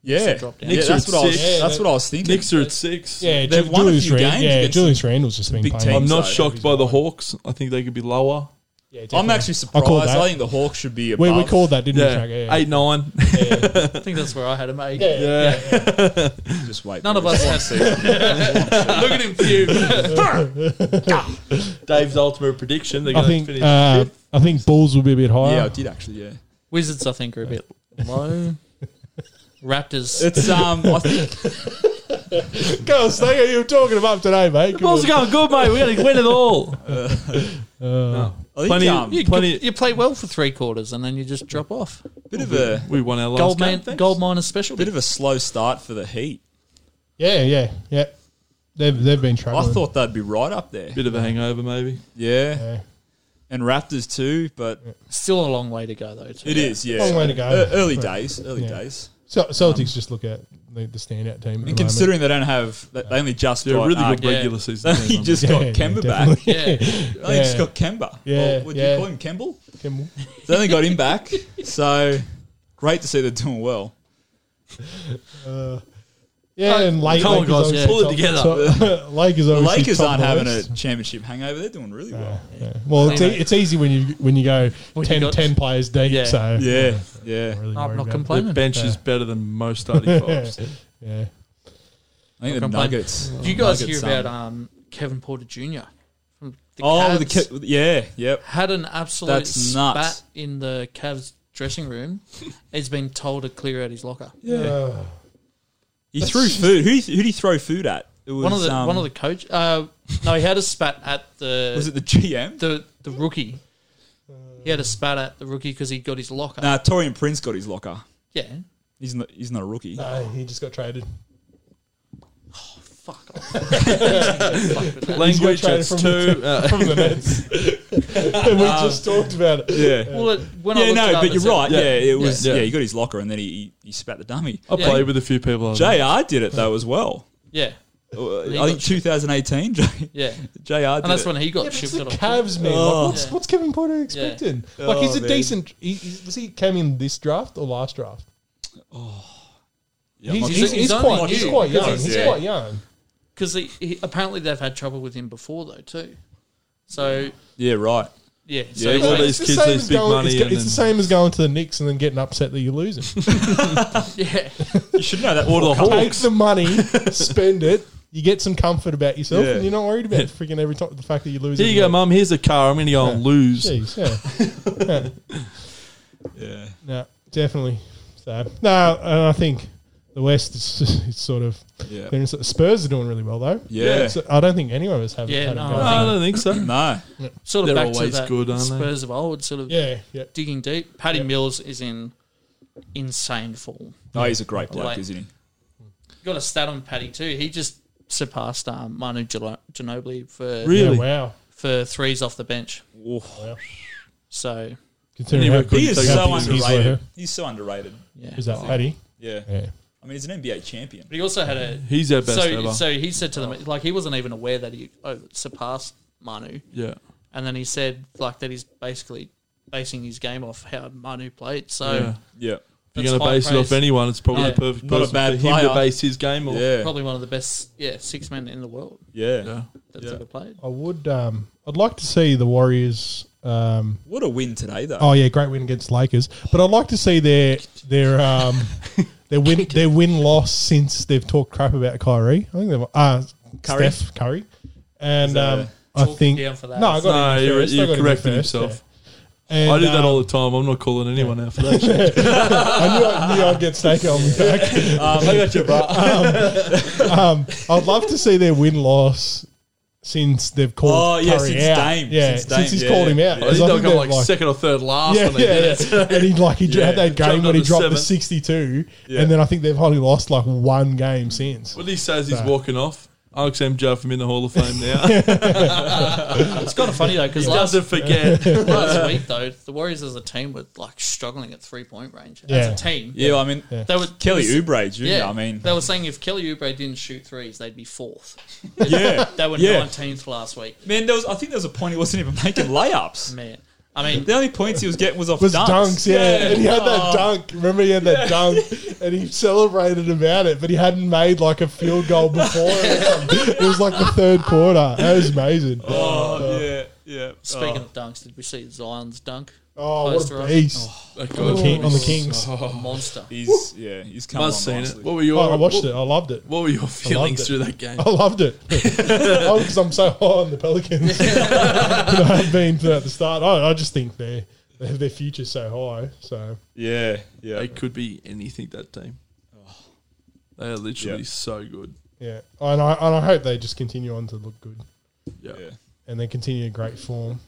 Speaker 1: Yeah,
Speaker 3: drop down.
Speaker 1: yeah
Speaker 2: Knicks are
Speaker 1: that's
Speaker 2: at
Speaker 1: what I was.
Speaker 2: six.
Speaker 1: That's what I was thinking.
Speaker 2: Knicks are at six.
Speaker 4: Yeah,
Speaker 1: They've
Speaker 4: Ju-
Speaker 1: won a
Speaker 4: Julius
Speaker 1: few
Speaker 4: Rand-
Speaker 1: games
Speaker 4: Yeah,
Speaker 1: against
Speaker 4: Julius Randle's just been
Speaker 1: big
Speaker 4: playing.
Speaker 1: teams.
Speaker 2: I'm not
Speaker 1: so.
Speaker 2: shocked by the Hawks. I think they could be lower.
Speaker 4: Yeah,
Speaker 1: I'm
Speaker 4: definitely.
Speaker 1: actually
Speaker 4: I
Speaker 1: surprised.
Speaker 4: called
Speaker 1: I,
Speaker 4: that.
Speaker 1: think the Hawks should be
Speaker 4: we,
Speaker 1: above.
Speaker 4: we called that, didn't
Speaker 2: Yeah,
Speaker 4: we? Shaq? Yeah,
Speaker 2: eight nine.
Speaker 3: I think that's where I had him. eh?
Speaker 4: yeah. yeah.
Speaker 2: Yeah,
Speaker 1: Just wait.
Speaker 3: None of
Speaker 1: boys. [laughs]
Speaker 3: us have [laughs] Look at him
Speaker 2: [laughs]
Speaker 3: puke.
Speaker 2: Dave's ultimate prediction. They're
Speaker 4: I
Speaker 2: going to
Speaker 4: think
Speaker 2: finish
Speaker 4: uh,
Speaker 2: fifth.
Speaker 4: I think Bulls will be a bit higher.
Speaker 1: Yeah, I did actually. Yeah,
Speaker 3: Wizards, I think, are a bit low. Raptors.
Speaker 1: it's um. I think
Speaker 4: Go, Snaker, you were talking him up today, mate. Come
Speaker 2: Balls are going
Speaker 4: on.
Speaker 2: good, mate. We're going to win it all.
Speaker 1: I think
Speaker 2: Plenty-
Speaker 1: um,
Speaker 3: You,
Speaker 2: Plenty-
Speaker 3: you play well for three quarters and then you just drop off.
Speaker 1: bit of a
Speaker 2: [laughs] We won our last
Speaker 3: Gold,
Speaker 2: game.
Speaker 3: man,
Speaker 2: thanks.
Speaker 3: gold miners special.
Speaker 1: bit of a slow start for the Heat.
Speaker 4: Yeah, yeah, yeah. They've they've been
Speaker 1: I
Speaker 4: struggling.
Speaker 1: thought they'd be right up there.
Speaker 2: Bit of a hangover, maybe.
Speaker 1: Yeah,
Speaker 4: Yeah.
Speaker 1: and Raptors too. But
Speaker 3: Still a long way to go, though. Too.
Speaker 1: it is. Yeah,
Speaker 4: Long way to go.
Speaker 1: E- Early days. Early
Speaker 4: Yeah.
Speaker 1: days.
Speaker 4: So, Celtics just look at the, the standout team. At
Speaker 1: And
Speaker 4: the
Speaker 1: considering they don't have, they they only just
Speaker 2: They're
Speaker 1: got
Speaker 2: a really
Speaker 1: uh,
Speaker 2: good
Speaker 3: yeah.
Speaker 2: regular season.
Speaker 1: They only
Speaker 2: team,
Speaker 1: just got
Speaker 4: moment.
Speaker 1: Kemba back. [laughs]
Speaker 4: definitely.
Speaker 3: Yeah.
Speaker 1: They only just
Speaker 4: Yeah.
Speaker 1: got Kemba.
Speaker 4: Yeah,
Speaker 1: Or would
Speaker 4: yeah.
Speaker 1: you call him Kemble?
Speaker 4: [laughs] Kemba.
Speaker 1: They only got him back. So great to see they're doing well.
Speaker 4: Uh, yeah, and Lake,
Speaker 2: come on,
Speaker 4: Lakers
Speaker 2: guys,
Speaker 4: obviously
Speaker 2: pull it
Speaker 4: top-
Speaker 2: together.
Speaker 4: top- [laughs] Lakers,
Speaker 1: The
Speaker 4: obviously
Speaker 1: Lakers
Speaker 4: top
Speaker 1: aren't
Speaker 4: of the
Speaker 1: having
Speaker 4: West.
Speaker 1: a championship hangover. They're doing really well.
Speaker 4: Yeah. Well, it's, e- it's easy when you when you go
Speaker 3: When you
Speaker 4: 10,
Speaker 3: got-
Speaker 4: 10 players deep.
Speaker 3: Yeah.
Speaker 4: So
Speaker 1: Yeah, yeah.
Speaker 3: I'm
Speaker 4: really worried
Speaker 3: not
Speaker 4: about
Speaker 2: yeah.
Speaker 3: complaining.
Speaker 2: The bench is better than most starting fives.
Speaker 4: it. Yeah.
Speaker 1: I think the
Speaker 3: Can't blame-
Speaker 1: Nuggets.
Speaker 3: Do you guys
Speaker 1: Nuggets,
Speaker 3: hear about
Speaker 1: um,
Speaker 3: um, Kevin Porter Jr. from the
Speaker 1: oh,
Speaker 3: Cavs?
Speaker 1: the Ca- yeah, yep.
Speaker 3: had an absolute
Speaker 1: That's
Speaker 3: spat
Speaker 1: nuts.
Speaker 3: in the Cavs
Speaker 1: [laughs]
Speaker 3: dressing room. He's been told to clear out his locker.
Speaker 4: Uh,
Speaker 1: He threw food. Who who did he throw food at? It was
Speaker 3: one of the
Speaker 1: um,
Speaker 3: one of the coach. Uh, no, he had a spat at the
Speaker 1: Was it the GM?
Speaker 3: the the rookie. He had a spat at the rookie because he got his locker.
Speaker 1: Nah, Torian Prince got his locker.
Speaker 3: Yeah,
Speaker 1: He's not. He's not a rookie.
Speaker 4: no, he just got traded. [laughs]
Speaker 3: fuck
Speaker 1: [laughs]
Speaker 3: off.
Speaker 2: Language,
Speaker 4: traded
Speaker 2: it's
Speaker 4: from
Speaker 2: two. Uh,
Speaker 4: [laughs] From the Nets. and we just talked about it.
Speaker 1: Yeah.
Speaker 3: Well, it, when I
Speaker 1: Yeah,
Speaker 3: looked it
Speaker 1: no,
Speaker 3: up,
Speaker 1: but
Speaker 3: it
Speaker 1: you're
Speaker 3: said-
Speaker 1: right. Yeah,
Speaker 2: Yeah.
Speaker 1: it was.
Speaker 2: Yeah. Oh.
Speaker 1: Yeah. he got his locker and then he he, he spat the dummy.
Speaker 2: I
Speaker 3: Yeah.
Speaker 2: played with a few people. I know.
Speaker 1: JR did it though as well.
Speaker 3: Yeah,
Speaker 1: Uh,
Speaker 3: He
Speaker 1: I think
Speaker 3: got
Speaker 1: 2018. J-
Speaker 3: yeah,
Speaker 1: JR did
Speaker 3: and that's
Speaker 1: it.
Speaker 3: when he got
Speaker 4: Yeah, but it's
Speaker 3: shipped.
Speaker 4: the
Speaker 3: off.
Speaker 4: Cavs, man.
Speaker 1: Oh.
Speaker 4: Like, what's, what's Kevin Porter expecting? Like, he's
Speaker 1: Oh,
Speaker 4: a
Speaker 1: man.
Speaker 4: decent. He, he's, was he came in this draft or last draft?
Speaker 2: Yeah,
Speaker 4: he's,
Speaker 2: I'm
Speaker 3: not-
Speaker 4: he's, he's,
Speaker 3: He's only
Speaker 4: quite, he's
Speaker 3: new,
Speaker 4: quite young.
Speaker 3: because
Speaker 4: He's
Speaker 3: he's-
Speaker 4: quite young.
Speaker 3: because he, he, apparently they've had trouble with him before though too. So
Speaker 1: Yeah, right.
Speaker 3: yeah,
Speaker 2: Yeah,
Speaker 3: so
Speaker 2: all
Speaker 3: like,
Speaker 2: these
Speaker 4: It's the
Speaker 2: kids,
Speaker 4: same
Speaker 2: these
Speaker 4: as
Speaker 2: big
Speaker 4: going-
Speaker 2: money
Speaker 4: It's, go-
Speaker 2: and
Speaker 4: it's the
Speaker 2: then-
Speaker 4: same as going to the Knicks and then getting upset that
Speaker 2: [laughs]
Speaker 4: you lose it.
Speaker 3: [laughs] yeah,
Speaker 1: You should know that. Water
Speaker 4: Take the money, spend it. You get some comfort about yourself,
Speaker 1: Yeah.
Speaker 4: and you're not worried about
Speaker 2: [laughs]
Speaker 4: freaking every time the fact that you lose.
Speaker 2: Here you
Speaker 4: every
Speaker 2: go,
Speaker 4: week.
Speaker 2: mum. Here's a car. I'm going to go and lose.
Speaker 4: Jeez, yeah.
Speaker 1: Yeah.
Speaker 4: No, definitely. So no, and I think the West is just, it's sort of
Speaker 1: Yeah.
Speaker 4: they're in- Spurs are doing really well though.
Speaker 1: Yeah.
Speaker 4: So I don't think any of us have.
Speaker 3: Yeah,
Speaker 4: had
Speaker 3: no,
Speaker 4: a
Speaker 2: No,
Speaker 4: go.
Speaker 2: I don't think so.
Speaker 1: No.
Speaker 3: sort of
Speaker 2: They're
Speaker 3: back to
Speaker 2: always
Speaker 3: that
Speaker 2: good, aren't they?
Speaker 3: Spurs of old, sort of
Speaker 4: Yeah, yeah.
Speaker 3: digging deep. Paddy
Speaker 4: Yeah.
Speaker 3: Mills is in insane form.
Speaker 1: No, he's a great bloke,
Speaker 3: Like-
Speaker 1: isn't he?
Speaker 3: Got a stat on Paddy too. He just surpassed um, Manu Gino- Ginobili for
Speaker 2: Really?
Speaker 4: Yeah, wow.
Speaker 3: for threes off the bench. So
Speaker 4: Considering
Speaker 2: Anyway,
Speaker 4: how good
Speaker 1: Oh, He is
Speaker 4: how
Speaker 1: so
Speaker 4: big he's
Speaker 1: underrated.
Speaker 4: like,
Speaker 1: He's so underrated.
Speaker 3: yeah,
Speaker 4: Is that Paddy?
Speaker 1: Yeah.
Speaker 4: Yeah.
Speaker 1: I mean, he's an NBA champion.
Speaker 3: But he also had a
Speaker 2: He's our best
Speaker 3: so
Speaker 2: ever.
Speaker 3: so he said to them like he wasn't even aware that he oh, surpassed Manu,
Speaker 2: yeah.
Speaker 3: and then he said like that he's basically basing his game off how Manu played. So
Speaker 2: yeah.
Speaker 1: Yeah.
Speaker 2: If
Speaker 3: that's
Speaker 2: you're going to
Speaker 3: high
Speaker 2: base it off
Speaker 3: praise.
Speaker 2: anyone, it's probably
Speaker 3: Yeah.
Speaker 2: the perfect
Speaker 1: Not a
Speaker 2: person
Speaker 1: bad
Speaker 2: for him
Speaker 1: player.
Speaker 2: to base his game off.
Speaker 1: Yeah.
Speaker 3: probably one of the best yeah six men in the world
Speaker 1: Yeah.
Speaker 2: Yeah.
Speaker 3: that's
Speaker 1: Yeah.
Speaker 3: ever played.
Speaker 4: I would. Um, I'd like to see the Warriors. Um,
Speaker 1: What a win today, though.
Speaker 4: oh yeah, great win against Lakers. But I'd like to see their their um, their win their win loss since they've talked crap about Kyrie. I think they've uh,
Speaker 1: Curry?
Speaker 4: Steph Curry, and
Speaker 1: that
Speaker 4: um,
Speaker 3: a-
Speaker 4: I
Speaker 3: Chalk
Speaker 4: think
Speaker 3: down for that.
Speaker 4: no, I got
Speaker 2: No,
Speaker 4: him
Speaker 2: you're-
Speaker 4: first. I
Speaker 2: you're
Speaker 4: got him
Speaker 2: correcting
Speaker 4: first,
Speaker 2: himself.
Speaker 4: yeah. And,
Speaker 2: I do that
Speaker 4: um,
Speaker 2: all the time. I'm not calling anyone out for that shit.
Speaker 4: I knew, I knew I'd get
Speaker 1: [laughs]
Speaker 4: Staker on me back.
Speaker 1: Um, I got you, bro.
Speaker 4: Um, I'd love to see their win loss since they've called.
Speaker 1: Oh, yeah,
Speaker 4: Curry
Speaker 1: since
Speaker 4: out.
Speaker 1: Dame.
Speaker 4: Yeah,
Speaker 1: Since
Speaker 4: since,
Speaker 1: Dame,
Speaker 4: he's
Speaker 1: yeah,
Speaker 4: called him
Speaker 1: yeah.
Speaker 4: out.
Speaker 2: I
Speaker 4: 'Cause
Speaker 2: think they'll
Speaker 4: they've,
Speaker 2: go like, second or third last
Speaker 4: [laughs] Yeah,
Speaker 2: when they
Speaker 4: yeah,
Speaker 2: did it.
Speaker 4: yeah. and he like he
Speaker 1: Yeah.
Speaker 4: had that game
Speaker 2: Jumped
Speaker 4: when
Speaker 2: up
Speaker 4: he
Speaker 2: to
Speaker 4: dropped the
Speaker 2: seventh.
Speaker 4: sixty-two,
Speaker 1: Yeah.
Speaker 4: and then I think they've only lost like one game since.
Speaker 2: What he says he's
Speaker 4: Nah.
Speaker 2: walking off. Alex M. Jaffam in the Hall of Fame now.
Speaker 3: It's kind of funny though because
Speaker 2: he
Speaker 3: last,
Speaker 2: doesn't forget.
Speaker 3: [laughs] last week though the Warriors as a team were like struggling at three point range
Speaker 4: Yeah.
Speaker 3: as a team.
Speaker 1: Yeah, I mean,
Speaker 3: They were
Speaker 1: Kelly
Speaker 3: it was-
Speaker 1: Oubre, Jr.
Speaker 3: Yeah,
Speaker 1: I mean,
Speaker 3: they were saying if Kelly Oubre didn't shoot threes, they'd
Speaker 2: [laughs]
Speaker 3: be fourth.
Speaker 1: yeah.
Speaker 3: [laughs] They were
Speaker 1: Yeah.
Speaker 3: nineteenth last week.
Speaker 1: Man, there was, I think there was a point he wasn't even making
Speaker 2: [laughs]
Speaker 1: layups.
Speaker 3: Man, I mean,
Speaker 1: The only points he was getting was off
Speaker 4: Was
Speaker 1: dunks. Oh.
Speaker 4: dunks, yeah. and he had that dunk. Remember, he had that dunk, and he celebrated about it, but he hadn't made like a field goal
Speaker 1: [laughs]
Speaker 4: before. it, or something. it was like the third quarter. That was amazing.
Speaker 1: [laughs] Oh, yeah, yeah.
Speaker 2: oh.
Speaker 1: Oh,
Speaker 3: speaking of dunks, did we see Zion's dunk?
Speaker 4: Oh, what
Speaker 3: Close
Speaker 4: a
Speaker 3: to
Speaker 4: beast!
Speaker 2: That guy
Speaker 1: Oh,
Speaker 4: On the King- on the
Speaker 2: was-
Speaker 4: Kings,
Speaker 2: Oh.
Speaker 3: A monster.
Speaker 1: He's yeah, he's come on
Speaker 2: Must seen it.
Speaker 1: nicely.
Speaker 2: What were your?
Speaker 4: Oh, I watched
Speaker 2: what,
Speaker 4: it. I loved it.
Speaker 2: What were your feelings
Speaker 4: it.
Speaker 2: through that game?
Speaker 4: I loved [laughs] it. oh, because I'm so high on the [laughs] Pelicans. But I have been throughout the start. I, I just think they they have their future so high. So
Speaker 1: Yeah, yeah.
Speaker 2: They could be anything. That team. They are literally
Speaker 1: Oh. Yeah.
Speaker 2: so good.
Speaker 4: yeah, and I and I hope they just continue on to look good
Speaker 2: Yeah.
Speaker 1: yeah.
Speaker 4: and they continue in great form.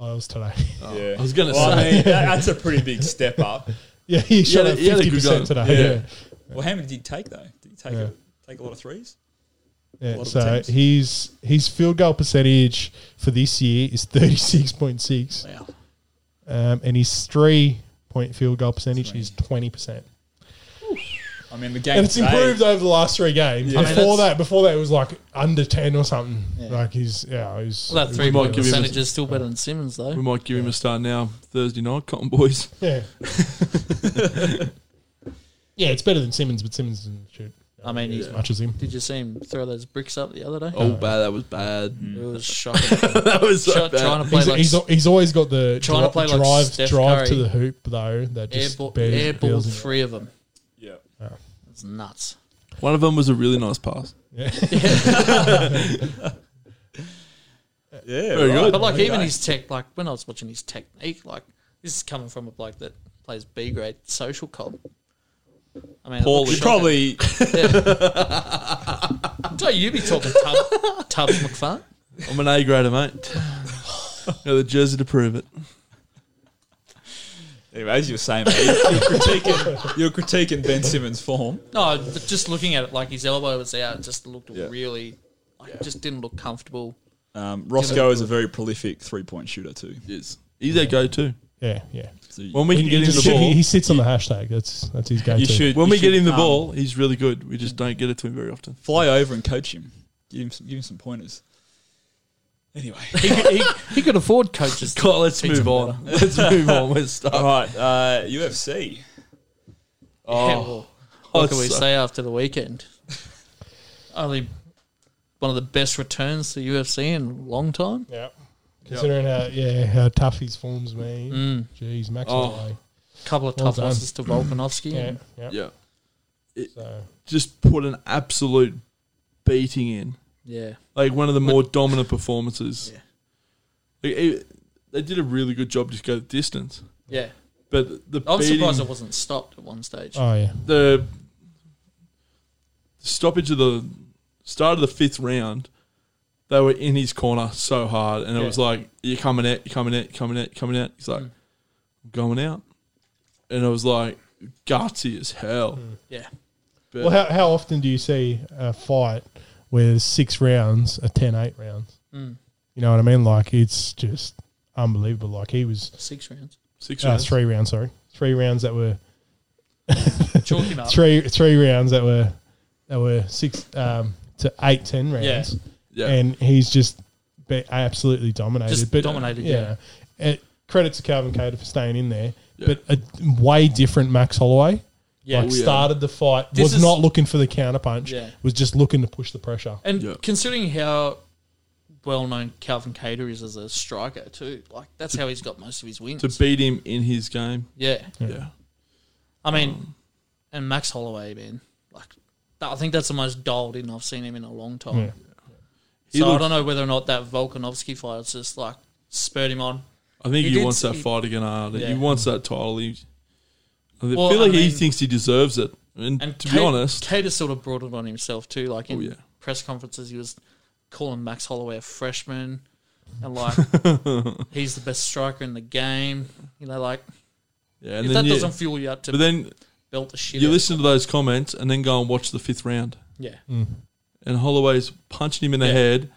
Speaker 4: I was today. [laughs]
Speaker 1: Yeah.
Speaker 2: Oh, I was gonna
Speaker 1: Well,
Speaker 2: say.
Speaker 1: I mean, that, that's a pretty big step up.
Speaker 4: yeah, he shot
Speaker 2: Yeah,
Speaker 4: at
Speaker 2: yeah, they
Speaker 4: fifty
Speaker 2: could go.
Speaker 4: percent today.
Speaker 1: Well, how many did he take though? Did he take
Speaker 4: Yeah.
Speaker 1: a, take a lot of threes?
Speaker 4: Yeah,
Speaker 1: Lot
Speaker 4: yeah.
Speaker 1: of
Speaker 4: So
Speaker 1: teams.
Speaker 4: his his field goal percentage for this year is thirty six point six,
Speaker 3: Wow.
Speaker 4: um, and his three point field goal percentage is twenty percent.
Speaker 1: I mean, the game
Speaker 4: and it's
Speaker 1: today-
Speaker 4: improved over the last three games.
Speaker 1: Yeah. I mean,
Speaker 4: Before
Speaker 3: that's-
Speaker 4: that, before that, it was like under ten or something.
Speaker 3: Yeah.
Speaker 4: Like he's yeah, he's
Speaker 3: Well, that three
Speaker 2: might
Speaker 3: point
Speaker 2: give him a-
Speaker 3: percentage is still better than Simmons
Speaker 2: We
Speaker 3: though.
Speaker 2: might give him a start now. Thursday night,
Speaker 1: [laughs]
Speaker 2: Cotton Boys.
Speaker 4: yeah,
Speaker 3: [laughs]
Speaker 4: yeah. It's better than Simmons, but Simmons didn't shoot
Speaker 3: I mean, he's
Speaker 4: as much as him.
Speaker 3: did you see him throw those bricks up the other day?
Speaker 2: Oh, bad. That was bad.
Speaker 1: Mm.
Speaker 3: It was shocking.
Speaker 2: [laughs] that was so
Speaker 3: Try-
Speaker 2: bad.
Speaker 3: trying to play
Speaker 4: He's,
Speaker 3: like
Speaker 4: he's, he's always got the
Speaker 3: Trying to
Speaker 4: dri-
Speaker 3: play like
Speaker 4: drive
Speaker 3: Steph
Speaker 4: drive to
Speaker 3: Curry.
Speaker 4: the hoop though that just
Speaker 3: airball,
Speaker 4: barely
Speaker 3: airball
Speaker 4: feels in it.
Speaker 3: three of them.
Speaker 1: Yeah.
Speaker 3: It's nuts.
Speaker 2: One of them was a really nice pass.
Speaker 1: Yeah.
Speaker 2: Very
Speaker 1: right.
Speaker 2: good.
Speaker 3: But like
Speaker 1: Okay.
Speaker 3: even his tech, like when I was watching his technique, like this is coming from a bloke that plays B grade social comp. I mean, it
Speaker 1: Paul,
Speaker 3: looks
Speaker 1: he
Speaker 3: shocking.
Speaker 1: probably
Speaker 3: [laughs] Don't you be talking tub, Tubbs McFarlane?
Speaker 2: I'm an A
Speaker 1: [laughs]
Speaker 2: grader, mate. Got the jersey to prove it.
Speaker 1: anyway, as you were saying, mate, you're,
Speaker 4: [laughs]
Speaker 1: you're critiquing you're critiquing Ben Simmons' form.
Speaker 3: No, but just looking at it, like his elbow was out, it just looked
Speaker 1: Yeah.
Speaker 3: really, like, just didn't look comfortable.
Speaker 1: Um, Roscoe is a very prolific three point shooter too.
Speaker 2: Yes. He's our go-to.
Speaker 4: [laughs] Yeah, yeah.
Speaker 1: So you,
Speaker 2: When we can get him
Speaker 4: just-
Speaker 2: the ball,
Speaker 4: [laughs] he, he sits on the hashtag. That's that's his go-to.
Speaker 1: you should
Speaker 2: when
Speaker 1: you
Speaker 2: we get
Speaker 1: should,
Speaker 2: him the
Speaker 1: um,
Speaker 2: ball, he's really good. We just don't get it to him very often.
Speaker 1: fly over and coach him. Give him some, give him some pointers. Anyway,
Speaker 3: He could, he, he could afford
Speaker 1: [laughs]
Speaker 2: [laughs]
Speaker 3: coaches.
Speaker 2: God, let's move on. Let's move on.
Speaker 1: [laughs]
Speaker 2: Let's
Speaker 1: all
Speaker 2: start.
Speaker 1: right, uh, UFC.
Speaker 3: Yeah,
Speaker 2: Oh,
Speaker 3: well, what
Speaker 2: I'd
Speaker 3: can we
Speaker 2: say-
Speaker 3: say after the weekend? [laughs] Only one of the best returns to UFC in a long time.
Speaker 4: Yeah. Considering how yeah how tough his form's been.
Speaker 3: Mm.
Speaker 4: Jeez, Max
Speaker 2: Oh.
Speaker 4: away.
Speaker 3: Couple of
Speaker 4: Well
Speaker 3: tough
Speaker 4: done.
Speaker 3: losses to Volkanovski.
Speaker 4: Yeah,
Speaker 3: and
Speaker 4: yeah.
Speaker 2: yeah.
Speaker 4: So
Speaker 2: Just put an absolute beating in.
Speaker 3: yeah.
Speaker 2: Like one of the more dominant performances.
Speaker 3: Yeah.
Speaker 2: Like, it- they did a really good job just go the distance.
Speaker 3: Yeah.
Speaker 2: But the
Speaker 3: I'm
Speaker 2: beating,
Speaker 3: surprised it wasn't stopped at one stage.
Speaker 4: oh yeah,
Speaker 2: the stoppage of the start of the fifth round, they were in his corner so hard, and it
Speaker 3: Yeah.
Speaker 2: was like you're coming out, you're coming out, you're coming out, you're coming out. He's like,
Speaker 3: Mm.
Speaker 2: I'm going out, and it was like gutsy as hell.
Speaker 3: Mm. Yeah.
Speaker 2: But
Speaker 4: Well, how, how often do you see a fight where there's six rounds are 10 8 rounds?
Speaker 3: Mm.
Speaker 4: You know what I mean? Like, it's just unbelievable. Like, he was
Speaker 3: Six
Speaker 4: [laughs]
Speaker 3: rounds.
Speaker 2: six
Speaker 4: uh,
Speaker 2: rounds,
Speaker 4: three rounds, sorry. Three rounds that were
Speaker 3: Chalk him up.
Speaker 4: three three rounds that were that were six um, to eight ten rounds,
Speaker 3: Yeah.
Speaker 2: yeah,
Speaker 4: and he's just be absolutely dominated.
Speaker 3: Just
Speaker 4: but
Speaker 3: dominated,
Speaker 4: It, credit to Calvin Cater for staying in there,
Speaker 2: Yeah.
Speaker 4: but a way different Max Holloway.
Speaker 3: Yeah.
Speaker 4: like
Speaker 2: Oh, yeah.
Speaker 4: started the fight,
Speaker 3: This
Speaker 4: was
Speaker 3: is-
Speaker 4: not looking for the counter punch,
Speaker 3: Yeah.
Speaker 4: was just looking to push the pressure.
Speaker 3: [laughs] And
Speaker 2: Yeah.
Speaker 3: considering how well known Calvin Cater is as a striker too, like that's how he's got most of his wins.
Speaker 2: to beat him in his game,
Speaker 3: yeah.
Speaker 2: yeah,
Speaker 3: I mean, and Max Holloway, man, like that, I think that's the most dialed in I've seen him in a long time.
Speaker 4: Yeah.
Speaker 2: He
Speaker 3: So I
Speaker 2: looked-
Speaker 3: don't know whether or not that Volkanovski fight has just like spurred him on.
Speaker 2: I think
Speaker 3: He
Speaker 2: he,
Speaker 3: did
Speaker 2: wants
Speaker 3: s-
Speaker 2: that
Speaker 3: he-
Speaker 2: fight again hard.
Speaker 3: Yeah.
Speaker 2: He wants that title. He, I
Speaker 3: Well,
Speaker 2: feel like
Speaker 3: I
Speaker 2: he
Speaker 3: mean-
Speaker 2: thinks he deserves it, and,
Speaker 3: And
Speaker 2: to
Speaker 3: Kate-
Speaker 2: be honest,
Speaker 3: Cater sort of brought it on himself too. Like in
Speaker 2: Oh, yeah.
Speaker 3: press conferences, he was calling Max Holloway a freshman,
Speaker 2: [laughs]
Speaker 3: and like he's the best striker in the game. You know, like
Speaker 2: yeah, and
Speaker 3: if
Speaker 2: then
Speaker 3: that
Speaker 2: you-
Speaker 3: doesn't fuel you up to
Speaker 2: but then
Speaker 3: belt the shit,
Speaker 2: You
Speaker 3: out.
Speaker 2: listen to those comments and then go and watch the fifth round.
Speaker 3: yeah,
Speaker 2: And Holloway's punching him in the
Speaker 3: Yeah.
Speaker 2: head,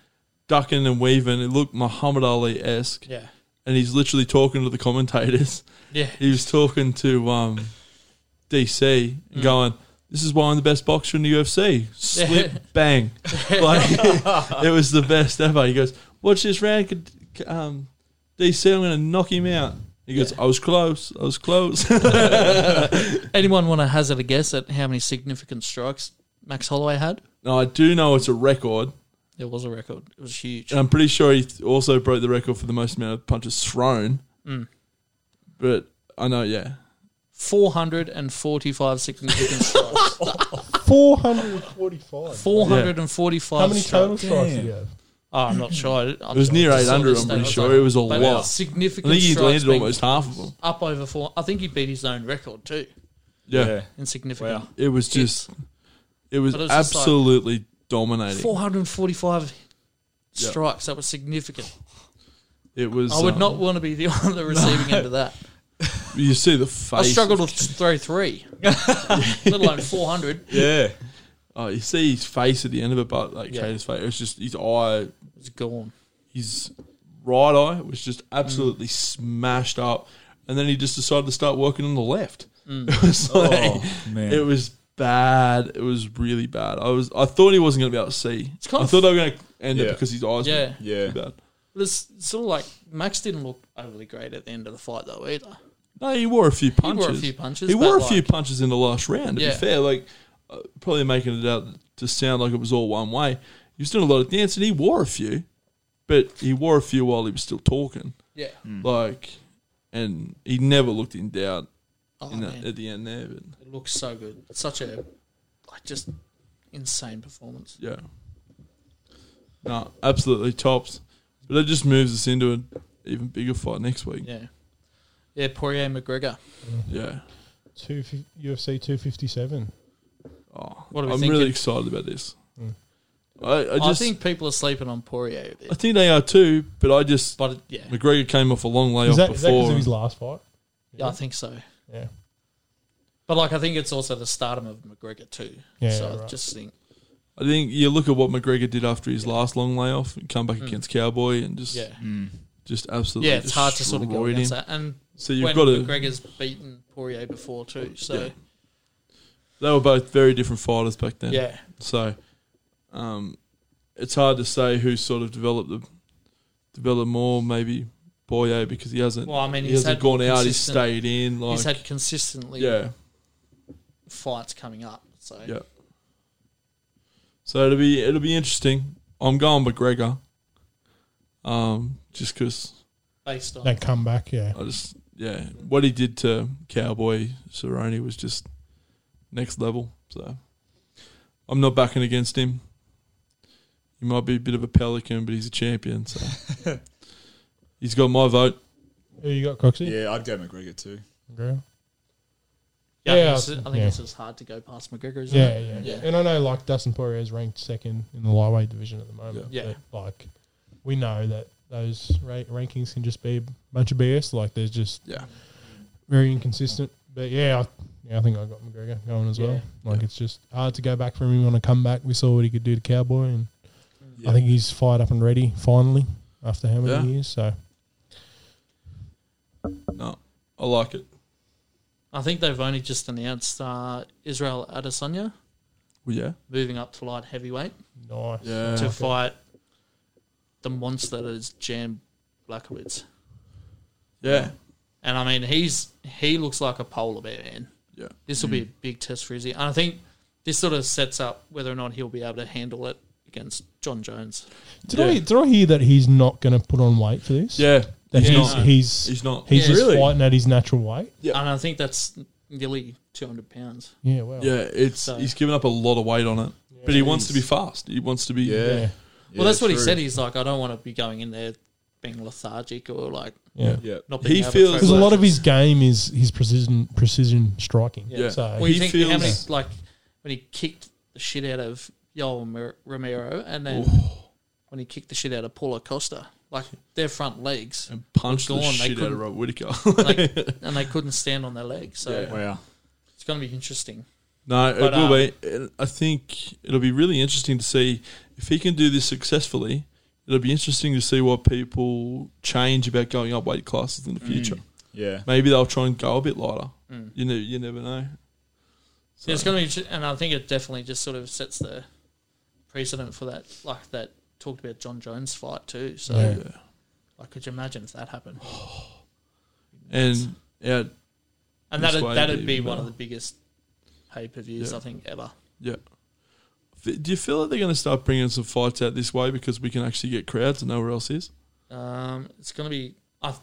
Speaker 2: ducking and weaving. It looked Muhammad Ali esque.
Speaker 3: yeah,
Speaker 2: And he's literally talking to the commentators.
Speaker 3: yeah,
Speaker 2: He was talking to um, DC and going, This is why I'm the best boxer in the UFC. Slip,
Speaker 3: Yeah.
Speaker 2: [laughs] bang. [laughs] Like, it was the best ever. He goes, Watch this round. could- Um, DC, I'm going to knock him out. He goes, I was close. I was close. [laughs]
Speaker 3: Anyone want to hazard a guess at how many significant strikes Max Holloway had?
Speaker 2: now, I do know it's a record.
Speaker 3: It was a record. It was huge.
Speaker 2: And I'm pretty sure he th- also broke the record for the most amount of punches thrown.
Speaker 3: Mm.
Speaker 2: But I know, yeah.
Speaker 3: 445 significant strikes.
Speaker 2: [laughs]
Speaker 4: 445.
Speaker 3: 445
Speaker 4: How many
Speaker 3: strikes.
Speaker 4: total strikes do you have?
Speaker 3: Oh, I'm not sure. I,
Speaker 2: It was near 800, I'm pretty sure. It was a lot. I
Speaker 3: Significant
Speaker 2: think he
Speaker 3: strikes
Speaker 2: landed
Speaker 3: being
Speaker 2: almost half of them.
Speaker 3: Up over four. I think he beat his own record too
Speaker 2: Yeah.
Speaker 3: in significant.
Speaker 1: Wow.
Speaker 2: It was just, it was,
Speaker 3: But it was just like-
Speaker 2: absolutely dominating.
Speaker 3: 445
Speaker 2: Yeah.
Speaker 3: strikes. That was significant.
Speaker 2: It was.
Speaker 3: I would
Speaker 2: um,
Speaker 3: not want to be the, [laughs] on the receiving end
Speaker 2: [laughs]
Speaker 3: of that.
Speaker 2: You see the
Speaker 3: I
Speaker 2: face.
Speaker 3: struggled to
Speaker 2: [laughs]
Speaker 3: throw three, let alone 400.
Speaker 1: Yeah.
Speaker 2: Oh, you see his face at the end of it, but like
Speaker 3: Yeah.
Speaker 2: Cader's face, it was just his eye,
Speaker 3: It's gone.
Speaker 2: his right eye was just absolutely
Speaker 3: Mm.
Speaker 2: smashed up, and then he just decided to start working on the left.
Speaker 3: Mm.
Speaker 2: [laughs] It was like,
Speaker 1: Oh, man.
Speaker 2: It was bad. It was really bad. I was. I thought he wasn't going to be able to see.
Speaker 3: It's kind
Speaker 2: I
Speaker 3: of-
Speaker 2: thought they were going to end it
Speaker 1: Yeah.
Speaker 2: because his eyes.
Speaker 3: Yeah.
Speaker 2: Were
Speaker 1: Yeah. [laughs]
Speaker 2: too bad.
Speaker 3: But it's sort of like Max didn't look overly great at the end of the fight though either.
Speaker 2: No, he wore a few
Speaker 3: wore a
Speaker 2: punches.
Speaker 3: few punches,
Speaker 2: He wore a
Speaker 3: but,
Speaker 2: few
Speaker 3: like-
Speaker 2: punches in the last round. To
Speaker 3: Yeah.
Speaker 2: be fair, like uh, probably making it out to sound like it was all one way. He was doing a lot of dancing. He wore a few, but he wore a few while he was still talking.
Speaker 3: Yeah.
Speaker 4: Hmm.
Speaker 2: Like, and he never looked in doubt
Speaker 3: Oh
Speaker 2: in that,
Speaker 3: man,
Speaker 2: at the end there. But
Speaker 3: it looks so good. It's such a like just insane performance.
Speaker 2: Yeah. No, absolutely tops. But it just moves us into an even bigger fight next week. Yeah.
Speaker 3: Yeah. Yeah, Poirier McGregor.
Speaker 4: Two, fif- UFC 257.
Speaker 2: Oh,
Speaker 3: What are we
Speaker 2: I'm
Speaker 3: thinking?
Speaker 2: really excited about this.
Speaker 4: Mm.
Speaker 2: I, I
Speaker 3: I,
Speaker 2: just
Speaker 3: think people are sleeping on Poirier. a bit.
Speaker 2: I think they are too, but I just
Speaker 3: But it- yeah,
Speaker 2: McGregor came off a long layoff
Speaker 4: Is that because
Speaker 2: before.
Speaker 4: of his last fight?
Speaker 3: yeah, I think so.
Speaker 4: Yeah.
Speaker 3: But like I think it's also the stardom of McGregor too.
Speaker 4: Yeah,
Speaker 3: so I
Speaker 4: right.
Speaker 3: just think
Speaker 2: I think you look at what McGregor did after his last long layoff and come back against Cowboy and just
Speaker 3: Hmm. yeah.
Speaker 1: Hmm.
Speaker 2: just absolutely
Speaker 3: Yeah, it's hard to sort of go
Speaker 2: destroyed
Speaker 3: against
Speaker 2: him.
Speaker 3: that. And
Speaker 2: So you've
Speaker 3: when
Speaker 2: got to
Speaker 3: McGregor's beaten Poirier before too. So
Speaker 2: Yeah. they were both very different fighters back then.
Speaker 3: yeah.
Speaker 2: So, um, it's hard to say who sort of developed the developed more. Maybe Boye because he hasn't.
Speaker 3: Well, I mean,
Speaker 2: he
Speaker 3: he's
Speaker 2: hasn't
Speaker 3: had
Speaker 2: gone out. He's
Speaker 3: consistent-
Speaker 2: stayed in. Like,
Speaker 3: He's had consistently
Speaker 2: yeah,
Speaker 3: fights coming up. So
Speaker 2: Yeah. So it'll be it'll be interesting. I'm going McGregor, um, just because
Speaker 3: based on
Speaker 4: That comeback, yeah.
Speaker 2: I just yeah, what he did to Cowboy Cerrone was just next level. So I'm not backing against him. He might be a bit of a pelican, but he's a champion. So
Speaker 3: [laughs]
Speaker 2: he's got my vote.
Speaker 4: Who you got, Coxie?
Speaker 1: Yeah, I'd go McGregor too.
Speaker 4: Yeah.
Speaker 3: yeah,
Speaker 4: Yeah,
Speaker 3: I think, it's, I think
Speaker 4: yeah.
Speaker 3: it's just hard to go past McGregor. Isn't
Speaker 4: Yeah,
Speaker 3: it?
Speaker 4: yeah,
Speaker 3: Yeah.
Speaker 4: And I know like Dustin Poirier is ranked second in the lightweight division at the moment.
Speaker 3: Yeah. Yeah.
Speaker 4: but, like we know that those ra- rankings can just be a bunch of BS. Like they're just
Speaker 2: Yeah.
Speaker 4: very inconsistent. But yeah, I, yeah, I think I got McGregor going as well. Like
Speaker 2: Yeah.
Speaker 4: it's just hard to go back from him on a comeback. We saw what he could do to Cowboy, and
Speaker 2: Yeah.
Speaker 4: I think he's fired up and ready finally after how many
Speaker 2: Yeah.
Speaker 4: years. So
Speaker 2: No, I like it.
Speaker 3: I think they've only just announced uh, Israel Adesanya
Speaker 2: Well, yeah,
Speaker 3: moving up to light heavyweight
Speaker 4: nice.
Speaker 2: yeah.
Speaker 3: to fight the monster that is Jan Blakowicz.
Speaker 2: Yeah.
Speaker 3: And I mean, he's he looks like a polar bear, man.
Speaker 2: Yeah.
Speaker 3: This will
Speaker 4: Mm.
Speaker 3: be a big test for Izzy. And I think this sort of sets up whether or not he'll be able to handle it against John Jones.
Speaker 4: Did
Speaker 2: Yeah.
Speaker 4: I did I hear that he's not going to put on weight for this?
Speaker 2: Yeah.
Speaker 4: that
Speaker 2: he's,
Speaker 4: he's
Speaker 2: not.
Speaker 4: he's he's,
Speaker 2: He's not.
Speaker 4: just
Speaker 2: really.
Speaker 4: fighting at his natural weight.
Speaker 2: Yeah.
Speaker 3: And I think that's nearly 200 pounds.
Speaker 4: Yeah, well,
Speaker 2: Yeah, it's
Speaker 3: So-
Speaker 2: he's given up a lot of weight on it, but he wants to be fast. He wants to be.
Speaker 4: yeah,
Speaker 3: well, that's what he said. He's like, I don't want to be going in there being lethargic or like
Speaker 4: yeah.
Speaker 1: Yeah.
Speaker 3: not being
Speaker 2: He
Speaker 3: able
Speaker 2: feels
Speaker 3: to
Speaker 4: Because a lot of his game is his precision precision striking.
Speaker 2: Yeah.
Speaker 4: So
Speaker 3: Well, you
Speaker 2: He
Speaker 3: think
Speaker 2: feels-
Speaker 3: how many like when he kicked the shit out of Yoel Mir- Romero, and then when he kicked the shit out of Paulo Costa, like their front
Speaker 2: [laughs]
Speaker 3: legs,
Speaker 2: and punched
Speaker 3: Gone,
Speaker 2: the
Speaker 3: they
Speaker 2: shit out
Speaker 3: couldn't-
Speaker 2: of Rob Whitaker.
Speaker 3: like, and they couldn't stand on their legs. So
Speaker 2: Yeah.
Speaker 1: Wow.
Speaker 3: it's going to be interesting.
Speaker 2: no,
Speaker 3: But, um,
Speaker 2: it will be. And I think it'll be really interesting to see if he can do this successfully. It'll be interesting to see what people change about going up weight classes in the future.
Speaker 1: Yeah.
Speaker 2: Maybe they'll try and go a bit lighter.
Speaker 3: Mm.
Speaker 2: You know, you never know. So,
Speaker 3: Yeah, it's going to be, and I think it definitely just sort of sets the precedent for that, like that talked about John Jones fight too. So,
Speaker 4: Yeah.
Speaker 2: yeah.
Speaker 3: like, could you imagine if that happened?
Speaker 2: [sighs] and yeah,
Speaker 3: And
Speaker 2: This
Speaker 3: that'd
Speaker 2: way
Speaker 3: that'd
Speaker 2: it'd
Speaker 3: be
Speaker 2: be
Speaker 3: one of the
Speaker 2: better.
Speaker 3: biggest pay per views
Speaker 2: Yeah.
Speaker 3: I think ever.
Speaker 2: yeah. F- Do you feel like they're going to start bringing some fights out this way because we can actually get crowds and nowhere else is?
Speaker 3: Um, it's going to be. I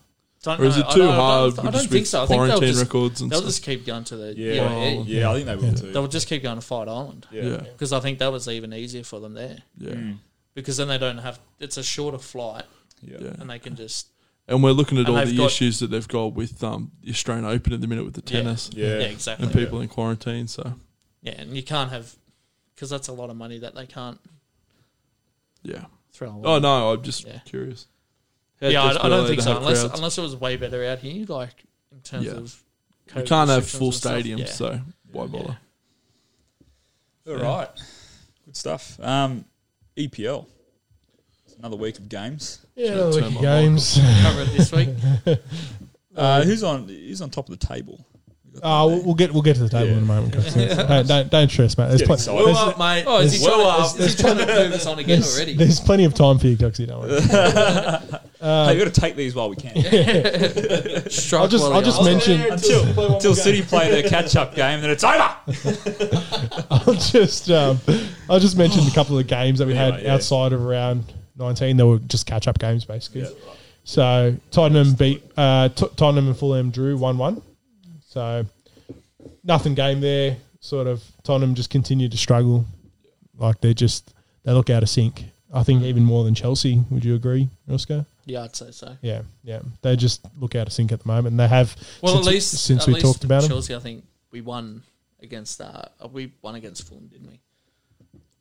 Speaker 3: don't
Speaker 2: Or is
Speaker 3: know.
Speaker 2: it
Speaker 3: I
Speaker 2: too
Speaker 3: don't- I don't-
Speaker 2: hard?
Speaker 3: I
Speaker 2: with
Speaker 3: don't,
Speaker 2: just
Speaker 3: think
Speaker 2: with
Speaker 3: so. I think they'll
Speaker 2: Quarantine
Speaker 3: just,
Speaker 2: records and
Speaker 3: they'll
Speaker 2: stuff.
Speaker 3: just keep going to the
Speaker 1: Yeah.
Speaker 3: UAE.
Speaker 1: Yeah, I think they will too.
Speaker 3: They'll just keep going to Fight Island
Speaker 1: yeah.
Speaker 2: yeah,
Speaker 3: because I think that was even easier for them there
Speaker 2: yeah,
Speaker 1: Mm.
Speaker 3: because then they don't have. It's a shorter flight
Speaker 1: Yeah.
Speaker 2: yeah.
Speaker 3: and they can just
Speaker 2: And we're looking at
Speaker 3: And
Speaker 2: all
Speaker 3: they've
Speaker 2: the
Speaker 3: got-
Speaker 2: issues that they've got with um, the Australian Open at the minute with the
Speaker 3: Yeah.
Speaker 2: tennis
Speaker 3: yeah,
Speaker 1: Yeah.
Speaker 3: exactly
Speaker 2: and people in quarantine. So
Speaker 3: yeah and you can't have because that's a lot of money that they can't
Speaker 2: yeah.
Speaker 3: throw away.
Speaker 2: Oh no, I'm just
Speaker 3: Yeah.
Speaker 2: curious. How
Speaker 3: yeah, I, I
Speaker 2: desperate are
Speaker 3: don't
Speaker 2: they
Speaker 3: think
Speaker 2: to
Speaker 3: so
Speaker 2: have
Speaker 3: unless
Speaker 2: crowds?
Speaker 3: unless it was way better out here like in terms
Speaker 2: Yeah.
Speaker 3: of.
Speaker 2: you
Speaker 3: COVID
Speaker 2: can't have
Speaker 3: restrictions
Speaker 2: full
Speaker 3: and stuff.
Speaker 2: stadiums,
Speaker 3: Yeah.
Speaker 2: so why
Speaker 3: Yeah.
Speaker 2: bother?
Speaker 1: All right. Good stuff. Um, EPL. It's another week of games.
Speaker 4: yeah,
Speaker 2: Should've
Speaker 4: look
Speaker 2: turned
Speaker 4: at
Speaker 2: my mic
Speaker 4: games. [laughs]
Speaker 3: Cover it this week.
Speaker 4: Um,
Speaker 1: Uh, who's on? Who's on top of the table? We got
Speaker 4: Oh,
Speaker 1: that
Speaker 4: we'll, we'll get we'll get to the table
Speaker 1: Yeah.
Speaker 4: in a moment. Chris. don't, don't don't stress, mate. There's,
Speaker 1: Get
Speaker 4: plen-
Speaker 1: excited.
Speaker 2: [laughs] Well
Speaker 4: there's,
Speaker 2: up, mate.
Speaker 3: Oh, is he,
Speaker 2: well
Speaker 3: trying
Speaker 2: up.
Speaker 3: to, is, he trying to move us on again
Speaker 4: there's-
Speaker 3: already?
Speaker 4: there's plenty of time for you, Coxie. Don't worry. uh,
Speaker 1: there. hey, we got to take these while we
Speaker 4: [laughs]
Speaker 1: can.
Speaker 3: Strike
Speaker 4: I'll just
Speaker 3: while
Speaker 4: I'll
Speaker 3: he
Speaker 4: just
Speaker 3: asks.
Speaker 4: mention
Speaker 1: Until until City play their catch-up game, then it's over.
Speaker 4: I'll [laughs] just um, I'll just mention a couple of the games that we had
Speaker 1: Anyway, yeah.
Speaker 4: outside of round 19. They were just catch up games basically. So Tottenham beat uh, T- Tottenham and Fulham drew one one. So nothing game there. Sort of Tottenham just continued to struggle. Like they just they look out of sync. I think even more than Chelsea. Would you agree, Roscoe?
Speaker 3: Yeah, I'd say so.
Speaker 4: Yeah, yeah. They just look out of sync at the moment. And they have
Speaker 3: Well,
Speaker 4: since,
Speaker 3: at least
Speaker 4: since
Speaker 3: at
Speaker 4: we
Speaker 3: least
Speaker 4: talked about them.
Speaker 3: Chelsea, I think we won against uh, we won against Fulham, didn't we?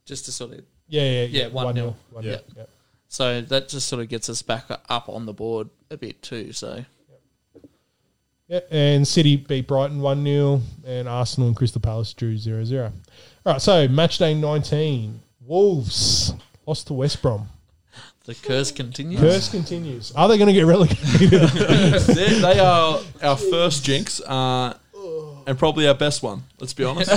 Speaker 3: Just to sort of
Speaker 4: Yeah, yeah,
Speaker 3: Yeah, 1-0.
Speaker 4: nil, one nil,
Speaker 3: Yeah. so that just sort of gets us back up on the board a bit too. So
Speaker 4: Yeah, and City beat Brighton 1 0, and Arsenal and Crystal Palace drew 0 0. All right, so match day 19. Wolves lost to West Brom.
Speaker 3: the curse continues.
Speaker 4: Curse continues. Are they going to get relegated?
Speaker 2: They they are our first jinx, uh, and probably our best one. Let's be
Speaker 3: [laughs]
Speaker 2: honest.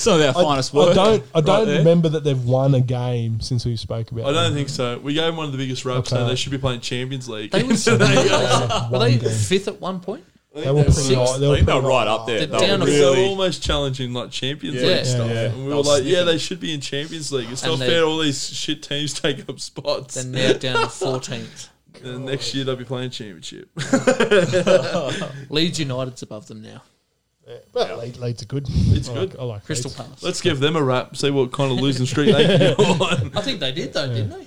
Speaker 1: Some of our finest
Speaker 4: I
Speaker 1: work.
Speaker 4: don't, I
Speaker 1: right
Speaker 4: don't
Speaker 1: there.
Speaker 4: remember that they've won a game since we spoke about
Speaker 2: I don't think so. We gave them one of the biggest raps, so [laughs]
Speaker 4: Okay. [laughs]
Speaker 2: they should be playing Champions League.
Speaker 3: They were, [laughs]
Speaker 4: They haven't
Speaker 3: were
Speaker 4: won
Speaker 3: they
Speaker 4: a game.
Speaker 3: fifth at one point.
Speaker 4: They were pretty
Speaker 3: sixth.
Speaker 4: high.
Speaker 1: I think they were
Speaker 4: pretty
Speaker 1: right
Speaker 4: high.
Speaker 1: up there.
Speaker 3: They're
Speaker 1: They were
Speaker 3: down a-
Speaker 2: Because They were
Speaker 1: really,
Speaker 2: almost challenging like Champions
Speaker 1: yeah,
Speaker 2: League
Speaker 1: yeah.
Speaker 2: stuff.
Speaker 4: Yeah.
Speaker 2: And we
Speaker 1: They
Speaker 2: were
Speaker 1: were
Speaker 2: like, yeah,
Speaker 1: sniffing.
Speaker 2: they should be in Champions League. It's
Speaker 3: And
Speaker 2: not
Speaker 3: they-
Speaker 2: fair all these shit teams [laughs] take up spots.
Speaker 3: They're
Speaker 2: And
Speaker 3: now down to 14th.
Speaker 2: then next year they'll be playing championship.
Speaker 3: Leeds United's above them now.
Speaker 4: But Leeds, Leeds are good.
Speaker 2: It's
Speaker 4: I
Speaker 2: good.
Speaker 4: Like, I like
Speaker 3: Crystal
Speaker 4: Leeds.
Speaker 3: Palace.
Speaker 2: Let's give them a rap. See what kind of losing streak they can go
Speaker 3: [laughs]
Speaker 2: on.
Speaker 3: I think they did though, didn't they?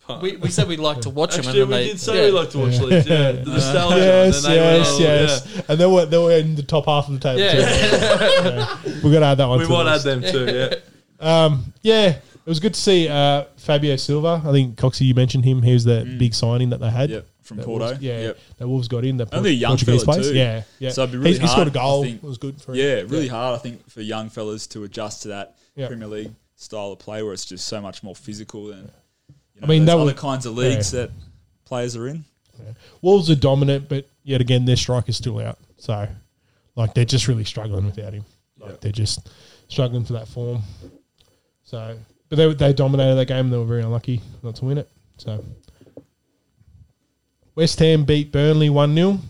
Speaker 2: Fuck.
Speaker 3: We, we said we'd like to watch them, and
Speaker 2: Actually,
Speaker 3: then
Speaker 2: we
Speaker 3: they Uh-huh.
Speaker 2: did say we like to watch
Speaker 4: Yeah.
Speaker 2: Leeds. Yeah, the nostalgia. and
Speaker 4: Yes,
Speaker 2: then they
Speaker 4: yes,
Speaker 2: went, oh,
Speaker 4: yes. And they were they were in the top half of the table.
Speaker 3: yeah.
Speaker 4: Too. We're gonna add that
Speaker 2: Yeah.
Speaker 4: one.
Speaker 2: We
Speaker 4: to the
Speaker 2: might add
Speaker 4: list.
Speaker 2: them too.
Speaker 3: [laughs]
Speaker 2: Yeah,
Speaker 4: Um, yeah, it was good to see uh, Fabio Silva. I think Coxie, you mentioned him. He was the big signing that they had.
Speaker 1: Mm. yep, from
Speaker 4: That
Speaker 1: Porto.
Speaker 4: Wolves, yeah,
Speaker 1: Yep.
Speaker 4: that Wolves got in. That
Speaker 1: And they're a young
Speaker 4: Portuguese
Speaker 1: fella
Speaker 4: place.
Speaker 1: too.
Speaker 4: Yeah, yeah.
Speaker 1: So it'd be really
Speaker 4: He's- he
Speaker 1: hard,
Speaker 4: scored a goal.
Speaker 1: I think.
Speaker 4: It was good for him.
Speaker 1: Yeah, really hard, I think, for young fellas to adjust to that
Speaker 4: Yeah.
Speaker 1: Premier League style of play where it's just so much more physical than you know,
Speaker 4: I mean,
Speaker 1: those
Speaker 4: that
Speaker 1: other
Speaker 4: would-
Speaker 1: kinds of leagues that players are in.
Speaker 4: Wolves are dominant, but yet again, their striker's still out. So, like, they're just really struggling without him. Like,
Speaker 1: Yeah.
Speaker 4: they're just struggling for that form. So, but they they dominated that game. They were very unlucky not to win it. So, West Ham beat Burnley one 0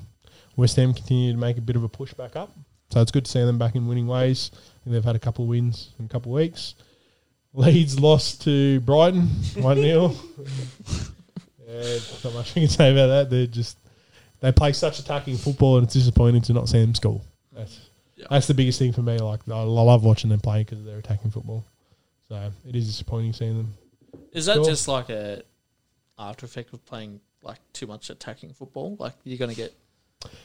Speaker 4: West Ham continue to make a bit of a push back up. So it's good to see them back in winning ways. I think they've had a couple of wins in a couple of weeks. Leeds lost to Brighton [laughs] 1 0. yeah, not much we can say about that. They just they play such attacking football, and it's disappointing to not see them score. That's,
Speaker 2: Yeah.
Speaker 4: that's the biggest thing for me. Like I love watching them play because they're attacking football. So it is disappointing seeing them.
Speaker 3: Is that
Speaker 4: Sure.
Speaker 3: just like a after effect of playing like too much attacking football? Like you're gonna get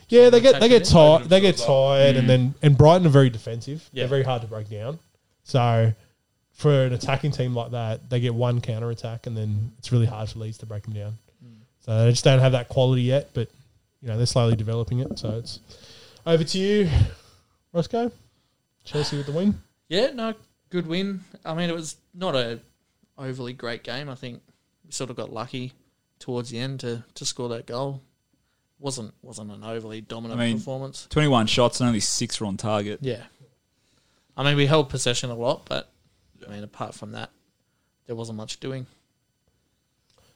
Speaker 4: Yeah, they get they get
Speaker 3: Attacking
Speaker 4: tired. They get
Speaker 2: themselves
Speaker 4: tired, and then and Brighton are very defensive.
Speaker 3: Mm. Yeah.
Speaker 4: They're very hard to break down. So for an attacking team like that, they get one counter attack, and then it's really hard for Leeds to break them down.
Speaker 3: Mm.
Speaker 4: So they just don't have that quality yet. But you know they're slowly developing it. So it's over to you, Roscoe. Chelsea with the win.
Speaker 3: yeah, no, good win. I mean, it was not a overly great game. I think we sort of got lucky towards the end to, to score that goal. wasn't wasn't an overly dominant
Speaker 1: I mean-
Speaker 3: performance.
Speaker 1: 21 shots and only six were on target.
Speaker 3: Yeah, I mean, we held possession a lot, but I mean, apart from that, there wasn't much doing.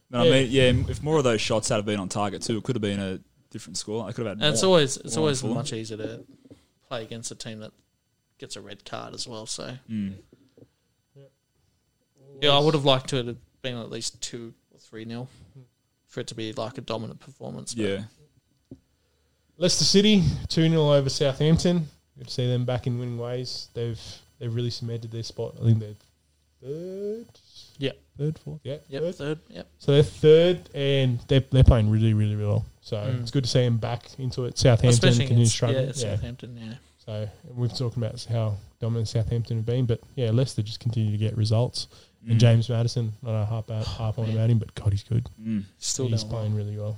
Speaker 1: But
Speaker 4: Yeah.
Speaker 1: I mean, yeah, if more of those shots had been on target too, it could have been a different score. I could have had
Speaker 3: And it's
Speaker 1: more.
Speaker 3: always it's
Speaker 1: More
Speaker 3: always
Speaker 1: full.
Speaker 3: much easier to play against a team that gets a red card as well. So
Speaker 1: Mm.
Speaker 3: yeah, I would have liked to have been at least two or three nil for it to be like a dominant performance. but-
Speaker 1: Yeah.
Speaker 4: Leicester City two 0 over Southampton. Good to see them back in winning ways. They've they've really cemented their spot. I think they're third.
Speaker 3: Yep.
Speaker 4: Third, fourth, yeah,
Speaker 3: Yep,
Speaker 4: third.
Speaker 3: third. Yep.
Speaker 4: So they're third, and they're, they're playing really, really well. So
Speaker 3: Mm.
Speaker 4: it's good to see them back into it. Southampton
Speaker 3: Especially
Speaker 4: continue
Speaker 3: against
Speaker 4: struggling.
Speaker 3: yeah,
Speaker 4: Yeah,
Speaker 3: Southampton, yeah.
Speaker 4: So we've talked about how dominant Southampton have been, but yeah, Leicester just continue to get results.
Speaker 1: Mm.
Speaker 4: And James Madison, I know harp, out, harp on
Speaker 3: man.
Speaker 4: about him, but God, he's good.
Speaker 1: Mm.
Speaker 3: Still
Speaker 4: he's
Speaker 3: down. well.
Speaker 4: playing really well.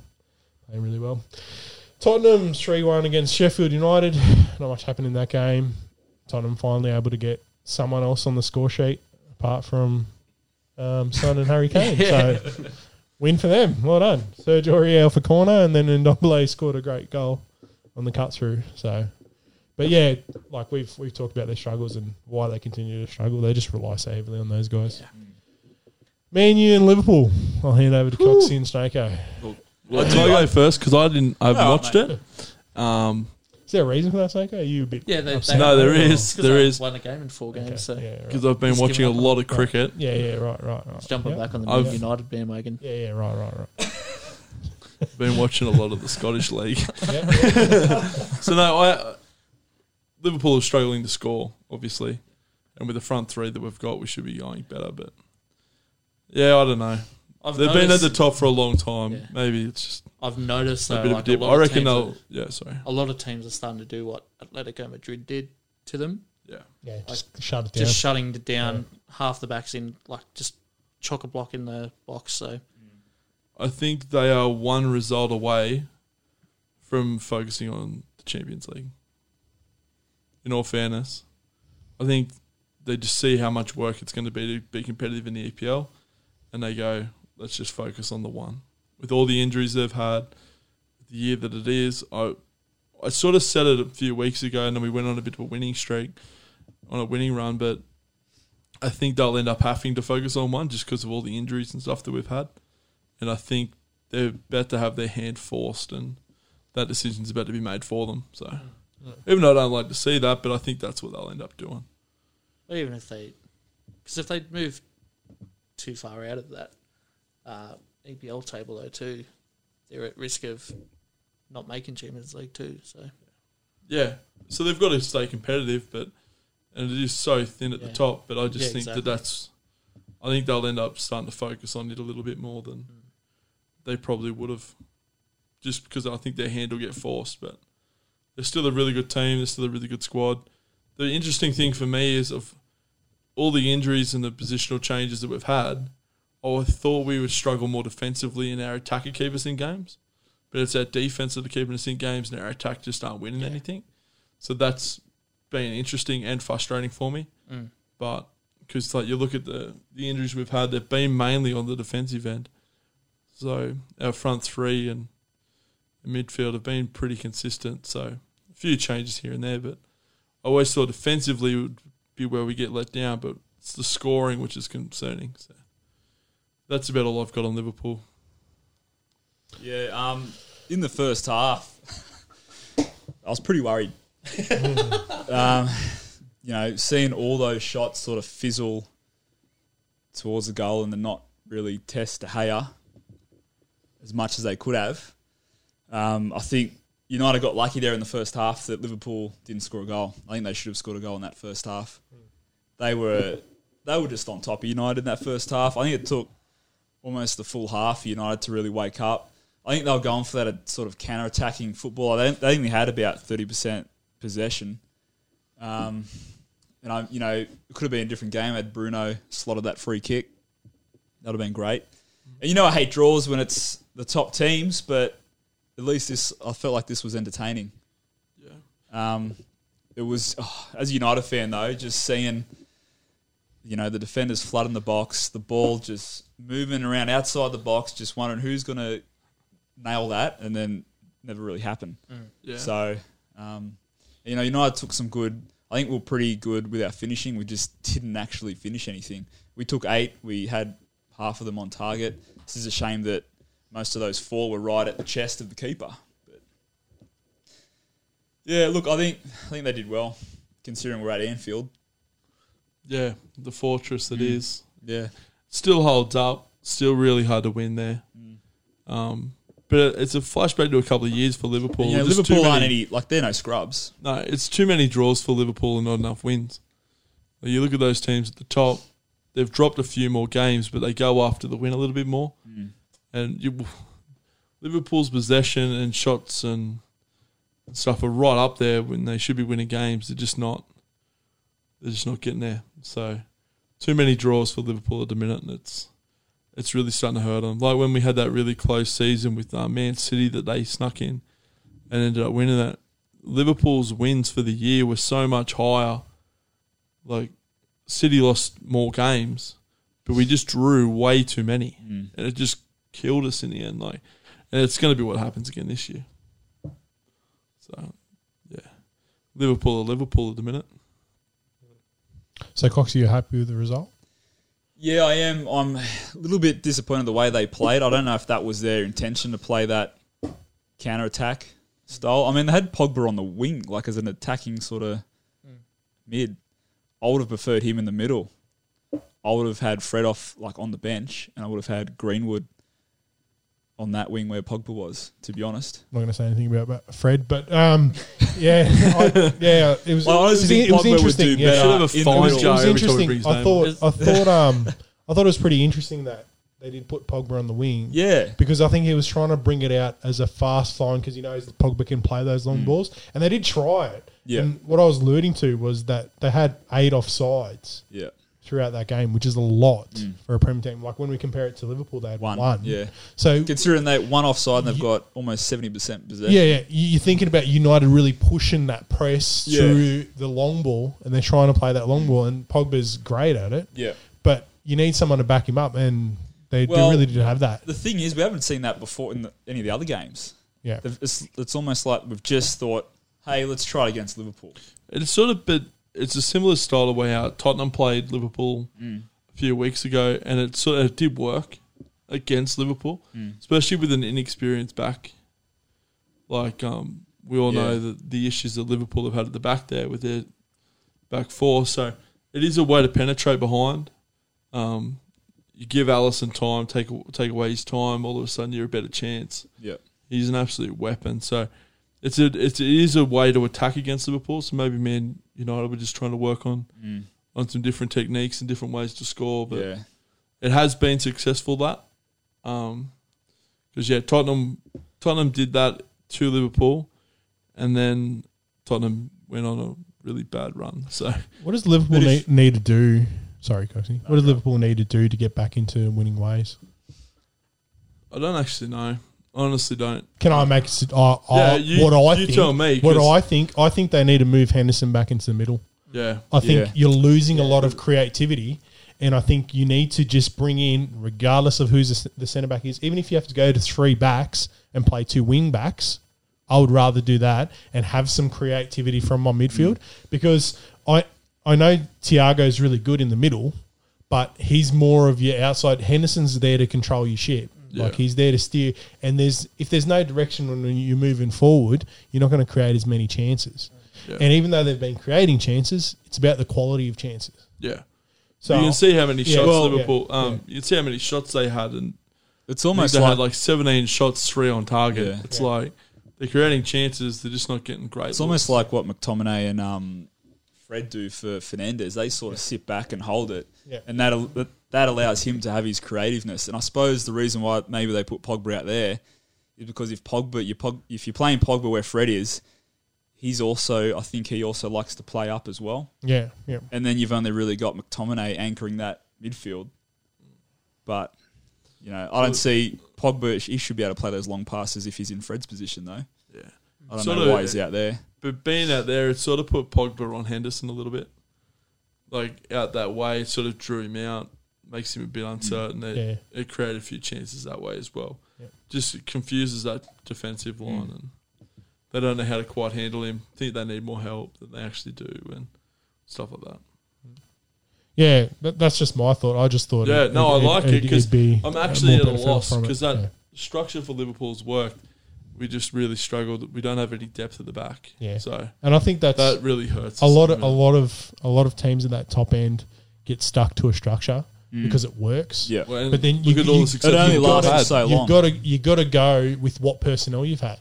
Speaker 4: Playing really well. Tottenham three one against Sheffield United. Not much happened in that game. Tottenham finally able to get someone else on the score sheet apart from um, Son
Speaker 3: [laughs]
Speaker 4: and Harry Kane.
Speaker 3: Yeah.
Speaker 4: So win for them. Well done. Serge Aurier for corner, and then Ndombele scored a great goal on the cut through. So, but yeah, like we've we've talked about their struggles and why they continue to struggle. They just rely so heavily on those guys.
Speaker 3: Yeah.
Speaker 4: Man U and Liverpool. I'll hand over to Coxie and Snako.
Speaker 2: well, can I go first because I didn't. I've
Speaker 3: Oh,
Speaker 1: No,
Speaker 2: watched
Speaker 1: mate.
Speaker 2: it. Um,
Speaker 4: Is there a reason for that, Snako? Are you a bit?
Speaker 3: Yeah, they, they
Speaker 4: upset?
Speaker 2: No, there
Speaker 3: Well,
Speaker 2: is,
Speaker 3: it's 'cause
Speaker 2: there
Speaker 3: they
Speaker 2: is.
Speaker 3: Won a game in four
Speaker 4: Okay,
Speaker 3: games, so
Speaker 4: yeah, right.
Speaker 2: because I've been
Speaker 3: Just
Speaker 2: watching a
Speaker 3: give up.
Speaker 2: lot of cricket.
Speaker 4: yeah, yeah, right, right, right.
Speaker 3: it's jumping
Speaker 4: yeah.
Speaker 3: back on the
Speaker 2: I've-
Speaker 3: United bandwagon.
Speaker 4: Yeah, yeah, right, right,
Speaker 3: [laughs]
Speaker 4: right.
Speaker 2: Been watching a lot of the Scottish league.
Speaker 4: Yeah, yeah.
Speaker 2: so no, I Liverpool are struggling to score, obviously, and with the front three that we've got, we should be going better. But yeah, I don't know.
Speaker 3: I've
Speaker 2: They've been at
Speaker 3: noticed,
Speaker 2: the top for a long time.
Speaker 3: Yeah.
Speaker 2: Maybe it's just
Speaker 3: I've noticed
Speaker 2: a
Speaker 3: though,
Speaker 2: bit
Speaker 3: like
Speaker 2: of a dip.
Speaker 3: a
Speaker 2: I
Speaker 3: lot
Speaker 2: reckon
Speaker 3: of
Speaker 2: they'll.
Speaker 3: teams,
Speaker 2: Yeah, sorry.
Speaker 3: are, a lot of teams are starting to do what Atletico Madrid did to them.
Speaker 2: Yeah,
Speaker 4: yeah just shut it down.
Speaker 3: just shutting it down half the backs in like just chock a block in the box so
Speaker 2: I think they are one result away from focusing on the Champions League. In all fairness, I think they just see how much work it's going to be to be competitive in the EPL, and they go, "Let's just focus on the one." With all the injuries they've had, the year that it is, I, I sort of said it a few weeks ago, and then we went on a bit of a winning streak, on a winning run, but I think they'll end up having to focus on one just because of all the injuries and stuff that we've had and I think they're about to have their hand forced, and that decision's about to be made for them. So,
Speaker 3: Mm.
Speaker 2: even though I don't like to see that, but I think that's what they'll end up doing.
Speaker 3: But even if they, because if they move too far out of that uh, EPL table though too, they're at risk of not making Champions League too. So
Speaker 2: Yeah. So they've got to stay competitive, but and it is so thin at
Speaker 3: Yeah.
Speaker 2: the top. But I just
Speaker 3: Yeah,
Speaker 2: think
Speaker 3: exactly.
Speaker 2: that that's. I think they'll end up starting to focus on it a little bit more than
Speaker 3: Mm.
Speaker 2: they probably would have, just because I think their hand will get forced. But they're still a really good team. They're still a really good squad. The interesting thing for me is of all the injuries and the positional changes that we've had. I thought we would struggle more defensively and our attack would keep us in games, but it's our defense that are keeping us in games and our attack just aren't winning anything. So that's been interesting and frustrating for me. But because like you look at the the injuries we've had, they've been mainly on the defensive end. So our front three and midfield have been pretty consistent. So a few changes here and there, but I always thought defensively would be where we get let down. But it's the scoring which is concerning. So that's about all I've got on Liverpool.
Speaker 1: Yeah, um, in the first half, I was pretty worried. um, you know, seeing all those shots sort of fizzle towards the goal and then not really test De Gea as much as they could have. Um, I think United got lucky there in the first half that Liverpool didn't score a goal. I think they should have scored a goal in that first half. They were they were just on top of United in that first half. I think it took almost the full half for United to really wake up. I think they were going for that sort of counter attacking football. They, they only had about 30% possession. Um, and, I, you know, it could have been a different game had Bruno slotted that free kick. That would have been great. And, you know, I hate draws when it's the top teams, but at least this, I felt like this was entertaining.
Speaker 2: Yeah.
Speaker 1: Um, it was, oh, as a United fan though, just seeing, you know, the defenders flooding the box, the ball just moving around outside the box, just wondering who's going to nail that, and then never really happened.
Speaker 2: Yeah.
Speaker 1: So, um, you know, United took some good. I think we are pretty good with our finishing. We just didn't actually finish anything. We took eight. We had half of them on target. This is a shame that most of those four were right at the chest of the keeper. But yeah, look, I think I think they did well considering we're at Anfield.
Speaker 2: yeah, the fortress
Speaker 1: Mm.
Speaker 2: that is.
Speaker 1: Yeah,
Speaker 2: still holds up. Still really hard to win there.
Speaker 1: Mm.
Speaker 2: Um, but it- it's a flashback to a couple of years for Liverpool.
Speaker 1: you know,
Speaker 2: Just too
Speaker 1: Liverpool aren't
Speaker 2: many-
Speaker 1: any like they're no scrubs.
Speaker 2: No, it's too many draws for Liverpool and not enough wins. Like, You look at those teams at the top; they've dropped a few more games, but they go after the win a little bit more. And you, Liverpool's possession and shots and stuff are right up there when they should be winning games. They're just not. They're just not getting there. So, too many draws for Liverpool at the minute, and it's it's really starting to hurt them. Like when we had that really close season with uh, Man City that they snuck in and ended up winning that. Liverpool's wins for the year were so much higher. Like City lost more games, but we just drew way too many,
Speaker 1: Mm.
Speaker 2: and it just killed us in the end. Like, and it's going to be what happens again this year. So, yeah, Liverpool are Liverpool at the minute.
Speaker 4: So, Cox, are you happy with the result?
Speaker 1: Yeah, I am. I'm a little bit disappointed the way they played. I don't know if that was their intention to play that counter attack style. I mean, they had Pogba on the wing, like as an attacking sort of mid. I would have preferred him in the middle. I would have had Fred off like on the bench, and I would have had Greenwood on that wing where Pogba was. To be honest,
Speaker 4: I'm not going to say anything about that, Fred, but
Speaker 3: [laughs]
Speaker 4: um, yeah, I, yeah, it was.
Speaker 1: Well, I
Speaker 4: it was,
Speaker 1: honestly think
Speaker 4: it was
Speaker 1: Pogba would
Speaker 4: interesting.
Speaker 1: do
Speaker 4: yeah.
Speaker 1: better
Speaker 2: Should have a
Speaker 1: in the
Speaker 2: fine
Speaker 1: middle.
Speaker 4: It was
Speaker 2: Joe every time we
Speaker 4: interesting.
Speaker 2: bring his
Speaker 4: I
Speaker 2: name.
Speaker 4: thought,
Speaker 3: Is- [laughs]
Speaker 4: I thought, um, I thought it was pretty interesting that they did put Pogba on the wing.
Speaker 1: Yeah,
Speaker 4: Because I think he was trying to bring it out as a fast line because he knows that Pogba can play those long balls, and they did try it.
Speaker 1: Mm. Yeah.
Speaker 4: And what I was alluding to was that they had eight offsides
Speaker 1: yeah,
Speaker 4: throughout that game, which is a lot for a Premier team. Like when we compare it to Liverpool, they had
Speaker 1: Mm. One,
Speaker 4: one.
Speaker 1: yeah.
Speaker 4: So
Speaker 1: considering they one offside and they've got almost seventy percent possession.
Speaker 4: yeah, yeah, you- you're thinking about United really pushing that press
Speaker 1: Yeah. Mm.
Speaker 4: through the long ball, and they're trying to play that long ball, and Pogba's great at it.
Speaker 1: yeah.
Speaker 4: But you need someone to back him up, and they,
Speaker 1: Well,
Speaker 4: they really did have that.
Speaker 1: The thing is, we haven't seen that before in the, any of the other games.
Speaker 4: Yeah,
Speaker 1: They've- It's, it's almost like we've just thought, hey, let's try it against Liverpool.
Speaker 2: It's sort of but it's a similar style of way how Tottenham played Liverpool
Speaker 1: Mm.
Speaker 2: a few weeks ago, and it sort of it did work against Liverpool, especially with an inexperienced back. Like um, we all know that the issues that Liverpool have had at the back there with their back four. So it is a way to penetrate behind. Um, you give Allison time, take take away his time. All of a sudden, you're a better chance.
Speaker 1: Yeah.
Speaker 2: He's an absolute weapon. So it's a it's, it is a way to attack against Liverpool. So maybe Man United were just trying to work on
Speaker 1: Mm.
Speaker 2: on some different techniques and different ways to score. But
Speaker 1: Yeah.
Speaker 2: it has been successful that, because yeah, Tottenham Tottenham did that to Liverpool, and then Tottenham went on a really bad run. So
Speaker 4: What does Liverpool
Speaker 2: It is-
Speaker 4: need, need to do? Sorry, Coxie.
Speaker 1: No,
Speaker 4: What does
Speaker 1: go.
Speaker 4: Liverpool need to do to get back into winning ways?
Speaker 2: I don't actually know. Honestly, don't.
Speaker 4: Can I make a s- I-
Speaker 2: yeah,
Speaker 4: I-
Speaker 2: you,
Speaker 4: what I
Speaker 2: you
Speaker 4: think?
Speaker 2: tell me.
Speaker 4: what
Speaker 2: 'cause-
Speaker 4: I think? I think they need to move Henderson back into the middle.
Speaker 2: yeah.
Speaker 4: I think
Speaker 1: Yeah.
Speaker 4: you're losing a lot of creativity, and I think you need to just bring in, regardless of who's the s- the centre back is, even if you have to go to three backs and play two wing backs. I would rather do that and have some creativity from my
Speaker 2: Mm.
Speaker 4: midfield because I I know Tiago's really good in the middle, but he's more of your outside. Henderson's there to control your ship. Like
Speaker 2: Yeah.
Speaker 4: he's there to steer. And there's if there's no direction when you're moving forward, you're not going to create as many chances.
Speaker 2: Yeah.
Speaker 4: And even though they've been creating chances, it's about the quality of chances.
Speaker 2: Yeah.
Speaker 4: So
Speaker 2: you can see how many
Speaker 4: Yeah,
Speaker 2: shots
Speaker 4: well,
Speaker 2: Liverpool. Um, you can see how many shots they had, and
Speaker 1: It's
Speaker 2: I think
Speaker 1: almost
Speaker 2: they
Speaker 1: like,
Speaker 2: had like seventeen shots, three on target.
Speaker 1: Yeah.
Speaker 2: It's like they're creating chances. They're just not getting great.
Speaker 1: it's almost like what McTominay and um, Fred do for Fernandez. They sort of sit back and hold it,
Speaker 4: Yeah.
Speaker 1: and that al- that- that allows him to have his creativeness. And I suppose the reason why maybe they put Pogba out there is because if Pogba, you Pog, if you're playing Pogba where Fred is, he's also I think he also likes to play up as well.
Speaker 4: yeah, yeah.
Speaker 1: And then you've only really got McTominay anchoring that midfield. But you know, I don't see Pogba. He should be able to play those long passes if he's in Fred's position, though.
Speaker 2: Yeah.
Speaker 1: I don't
Speaker 2: Sort
Speaker 1: know
Speaker 2: of-
Speaker 1: why he's out there.
Speaker 2: But being out there, it sort of put Pogba on Henderson a little bit. Like out that way, it sort of drew him out, makes him a bit uncertain. It, it created a few chances that way as well.
Speaker 4: Yep.
Speaker 2: Just confuses that defensive
Speaker 4: Mm.
Speaker 2: line, and they don't know how to quite handle him. Think they need more help than they actually do, and stuff like that.
Speaker 4: Yeah, that, that's just my thought. I just thought.
Speaker 2: Yeah, no, I like it 'cause
Speaker 4: be
Speaker 2: I'm
Speaker 4: a
Speaker 2: actually
Speaker 4: more
Speaker 2: at a
Speaker 4: better
Speaker 2: loss
Speaker 4: from it.
Speaker 2: because that
Speaker 4: Yeah.
Speaker 2: structure for Liverpool's worked. We just really struggled. We don't have any depth at the back,
Speaker 4: Yeah.
Speaker 2: so
Speaker 4: and I think that's
Speaker 2: that really hurts.
Speaker 4: a
Speaker 2: us
Speaker 4: lot
Speaker 2: at
Speaker 4: of
Speaker 2: the
Speaker 4: a
Speaker 2: minute.
Speaker 4: lot of a lot of teams at that top end get stuck to a structure
Speaker 2: Mm.
Speaker 4: because it works.
Speaker 1: Yeah,
Speaker 2: Well, and
Speaker 4: but then
Speaker 2: look
Speaker 4: you-
Speaker 2: at all
Speaker 4: you-
Speaker 2: the
Speaker 4: It
Speaker 2: success
Speaker 1: only
Speaker 2: we've
Speaker 1: lasts
Speaker 2: had.
Speaker 1: so long. Hmm.
Speaker 4: You've got to you got to go with what personnel you've had.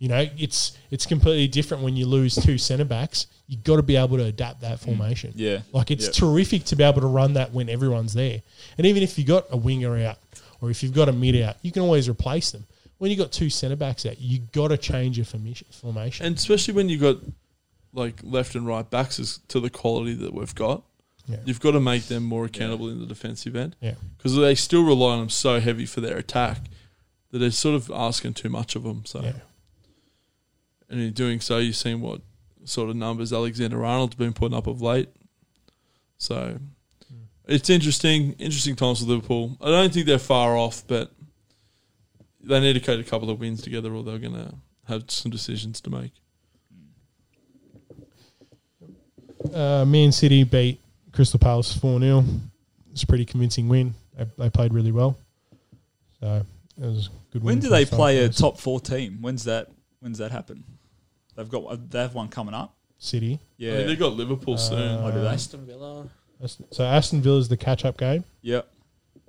Speaker 4: You know, it's it's completely different when you lose two centre backs. You've got to be able to adapt that formation.
Speaker 1: Hmm. Yeah.
Speaker 4: like it's
Speaker 1: Yeah.
Speaker 4: terrific to be able to run that when everyone's there. And even if you got a winger out or if you've got a mid out, you can always replace them. When you got two centre backs out, you got to change your formation. formation.
Speaker 2: And especially when you got like left and right backs is to the quality that we've got,
Speaker 4: Yeah.
Speaker 2: you've got to make them more accountable in the defensive end
Speaker 4: yeah,
Speaker 2: because they still rely on them so heavy for their attack that they're sort of asking too much of them. So,
Speaker 4: yeah,
Speaker 2: and in doing so, you've seen what sort of numbers Alexander Arnold's been putting up of late. So,
Speaker 4: Mm.
Speaker 2: it's interesting, interesting times with Liverpool. I don't think they're far off, but they need to coat a couple of wins together, or they're going to have some decisions to make.
Speaker 4: Uh, Man City beat Crystal Palace four 0 It's a pretty convincing win. They, they played really well. So it was a good.
Speaker 1: When
Speaker 4: win
Speaker 1: do
Speaker 4: for
Speaker 1: they
Speaker 4: South
Speaker 1: play a
Speaker 4: Coast.
Speaker 1: top four team? When's that? When's that happen? They've got uh, they have one coming up.
Speaker 4: City?
Speaker 2: I mean,
Speaker 1: Yeah,
Speaker 2: they got Liverpool
Speaker 4: Uh,
Speaker 2: soon.
Speaker 1: Oh, do they?
Speaker 3: Aston Villa.
Speaker 4: Aston- So Aston Villa's the catch up game.
Speaker 1: yeah,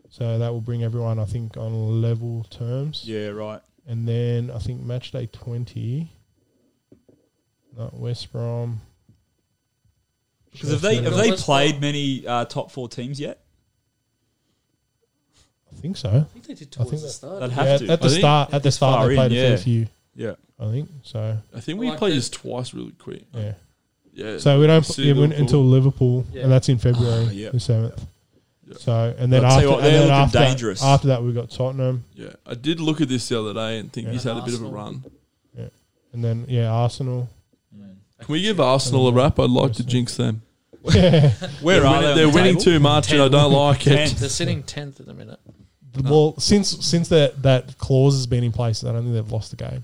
Speaker 4: So that will bring everyone, I think, on level terms.
Speaker 1: yeah. Right.
Speaker 4: And then I think match day 20. Not West Brom.
Speaker 1: Because have they have
Speaker 3: No,
Speaker 1: they
Speaker 3: West
Speaker 1: played
Speaker 3: Brom.
Speaker 1: many uh, top four teams yet?
Speaker 4: I think so.
Speaker 3: I think they did
Speaker 4: I think
Speaker 3: towards the
Speaker 4: that-
Speaker 3: start.
Speaker 1: That'd have
Speaker 3: didn't
Speaker 4: yeah,
Speaker 1: to.
Speaker 4: at the
Speaker 2: I think
Speaker 4: start, at the start,
Speaker 1: far
Speaker 4: they played
Speaker 1: in,
Speaker 4: a fair
Speaker 1: yeah.
Speaker 4: few.
Speaker 1: Yeah,
Speaker 4: I think so.
Speaker 2: I think we
Speaker 3: Like
Speaker 2: played
Speaker 3: the-
Speaker 2: this twice really quick.
Speaker 4: Yeah.
Speaker 2: Yeah.
Speaker 4: So we don't
Speaker 2: City,
Speaker 4: yeah, we went
Speaker 2: Liverpool.
Speaker 4: until Liverpool,
Speaker 3: Yeah.
Speaker 4: and that's in February
Speaker 1: Ah, yeah.
Speaker 4: the seventh.
Speaker 2: Yeah.
Speaker 4: So and then
Speaker 1: I'll tell
Speaker 4: after
Speaker 1: you what,
Speaker 4: and
Speaker 1: they're
Speaker 4: then
Speaker 1: looking
Speaker 4: after,
Speaker 1: dangerous.
Speaker 4: after that we got Tottenham,
Speaker 2: yeah. I did look at this the other day and think
Speaker 4: Yeah.
Speaker 2: he's had a bit of a
Speaker 3: Arsenal.
Speaker 2: run.
Speaker 4: and then yeah Arsenal.
Speaker 2: Can we give Arsenal a wrap? I'd like to
Speaker 4: Yes,
Speaker 2: jinx them.
Speaker 4: yeah,
Speaker 1: where
Speaker 2: they're
Speaker 1: are
Speaker 2: winning,
Speaker 1: they?
Speaker 2: they're
Speaker 1: on the
Speaker 2: winning
Speaker 1: table?
Speaker 2: too much, and I don't like
Speaker 1: Ten.
Speaker 2: it.
Speaker 3: They're sitting tenth at the minute.
Speaker 4: well since since that that clause has been in place, I don't think they've lost the game.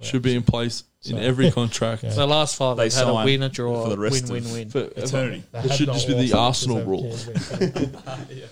Speaker 2: Should be in place in
Speaker 4: So-
Speaker 2: every contract.
Speaker 4: Yeah.
Speaker 3: So last five,
Speaker 1: They
Speaker 3: they've had a
Speaker 1: sign
Speaker 3: win, a draw,
Speaker 1: for the rest
Speaker 3: win,
Speaker 1: of-
Speaker 3: win, win.
Speaker 2: For-
Speaker 1: Eternity.
Speaker 4: They
Speaker 2: It
Speaker 4: have
Speaker 2: should
Speaker 4: not
Speaker 2: just be
Speaker 4: lost
Speaker 2: the Arsenal
Speaker 4: because they've
Speaker 2: rule.
Speaker 4: cared.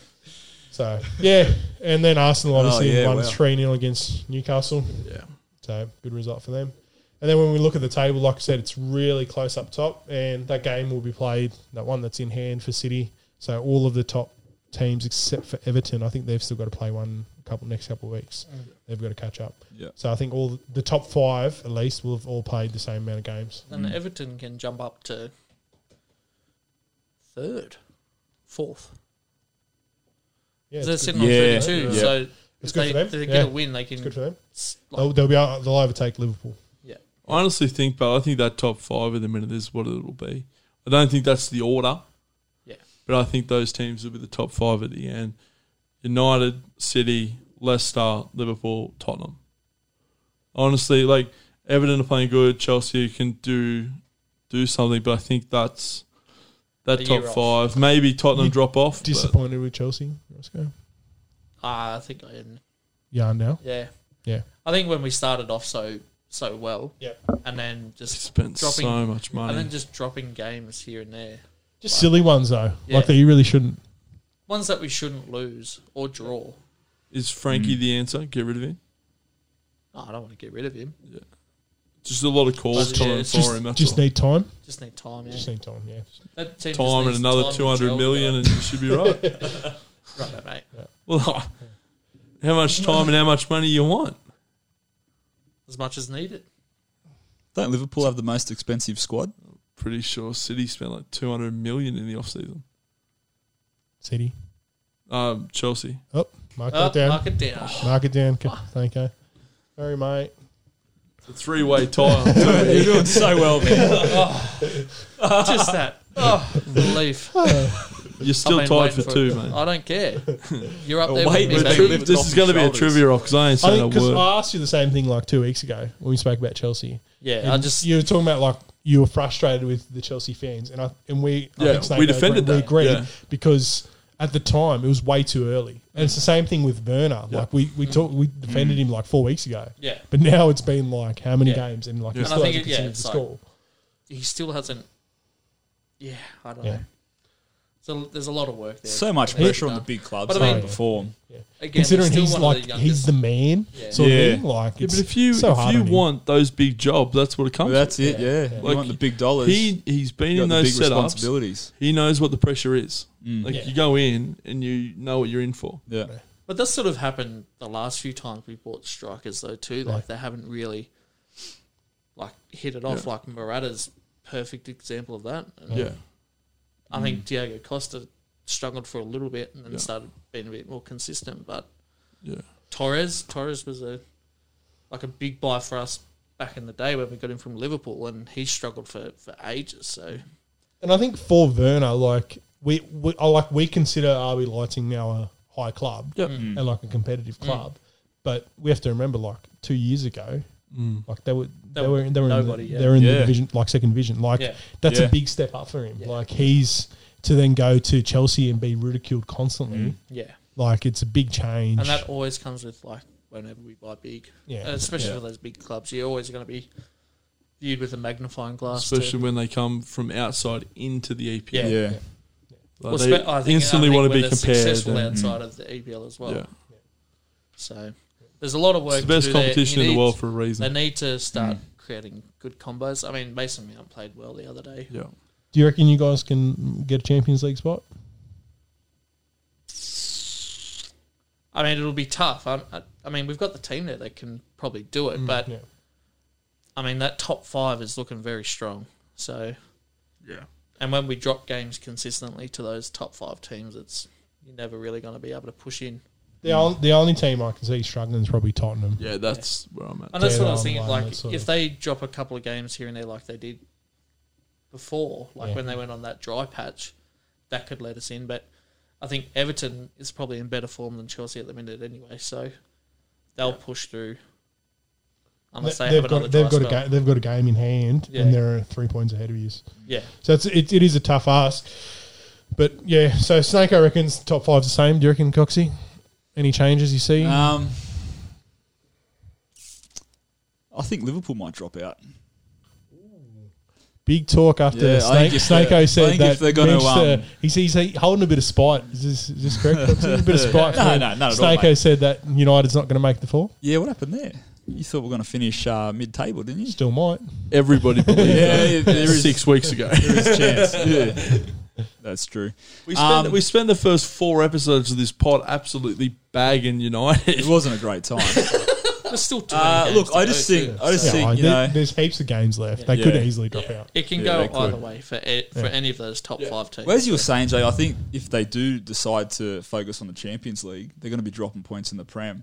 Speaker 4: So yeah, and then Arsenal
Speaker 1: Oh,
Speaker 4: obviously
Speaker 1: yeah,
Speaker 4: won
Speaker 1: wow.
Speaker 4: three 0 against Newcastle.
Speaker 2: Yeah.
Speaker 4: So good result for them. And then when we look at the table, like I said, it's really close up top, and that game will be played. That one that's in hand for City. So all of the top teams except for Everton, I think they've still got to play one couple next couple of weeks. They've got to catch up.
Speaker 2: Yeah.
Speaker 4: So I think all the top five at least will have all played the same amount of games.
Speaker 3: And Everton can jump up to third, fourth.
Speaker 4: Yeah,
Speaker 3: 'Cause
Speaker 4: it's
Speaker 3: they're
Speaker 4: good.
Speaker 3: sitting
Speaker 1: Yeah,
Speaker 3: on 32,
Speaker 1: yeah.
Speaker 3: so
Speaker 4: It's
Speaker 3: if
Speaker 4: good
Speaker 3: they,
Speaker 4: for them.
Speaker 3: if they
Speaker 4: Yeah.
Speaker 3: get a win, they
Speaker 4: It's
Speaker 3: can.
Speaker 4: good for them. Oh.
Speaker 3: s- like-
Speaker 4: They'll, they'll be they'll overtake Liverpool.
Speaker 3: yeah.
Speaker 2: I honestly think, but I think that top five at the minute is what it'll be. I don't think that's the order.
Speaker 3: Yeah.
Speaker 2: But I think those teams will be the top five at the end. United, City, Leicester, Liverpool, Tottenham. Honestly, like Everton are playing good, Chelsea can do do something, but I think that's that
Speaker 3: A
Speaker 2: top
Speaker 3: year off.
Speaker 2: five. Maybe Tottenham
Speaker 4: You
Speaker 2: drop off. but-
Speaker 4: Disappointed with Chelsea. Let's go.
Speaker 3: Ah, I think I am.
Speaker 4: Yarn now.
Speaker 3: Yeah.
Speaker 4: Yeah.
Speaker 3: I think when we started off so so well,
Speaker 4: Yeah.
Speaker 3: and then
Speaker 2: He
Speaker 3: just
Speaker 2: spent
Speaker 3: dropping-
Speaker 2: so much
Speaker 3: and then
Speaker 2: money.
Speaker 3: just dropping games here and there,
Speaker 4: Just silly ones though.
Speaker 3: Yeah.
Speaker 4: Like that you really shouldn't.
Speaker 3: ones that we shouldn't lose or draw.
Speaker 2: Is
Speaker 4: Mm.
Speaker 2: Frankie the answer? Get rid of him.
Speaker 3: No, I don't want to get rid of him.
Speaker 2: Just a lot of calls
Speaker 3: Just-
Speaker 2: coming
Speaker 3: just-
Speaker 2: for him. That's
Speaker 4: Just
Speaker 2: all.
Speaker 4: need time.
Speaker 3: Just need time. Yeah.
Speaker 4: Just need time. Yeah.
Speaker 3: That team just
Speaker 2: time and
Speaker 3: needs
Speaker 2: another
Speaker 3: time to
Speaker 2: two hundred
Speaker 3: gel
Speaker 2: million, and you should be right.
Speaker 3: together. Right, mate.
Speaker 2: Well, how much time and how much money you want?
Speaker 3: As much as needed.
Speaker 1: Don't Liverpool have the most expensive squad?
Speaker 2: Pretty sure City spent like 200 million in the offseason.
Speaker 4: City.
Speaker 2: Um, Chelsea.
Speaker 4: Oh, mark
Speaker 3: Up,
Speaker 4: that down.
Speaker 3: Mark it down.
Speaker 4: Mark
Speaker 3: [laughs]
Speaker 4: it down. Ca- Thank you. Sorry, mate.
Speaker 2: It's a three way tie.
Speaker 1: You're doing so well, man.
Speaker 2: [laughs]
Speaker 3: Just that. Oh, relief.
Speaker 2: You're
Speaker 3: I've
Speaker 2: still
Speaker 3: been
Speaker 2: tied
Speaker 3: waiting
Speaker 2: for
Speaker 3: it.
Speaker 2: two, mate.
Speaker 3: I
Speaker 2: [laughs]
Speaker 3: don't care. You're up
Speaker 1: Oh,
Speaker 3: there
Speaker 1: wait,
Speaker 3: with me,
Speaker 1: but Trivia
Speaker 2: But
Speaker 3: baby.
Speaker 2: tri-
Speaker 1: with
Speaker 2: this is going to be a
Speaker 1: shoulders.
Speaker 2: trivia rock because I ain't
Speaker 4: I
Speaker 2: saying
Speaker 4: think
Speaker 2: a
Speaker 4: because
Speaker 2: word.
Speaker 4: I asked you the same thing like two weeks ago when we spoke about Chelsea.
Speaker 3: Yeah,
Speaker 4: And
Speaker 3: I just
Speaker 4: you were talking about like you were frustrated with the Chelsea fans, and I and we I
Speaker 2: Yeah,
Speaker 4: think Snake
Speaker 2: we
Speaker 4: knows
Speaker 2: defended
Speaker 4: when
Speaker 2: that,
Speaker 4: We agreed
Speaker 2: yeah.
Speaker 4: because at the time it was way too early, and it's the same thing with Werner.
Speaker 2: Yeah.
Speaker 4: Like we
Speaker 3: Mm.
Speaker 4: we talked, we defended him like four weeks ago.
Speaker 3: Yeah.
Speaker 4: but now it's been like how many
Speaker 3: Yeah.
Speaker 4: games, and like
Speaker 2: Yeah.
Speaker 4: he
Speaker 2: And
Speaker 3: I
Speaker 4: still
Speaker 3: think
Speaker 4: hasn't
Speaker 3: it- yeah,
Speaker 4: considered the
Speaker 3: it's like-
Speaker 4: score.
Speaker 3: he still hasn't. Yeah, I don't
Speaker 4: Yeah.
Speaker 3: know. So there's a lot of work there.
Speaker 1: So much
Speaker 3: Needs to be
Speaker 1: pressure on the
Speaker 3: done.
Speaker 1: big clubs
Speaker 3: But
Speaker 1: to
Speaker 3: I mean-
Speaker 1: perform.
Speaker 3: Again,
Speaker 4: Considering
Speaker 3: still
Speaker 4: he's
Speaker 3: one of
Speaker 4: like
Speaker 3: the
Speaker 4: he's the
Speaker 3: youngest.
Speaker 4: man,
Speaker 3: Yeah.
Speaker 4: sort
Speaker 1: Yeah.
Speaker 4: of thing. Like,
Speaker 2: Yeah,
Speaker 4: it's
Speaker 2: but if you
Speaker 4: so
Speaker 2: if
Speaker 4: hard
Speaker 2: you
Speaker 4: on him.
Speaker 2: want those big jobs, that's what it comes.
Speaker 1: That's it,
Speaker 4: Yeah.
Speaker 1: yeah.
Speaker 4: Yeah.
Speaker 1: You
Speaker 2: Like,
Speaker 1: want the big
Speaker 2: to.
Speaker 1: dollars.
Speaker 2: He he's been
Speaker 1: you
Speaker 2: in
Speaker 1: got the
Speaker 2: those
Speaker 1: big
Speaker 2: setups.
Speaker 1: responsibilities.
Speaker 2: He knows what the pressure is. Like
Speaker 4: Yeah.
Speaker 2: you go in and you know what you're in for.
Speaker 1: Yeah.
Speaker 3: But that's sort of happened the last few times we bought strikers, though, too. Like, they haven't really, like, hit it off.
Speaker 2: Yeah.
Speaker 3: Like, Murata's perfect example of that. And
Speaker 2: Yeah.
Speaker 3: I think Diego Costa struggled for a little bit and then
Speaker 2: Mm. Yeah.
Speaker 3: started being a bit more consistent. But
Speaker 2: Yeah.
Speaker 3: Torres, Torres was a like a big buy for us back in the day when we got him from Liverpool, and he struggled for, for ages. So
Speaker 4: And I think for Werner, like we, we I like we consider RB Lighting now a high club
Speaker 2: Yep.
Speaker 4: and like a competitive
Speaker 3: Mm.
Speaker 4: club, but we have to remember like two years ago, like they were they,
Speaker 3: They
Speaker 4: were they were
Speaker 3: nobody,
Speaker 4: in the,
Speaker 3: yeah.
Speaker 4: they were in the
Speaker 1: Mm. Yeah.
Speaker 4: division like second division. Like
Speaker 3: Yeah.
Speaker 4: that's
Speaker 1: Yeah.
Speaker 4: a big step up for him.
Speaker 3: Yeah.
Speaker 4: Like he's to then go to Chelsea and be ridiculed constantly.
Speaker 1: Mm.
Speaker 3: yeah,
Speaker 4: Like it's a big change.
Speaker 3: and that always comes with like whenever we buy big,
Speaker 4: Yeah.
Speaker 3: and especially
Speaker 1: Yeah.
Speaker 3: for those big clubs, you're always going to be viewed with a magnifying glass. to-
Speaker 2: Especially when they come from outside into the E
Speaker 1: Yeah.
Speaker 2: EPL.
Speaker 3: Yeah.
Speaker 2: Like,
Speaker 3: Well,
Speaker 2: they
Speaker 3: spe- I think- I
Speaker 2: instantly
Speaker 3: think
Speaker 2: want to
Speaker 3: we're
Speaker 2: be
Speaker 3: the
Speaker 2: compared.
Speaker 3: Successful
Speaker 2: and-
Speaker 3: outside of the EPL as well.
Speaker 2: yeah.
Speaker 3: So there's a lot of work.
Speaker 2: It's the best
Speaker 3: to do there.
Speaker 2: competition
Speaker 3: You
Speaker 2: in the
Speaker 3: need-
Speaker 2: world Mm. for a
Speaker 3: They
Speaker 2: reason.
Speaker 3: need to start creating good combos. I mean, Mason Mount played well the other day.
Speaker 2: Yeah.
Speaker 4: Do you reckon you guys can get a Champions League spot?
Speaker 3: I mean, it'll be tough. I, I, I mean, we've got the team there that can probably do
Speaker 2: Mm,
Speaker 3: it, but
Speaker 4: Yeah.
Speaker 3: I mean, that top five is looking very strong. So,
Speaker 2: Yeah.
Speaker 3: and when we drop games consistently to those top five teams, it's you're never really going to be able to push in.
Speaker 4: The, ol- the only team I can see struggling is probably Tottenham.
Speaker 2: Yeah, that's where I'm at.
Speaker 3: And that's
Speaker 4: Yeah,
Speaker 3: what I was
Speaker 4: that
Speaker 3: thinking.
Speaker 4: online,
Speaker 3: Like,
Speaker 4: that sort
Speaker 3: if
Speaker 4: of-
Speaker 3: they drop a couple of games here and there, like they did before, like
Speaker 4: Yeah.
Speaker 3: when they went on that dry patch, that could let us in. But I think Everton is probably in better form than Chelsea at the minute, anyway. So they'll push through. Unless they, have
Speaker 4: They- they've
Speaker 3: another
Speaker 4: got they've
Speaker 3: dry
Speaker 4: got a
Speaker 3: spell.
Speaker 4: ga- they've got a game in hand,
Speaker 3: Yeah.
Speaker 4: and they're three points ahead of you.
Speaker 3: Yeah,
Speaker 4: So it's it, it is a tough ask, but yeah. So Snake, I reckons top five's the same. Do you reckon, Coxie? Any changes you see?
Speaker 1: Um, I think Liverpool might drop out.
Speaker 4: Big talk after
Speaker 1: Yeah, I
Speaker 4: Snake.
Speaker 1: think if they're- I
Speaker 4: Snakeo
Speaker 1: think
Speaker 4: said
Speaker 1: if
Speaker 4: that uh,
Speaker 1: they're gonna,
Speaker 4: Manchester-
Speaker 1: um,
Speaker 4: he's, he's holding a bit of spite. Is this,
Speaker 1: [laughs]
Speaker 4: is this correct? Coxie? a bit of spite.
Speaker 1: No,
Speaker 4: for-
Speaker 1: no, not at all,
Speaker 4: Snakeo
Speaker 1: mate.
Speaker 4: said that United's not going to make the fall.
Speaker 1: Yeah, what happened there? You thought we were going to finish uh, mid-table, didn't you?
Speaker 4: Still might.
Speaker 2: Everybody [laughs] believed
Speaker 1: Yeah, there
Speaker 2: that
Speaker 1: is
Speaker 2: six weeks ago.
Speaker 1: there is chance. [laughs] Yeah, that's true.
Speaker 2: [laughs] We spent
Speaker 1: Um,
Speaker 2: we spent the first four episodes of this pod absolutely bagging United.
Speaker 1: It wasn't a great
Speaker 2: [laughs]
Speaker 1: time.
Speaker 3: There's still too many
Speaker 1: Uh,
Speaker 3: games
Speaker 1: look,
Speaker 3: to
Speaker 1: I
Speaker 3: go
Speaker 1: just
Speaker 3: through,
Speaker 1: think, I just
Speaker 4: Yeah,
Speaker 1: think,
Speaker 4: like,
Speaker 1: you
Speaker 4: there-
Speaker 1: know,
Speaker 4: there's heaps of games left. They could
Speaker 1: Yeah.
Speaker 4: easily drop out.
Speaker 3: It can
Speaker 2: Yeah,
Speaker 3: go
Speaker 2: they could.
Speaker 3: either way for e- for
Speaker 4: Yeah.
Speaker 3: any of those top
Speaker 2: Yeah.
Speaker 3: five teams.
Speaker 1: Whereas you were saying, Jay, I think if they do decide to focus on the Champions League, they're going to be dropping points in the Prem.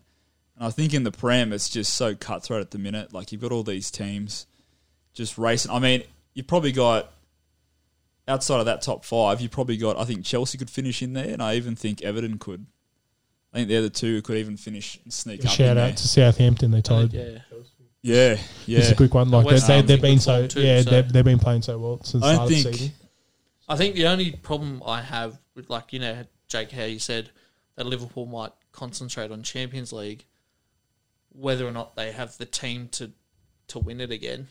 Speaker 1: And I think in the Prem, it's just so cutthroat at the minute. Like, you've got all these teams just racing. I mean, you've probably got, outside of that top five, you've probably got, I think Chelsea could finish in there, and I even think Everton could. I think they're the two who could even finish and sneak up. in
Speaker 4: Shout
Speaker 1: there.
Speaker 4: out to Southampton. They tied.
Speaker 3: yeah,
Speaker 1: Yeah,
Speaker 4: It's a
Speaker 1: yeah.
Speaker 4: quick one. Like
Speaker 3: West
Speaker 4: they,
Speaker 3: Ham
Speaker 4: they, they've
Speaker 3: did
Speaker 4: been
Speaker 3: good
Speaker 4: so
Speaker 3: form too,
Speaker 4: yeah
Speaker 3: so-
Speaker 4: they've, they've been playing so well since
Speaker 1: I
Speaker 4: the
Speaker 1: don't
Speaker 4: start of the
Speaker 1: think.
Speaker 4: season.
Speaker 3: I think the only problem I have with like you know Jake how you said that Liverpool might concentrate on Champions League, whether or not they have the team to to win it again.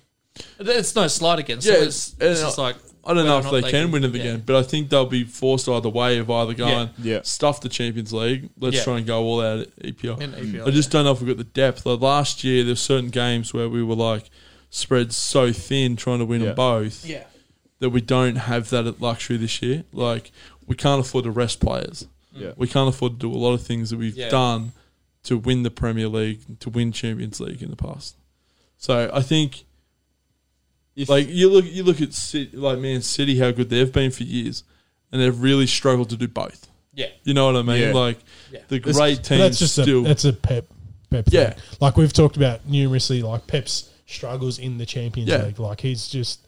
Speaker 3: It's no slight against.
Speaker 2: Yeah,
Speaker 3: Yeah, it's,
Speaker 2: and
Speaker 3: it's just
Speaker 2: I-
Speaker 3: like
Speaker 2: I don't know
Speaker 3: whether
Speaker 2: if
Speaker 3: or
Speaker 2: they,
Speaker 3: not they
Speaker 2: can
Speaker 3: can-
Speaker 2: win it
Speaker 3: yeah.
Speaker 2: again, but I think they'll be forced either way of either going
Speaker 1: Yeah.
Speaker 2: stuff the Champions League. Let's
Speaker 3: Yeah.
Speaker 2: try and go all out E at EPL.
Speaker 3: in
Speaker 4: Mm.
Speaker 3: EPL,
Speaker 2: I just don't know if we've got the depth. Like last year, there's certain games where we were like spread so thin trying to win
Speaker 1: Yeah.
Speaker 2: them both
Speaker 3: yeah.
Speaker 2: that we don't have that luxury this year. Like we can't afford to rest players.
Speaker 1: Yeah.
Speaker 2: We can't afford to do a lot of things that we've
Speaker 3: Yeah.
Speaker 2: done to win the Premier League, to win Champions League in the past. So I think
Speaker 1: If-
Speaker 2: like you look you look at City, like Man City how good they've been for years and they've really struggled to do both.
Speaker 3: yeah.
Speaker 2: You know what I mean?
Speaker 1: Yeah.
Speaker 2: Like
Speaker 3: Yeah.
Speaker 2: the
Speaker 1: That's-
Speaker 2: great
Speaker 4: But
Speaker 2: teams
Speaker 4: that's just
Speaker 2: still
Speaker 4: a that's a Pep Pep
Speaker 2: Yeah.
Speaker 4: thing. Like we've talked about numerously, like Pep's struggles in the Champions
Speaker 2: Yeah.
Speaker 4: League. Like he's just,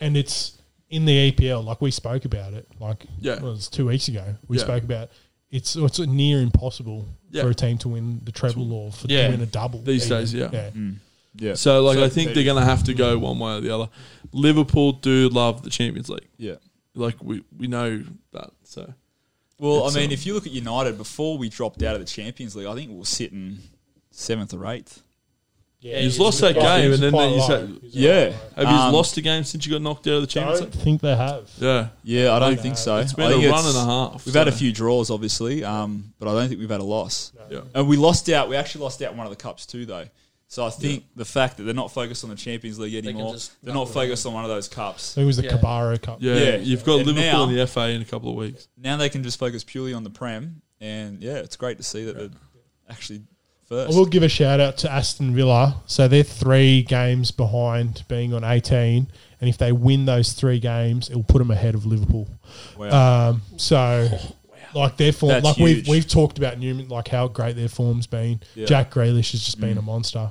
Speaker 4: and it's in the EPL. Like we spoke about it. Like
Speaker 2: Yeah.
Speaker 4: well, it was two weeks ago. We
Speaker 2: Yeah.
Speaker 4: spoke about it's it's near impossible
Speaker 2: Yeah.
Speaker 4: for a team to win the treble or for
Speaker 3: Yeah.
Speaker 4: to win a double
Speaker 2: These days, yeah.
Speaker 4: Mm.
Speaker 1: yeah,
Speaker 2: So like
Speaker 1: So
Speaker 2: I think they're gonna have to go one way or the other. Liverpool do love the Champions League.
Speaker 1: yeah.
Speaker 2: Like we, we know that. So
Speaker 1: Well,
Speaker 2: It's,
Speaker 1: I mean,
Speaker 2: um,
Speaker 1: if you look at United, before we dropped out of the Champions League, I think we were sitting seventh or eighth.
Speaker 4: Yeah,
Speaker 3: He's
Speaker 2: he's lost that game, and then
Speaker 4: quite
Speaker 2: you
Speaker 4: low.
Speaker 2: say,
Speaker 4: He's
Speaker 1: Yeah.
Speaker 4: quite low.
Speaker 2: have you
Speaker 1: Um,
Speaker 2: lost a game since you got knocked out of the Champions
Speaker 4: Don't
Speaker 2: League?
Speaker 4: think they have.
Speaker 2: Yeah,
Speaker 1: Yeah, I don't
Speaker 4: No.
Speaker 1: think so.
Speaker 2: it's
Speaker 1: I
Speaker 2: been
Speaker 1: think
Speaker 2: a run
Speaker 1: it's-
Speaker 2: and a half.
Speaker 1: We've had a
Speaker 2: so-
Speaker 1: few draws, obviously, um, but I don't think we've had a loss.
Speaker 2: Yeah.
Speaker 1: And we lost out. We actually lost out in one of the cups too, though. So I think the fact that they're not focused on the Champions League
Speaker 3: can
Speaker 1: anymore,
Speaker 3: just
Speaker 1: they are not
Speaker 3: knuckle down.
Speaker 1: focused on one of those cups.
Speaker 4: I think it was the
Speaker 3: Yeah.
Speaker 4: Cabaro Cup.
Speaker 2: Yeah,
Speaker 1: Yeah.
Speaker 2: you've got
Speaker 1: And
Speaker 2: Liverpool
Speaker 1: now-
Speaker 2: in the FA in a couple of weeks.
Speaker 1: Now they can just focus purely on the Prem, and yeah, it's great to see that they're actually
Speaker 4: I
Speaker 1: first.
Speaker 4: will give a shout out to Aston Villa. So they're three games behind being on 18. And if they win those three games, it'll put them ahead of Liverpool.
Speaker 1: Wow.
Speaker 2: uh,
Speaker 4: Um, so, like their form,
Speaker 1: Oh, That's
Speaker 4: like
Speaker 1: huge.
Speaker 4: we've we've talked about Newman, like how great their form's been.
Speaker 1: Yeah. Mm.
Speaker 4: Jack Grealish has just been a monster.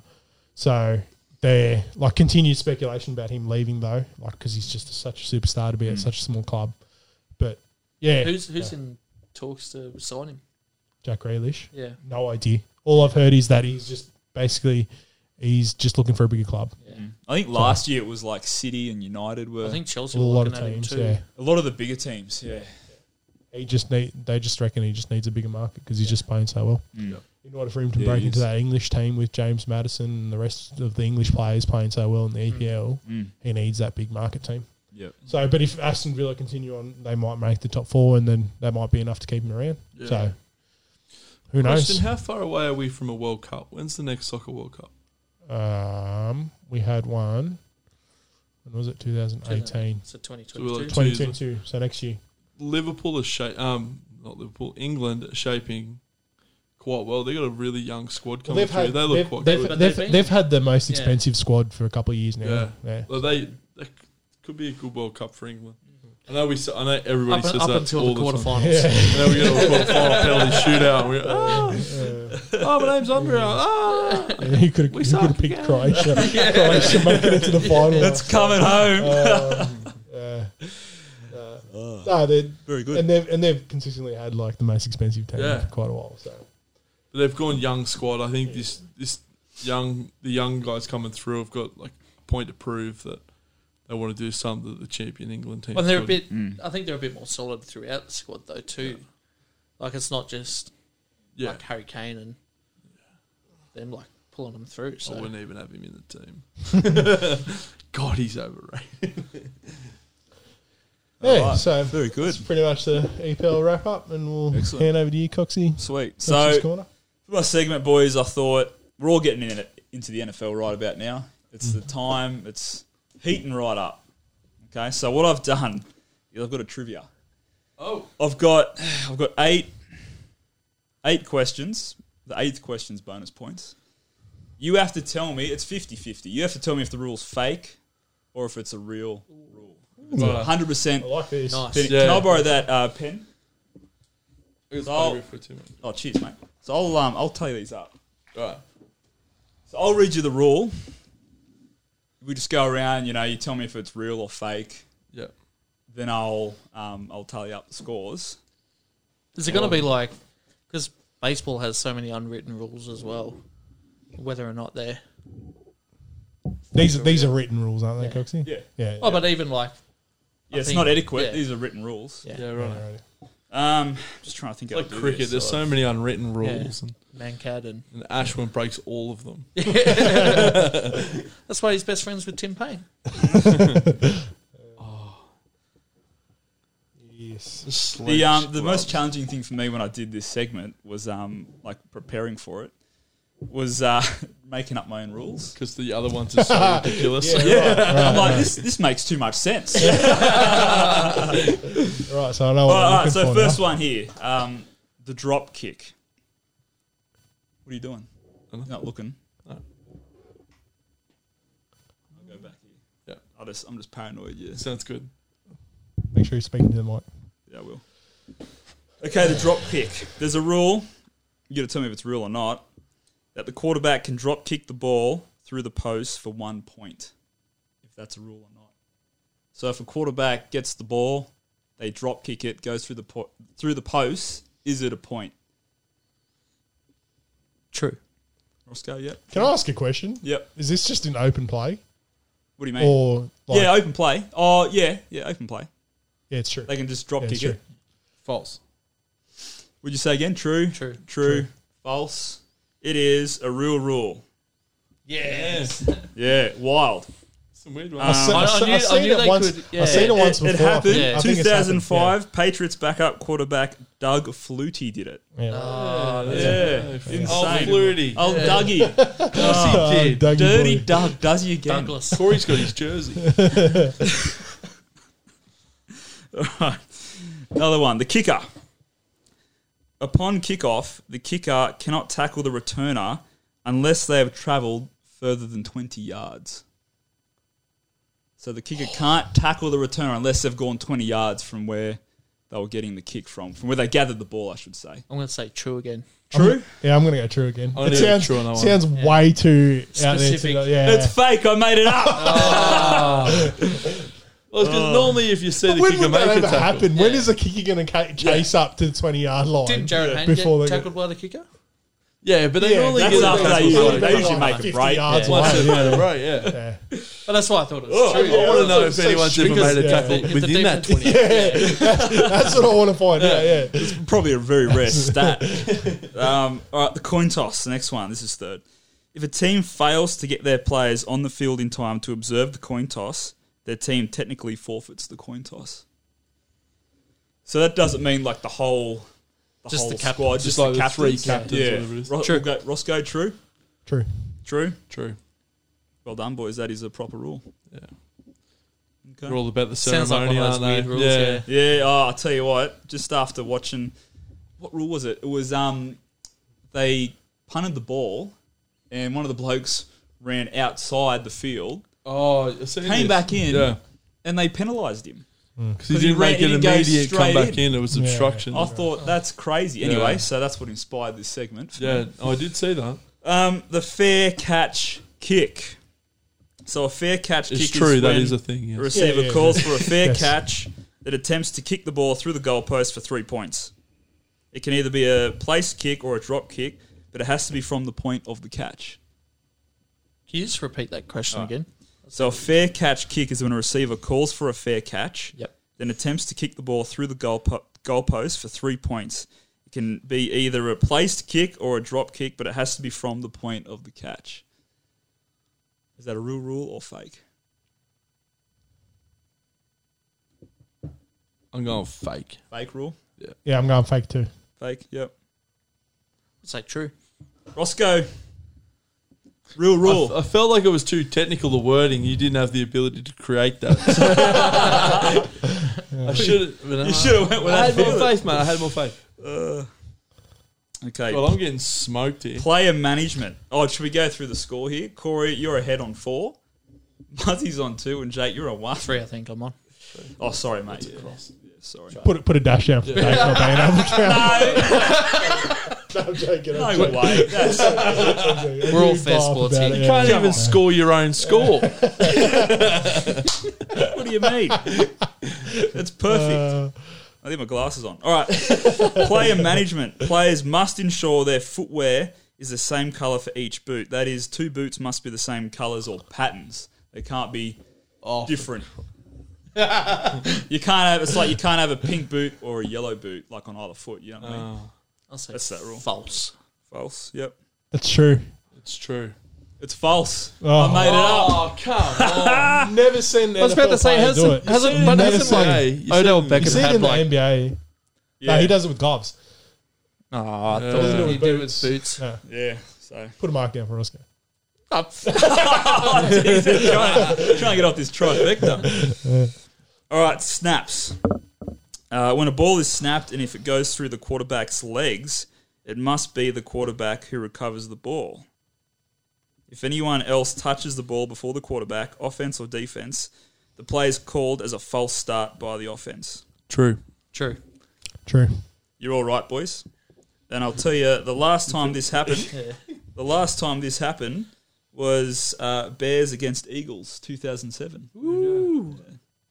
Speaker 4: So there, like continued speculation about him leaving though, like because he's just such a superstar to be at
Speaker 1: Mm.
Speaker 4: such a small club. But yeah,
Speaker 3: Who's who's in talks to sign him?
Speaker 4: Jack Grealish.
Speaker 3: Yeah,
Speaker 4: No idea. All I've heard is that he's just basically he's just looking for a bigger club.
Speaker 3: yeah.
Speaker 1: I think last year it was like City and United were
Speaker 3: I think Chelsea
Speaker 4: A
Speaker 3: were
Speaker 4: lot
Speaker 3: looking
Speaker 4: of
Speaker 3: at him
Speaker 4: teams,
Speaker 3: too.
Speaker 4: yeah.
Speaker 1: a lot of the bigger teams. Yeah,
Speaker 4: He just need they just reckon he just needs a bigger market because he's just playing so well.
Speaker 1: Mm.
Speaker 4: In order for him to
Speaker 1: Yeah,
Speaker 4: break
Speaker 1: he
Speaker 4: into
Speaker 1: is.
Speaker 4: that English team with James Madison and the rest of the English players playing so well in the EPL,
Speaker 1: Mm.
Speaker 4: he needs that big market team.
Speaker 1: yeah.
Speaker 4: So, but if Aston Villa continue on, they might make the top four, and then that might be enough to keep him around.
Speaker 2: Yeah.
Speaker 4: So, who
Speaker 2: Question: How far away are we from a World Cup? When's the next soccer World Cup?
Speaker 4: knows? Um, we had one. When was it? 2018.
Speaker 3: So
Speaker 2: So we're
Speaker 3: 2022.
Speaker 2: like-
Speaker 4: 2022. So next year.
Speaker 2: Liverpool is shape, um, not Liverpool, England are shaping quite well. They got a really young squad
Speaker 4: Well,
Speaker 2: coming
Speaker 4: they've
Speaker 2: through.
Speaker 4: had
Speaker 2: they look
Speaker 4: they've,
Speaker 2: quite
Speaker 4: they've,
Speaker 2: good.
Speaker 3: But
Speaker 4: they've,
Speaker 3: they've been-
Speaker 4: they've had the most
Speaker 3: Yeah.
Speaker 4: expensive squad for a couple of years now.
Speaker 2: Yeah.
Speaker 4: Yeah,
Speaker 2: Well, they, they c- could be a good World Cup for England. I know we, s- I know everybody
Speaker 3: up,
Speaker 2: says
Speaker 3: up
Speaker 2: that
Speaker 3: until
Speaker 2: all
Speaker 3: the
Speaker 2: the time.
Speaker 3: quarterfinals.
Speaker 4: Yeah.
Speaker 2: And then we get
Speaker 3: [laughs]
Speaker 2: a quarter final penalty shootout. And we go, oh, oh, my name's Andrea. Ah.
Speaker 4: Yeah, he could have
Speaker 2: We
Speaker 4: he could
Speaker 2: suck
Speaker 4: have picked Croatia. Croatia making it to the
Speaker 1: [laughs]
Speaker 4: final.
Speaker 1: That's coming home.
Speaker 4: Um, yeah. Uh, no, they're-
Speaker 1: Very good.
Speaker 4: and they've and they've consistently had like the most expensive team
Speaker 2: Yeah.
Speaker 4: for quite a while. So
Speaker 2: But they've gone young squad. I think this this young the young guys coming through have got like a point to prove that they want to do something that the champion England team.
Speaker 3: Well, they're a
Speaker 2: couldn't.
Speaker 3: bit.
Speaker 1: Mm-hmm.
Speaker 3: I think they're a bit more solid throughout the squad though too. Like it's not just
Speaker 2: yeah.
Speaker 3: like Harry Kane and them like pulling them through. So
Speaker 2: I wouldn't even have him in the team.
Speaker 3: [laughs]
Speaker 2: God, he's overrated.
Speaker 4: yeah,
Speaker 1: Alright.
Speaker 4: so
Speaker 1: Very good.
Speaker 4: that's pretty much the E EPL wrap up, and we'll
Speaker 1: Excellent.
Speaker 4: hand over to you, Coxie.
Speaker 1: Sweet.
Speaker 4: Coxie's
Speaker 1: So
Speaker 4: corner.
Speaker 1: For my segment, boys, I thought we're all getting in it, into the NFL right about now. It's the time. It's heating right up. Okay, so what I've done is I've got a trivia.
Speaker 2: Oh.
Speaker 1: I've got I've got eight eight questions. The eighth question's bonus points. You have to tell me it's 50-50. You have to tell me if the rule's fake or if it's a real rule. If It's
Speaker 2: Right.
Speaker 1: hundred percent.
Speaker 4: I like this.
Speaker 3: Nice.
Speaker 1: Can
Speaker 2: Yeah.
Speaker 1: I borrow that uh, pen?
Speaker 2: It's
Speaker 1: Oh.
Speaker 2: over for two minutes.
Speaker 1: Oh, cheers, mate. So I'll um, I'll tell you these up.
Speaker 2: Right.
Speaker 1: So I'll read you the rule. We just go around. You know, you tell me if it's real or fake.
Speaker 2: Yeah.
Speaker 1: Then I'll um, I'll tally up the scores.
Speaker 3: Is it going to be like because baseball has so many unwritten rules as well, whether or not they're
Speaker 4: These are these are written rules, aren't they, Coxie?
Speaker 1: Yeah.
Speaker 4: Yeah.
Speaker 3: oh, but even like
Speaker 1: Yeah, it's
Speaker 3: think-
Speaker 1: not adequate.
Speaker 3: yeah.
Speaker 1: These are written rules.
Speaker 3: yeah,
Speaker 2: Yeah, right.
Speaker 4: Alrighty.
Speaker 1: Um, just trying to think.
Speaker 2: It's
Speaker 1: how
Speaker 2: like
Speaker 1: to do
Speaker 2: cricket,
Speaker 1: this.
Speaker 2: there's so many unwritten rules, and,
Speaker 3: Mancad and
Speaker 2: and Ashwin breaks all of them.
Speaker 3: that's why he's best friends with Tim Payne.
Speaker 4: Yes.
Speaker 1: The um, the most challenging thing for me when I did this segment was um, like preparing for it was uh, [laughs] making up my own rules.
Speaker 2: because the other ones are so ridiculous.
Speaker 1: Yeah, I'm like this. This makes too much sense.
Speaker 4: Right. So I know
Speaker 1: All
Speaker 4: what I'm
Speaker 1: right,
Speaker 4: looking
Speaker 1: so
Speaker 4: for
Speaker 1: first
Speaker 4: now.
Speaker 1: one here, um, the drop kick. What are you doing?
Speaker 2: Dunno.
Speaker 1: Not looking.
Speaker 2: No.
Speaker 1: I'll go back here.
Speaker 2: Yeah.
Speaker 1: I just, I'm just paranoid. Yeah,
Speaker 2: Sounds good.
Speaker 4: Make sure you're speaking to the mic.
Speaker 1: yeah, I will. Okay, the drop kick. There's a rule. You got to tell me if it's real or not. That the quarterback can drop kick the ball through the post for one point, if that's a rule or not. So if a quarterback gets the ball, they drop kick it, goes through the po- through the post. Is it a point?
Speaker 3: True.
Speaker 1: Roscoe, yep.
Speaker 4: Can I ask a question?
Speaker 1: Yep.
Speaker 4: Is this just an open play
Speaker 1: What do you mean?
Speaker 4: or like,
Speaker 1: yeah,
Speaker 4: yeah,
Speaker 1: open play. Oh, yeah, yeah, open play.
Speaker 4: it's true.
Speaker 1: They can just drop
Speaker 4: Yeah,
Speaker 1: kick
Speaker 4: true.
Speaker 1: it.
Speaker 2: False.
Speaker 1: Would you say again? True.
Speaker 3: True.
Speaker 1: True. False. It is a real rule.
Speaker 3: [laughs] Yes.
Speaker 1: Yeah, wild.
Speaker 2: Some weird
Speaker 4: I've
Speaker 2: ones.
Speaker 4: se-
Speaker 3: I-
Speaker 4: I've
Speaker 3: I
Speaker 4: se-
Speaker 3: knew-
Speaker 4: I've
Speaker 3: I
Speaker 4: seen
Speaker 3: knew
Speaker 4: it
Speaker 3: they
Speaker 4: once.
Speaker 3: could-
Speaker 4: I've seen it
Speaker 1: It,
Speaker 4: once
Speaker 1: it
Speaker 4: before. I
Speaker 1: happened.
Speaker 4: think- I think it's happened,
Speaker 1: 2005. Patriots backup quarterback Doug Flutie did it.
Speaker 4: Yeah.
Speaker 3: Oh,
Speaker 1: yeah,
Speaker 2: Insane.
Speaker 1: insane.
Speaker 2: Oh, Flutie.
Speaker 1: Oh, Dougie,
Speaker 2: Of course he did.
Speaker 4: Dougie
Speaker 1: dirty
Speaker 4: boy.
Speaker 1: Doug does he again? [laughs]
Speaker 3: Douglas.
Speaker 2: Corey's got his jersey.
Speaker 1: Right. Another one. The kicker. Upon kickoff, the kicker cannot tackle the returner unless they have travelled further than 20 yards. So the kicker can't tackle the returner unless they've gone 20 yards from where they were getting the kick from, from where they gathered the ball, I should say.
Speaker 3: I'm going to say true again.
Speaker 1: True?
Speaker 4: Yeah, I'm gonna go true again.
Speaker 2: I'm gonna
Speaker 4: it
Speaker 2: go
Speaker 4: sounds
Speaker 2: true on that one.
Speaker 4: sounds way too out there. To,
Speaker 3: Specific.
Speaker 4: go- yeah,
Speaker 1: It's fake. I made it up.
Speaker 2: Well, because normally if you see the
Speaker 4: when
Speaker 2: kicker
Speaker 4: would
Speaker 2: make
Speaker 4: that
Speaker 2: a
Speaker 4: ever
Speaker 2: tackle,
Speaker 4: happen? When
Speaker 3: Yeah.
Speaker 4: is a kicker going to chase up to the 20 yard line?
Speaker 3: Didn't Jared Hayne
Speaker 4: Before
Speaker 3: get
Speaker 4: they
Speaker 3: tackled by the kicker?
Speaker 2: yeah, but they
Speaker 4: Yeah,
Speaker 2: normally
Speaker 1: that's
Speaker 2: get
Speaker 1: after
Speaker 2: a
Speaker 1: they
Speaker 2: tackle.
Speaker 1: usually-
Speaker 2: so-
Speaker 1: they usually make a
Speaker 4: 50
Speaker 1: break.
Speaker 4: yards
Speaker 1: Yeah.
Speaker 2: Once
Speaker 4: away.
Speaker 2: they've made a break, yeah.
Speaker 4: Yeah.
Speaker 3: But that's why I thought it was
Speaker 2: Oh,
Speaker 3: true.
Speaker 2: I want to know if
Speaker 4: so
Speaker 2: anyone's ever
Speaker 4: because-
Speaker 2: made a
Speaker 4: yeah.
Speaker 2: tackle
Speaker 3: If the
Speaker 2: within that
Speaker 3: defense-
Speaker 2: 20.
Speaker 4: That's what I want to find out. Yeah.
Speaker 1: [laughs] Probably a very rare [laughs] stat. Um, all right, the coin toss. The next one. This is third. If a team fails to get their players on the field in time to observe the coin toss, their team technically forfeits the coin toss. So that doesn't mean like the whole, the
Speaker 3: Just
Speaker 1: whole
Speaker 3: the captain.
Speaker 1: squad,
Speaker 2: Just
Speaker 1: just,
Speaker 2: like
Speaker 1: the
Speaker 2: the three
Speaker 1: captains.
Speaker 2: captains,
Speaker 1: Yeah.
Speaker 2: whatever it is.
Speaker 1: Ro-
Speaker 3: True.
Speaker 1: we'll go- Roscoe, true,
Speaker 4: True.
Speaker 1: true.
Speaker 2: True.
Speaker 1: Well done, boys. That is a proper rule.
Speaker 2: Yeah.
Speaker 1: Okay.
Speaker 2: They're all about the
Speaker 3: Sounds like
Speaker 2: ceremony,
Speaker 3: one of
Speaker 2: aren't
Speaker 3: those
Speaker 2: they?
Speaker 3: weird rules, yeah.
Speaker 1: Yeah, oh, I'll tell you what, just after watching what rule was it? It was um they punted the ball and one of the blokes ran outside the field
Speaker 2: Oh, I've seen
Speaker 1: Came
Speaker 2: this.
Speaker 1: back in.
Speaker 2: Yeah.
Speaker 1: and they penalised him.
Speaker 2: Because he
Speaker 1: 'Cause he
Speaker 2: didn't
Speaker 1: ran-
Speaker 2: make
Speaker 1: he
Speaker 2: an
Speaker 1: didn't go
Speaker 2: immediate
Speaker 1: straight
Speaker 2: comeback in.
Speaker 1: in.
Speaker 2: in. It was obstruction.
Speaker 1: I thought that's crazy. Anyway, so that's what inspired this segment.
Speaker 2: Yeah, I did see that.
Speaker 1: Um the fair catch kick. So a fair catch
Speaker 2: It's
Speaker 1: kick
Speaker 2: true.
Speaker 1: is
Speaker 2: that
Speaker 1: when
Speaker 2: is a thing. Yes.
Speaker 1: a receiver
Speaker 4: Yeah, yeah,
Speaker 1: calls for a fair
Speaker 4: Yes.
Speaker 1: catch that attempts to kick the ball through the goalpost for three points. It can either be a place kick or a drop kick, but it has to be from the point of the catch.
Speaker 3: Can you just repeat that question again?
Speaker 1: So a fair catch kick is when a receiver calls for a fair catch,
Speaker 3: Yep.
Speaker 1: then attempts to kick the ball through the goalpo- goalpost for three points. It can be either a placed kick or a drop kick, but it has to be from the point of the catch. Is that a real rule or fake?
Speaker 2: I'm going fake.
Speaker 1: Fake rule?
Speaker 4: Yeah, I'm going fake too.
Speaker 1: Fake, yep.
Speaker 3: I'd say true.
Speaker 1: Roscoe, Real rule.
Speaker 2: I, I felt like it was too technical the wording. You didn't have the ability to create that. I should.
Speaker 1: you should have went with that.
Speaker 2: I had more
Speaker 1: feeling.
Speaker 2: faith, man. I had more faith.
Speaker 1: Okay.
Speaker 2: Well, I'm getting smoked here.
Speaker 1: Player management. Oh, should we go through the score here? Corey, you're ahead on four. Muzzy's on two, and Jake, you're on one.
Speaker 3: Three, I think I'm on.
Speaker 1: Oh, sorry, mate. Yeah, sorry.
Speaker 4: Put a- put a dash down for Jake not being able to count.
Speaker 1: No,
Speaker 3: [laughs]
Speaker 4: I'm [laughs] joking. I'm
Speaker 1: no way. That's,
Speaker 4: joking.
Speaker 3: We're all
Speaker 4: You
Speaker 3: fair
Speaker 4: laugh
Speaker 3: sports
Speaker 4: about
Speaker 3: here.
Speaker 4: it,
Speaker 2: You
Speaker 4: yeah.
Speaker 2: can't even score your own score.
Speaker 1: what do you
Speaker 2: [laughs]
Speaker 1: mean? That's perfect.
Speaker 4: Uh,
Speaker 1: I think my glasses on. All right. [laughs] Player management. Players must ensure their footwear is the same color for each boot. That is, two boots must be the same colors or patterns. They can't be
Speaker 2: Oh,
Speaker 1: different. [laughs] you can't have. It's like you can't have a pink boot or a yellow boot, like on either foot. You know what I mean?
Speaker 3: I'll say
Speaker 1: That's that rule.
Speaker 3: False.
Speaker 1: False. Yep.
Speaker 4: that's true.
Speaker 2: it's true.
Speaker 1: It's false.
Speaker 4: Oh.
Speaker 1: I made it up.
Speaker 2: Oh, come on.
Speaker 4: Never seen.
Speaker 3: I was about to say,
Speaker 4: do
Speaker 3: hasn't,
Speaker 4: it.
Speaker 2: seen
Speaker 3: hasn't,
Speaker 2: it
Speaker 3: but
Speaker 2: in
Speaker 4: the
Speaker 3: hasn't
Speaker 4: NBA.
Speaker 2: Hey,
Speaker 3: like
Speaker 2: you
Speaker 3: Odell
Speaker 2: seen it in-
Speaker 4: You
Speaker 3: Beckham
Speaker 4: see it
Speaker 3: had
Speaker 4: in the
Speaker 3: like,
Speaker 4: NBA.
Speaker 1: Yeah.
Speaker 4: No, he does it with gloves.
Speaker 3: oh, I thought
Speaker 4: Doesn't do
Speaker 3: he
Speaker 4: it with
Speaker 3: did it with
Speaker 4: boots.
Speaker 3: boots.
Speaker 4: Yeah.
Speaker 1: Yeah. So
Speaker 4: Put a mark down for Roscoe.
Speaker 3: Oh,
Speaker 1: trying, to, trying to get off this trifecta. All right, snaps. Uh, when a ball is snapped and if it goes through the quarterback's legs, it must be the quarterback who recovers the ball. If anyone else touches the ball before the quarterback, offense or defense, the play is called as a false start by the offense.
Speaker 2: True.
Speaker 3: [laughs] True.
Speaker 4: True.
Speaker 1: You're all right, boys. And I'll tell you, the last time this happened, the last time this happened was uh, Bears against Eagles, 2007.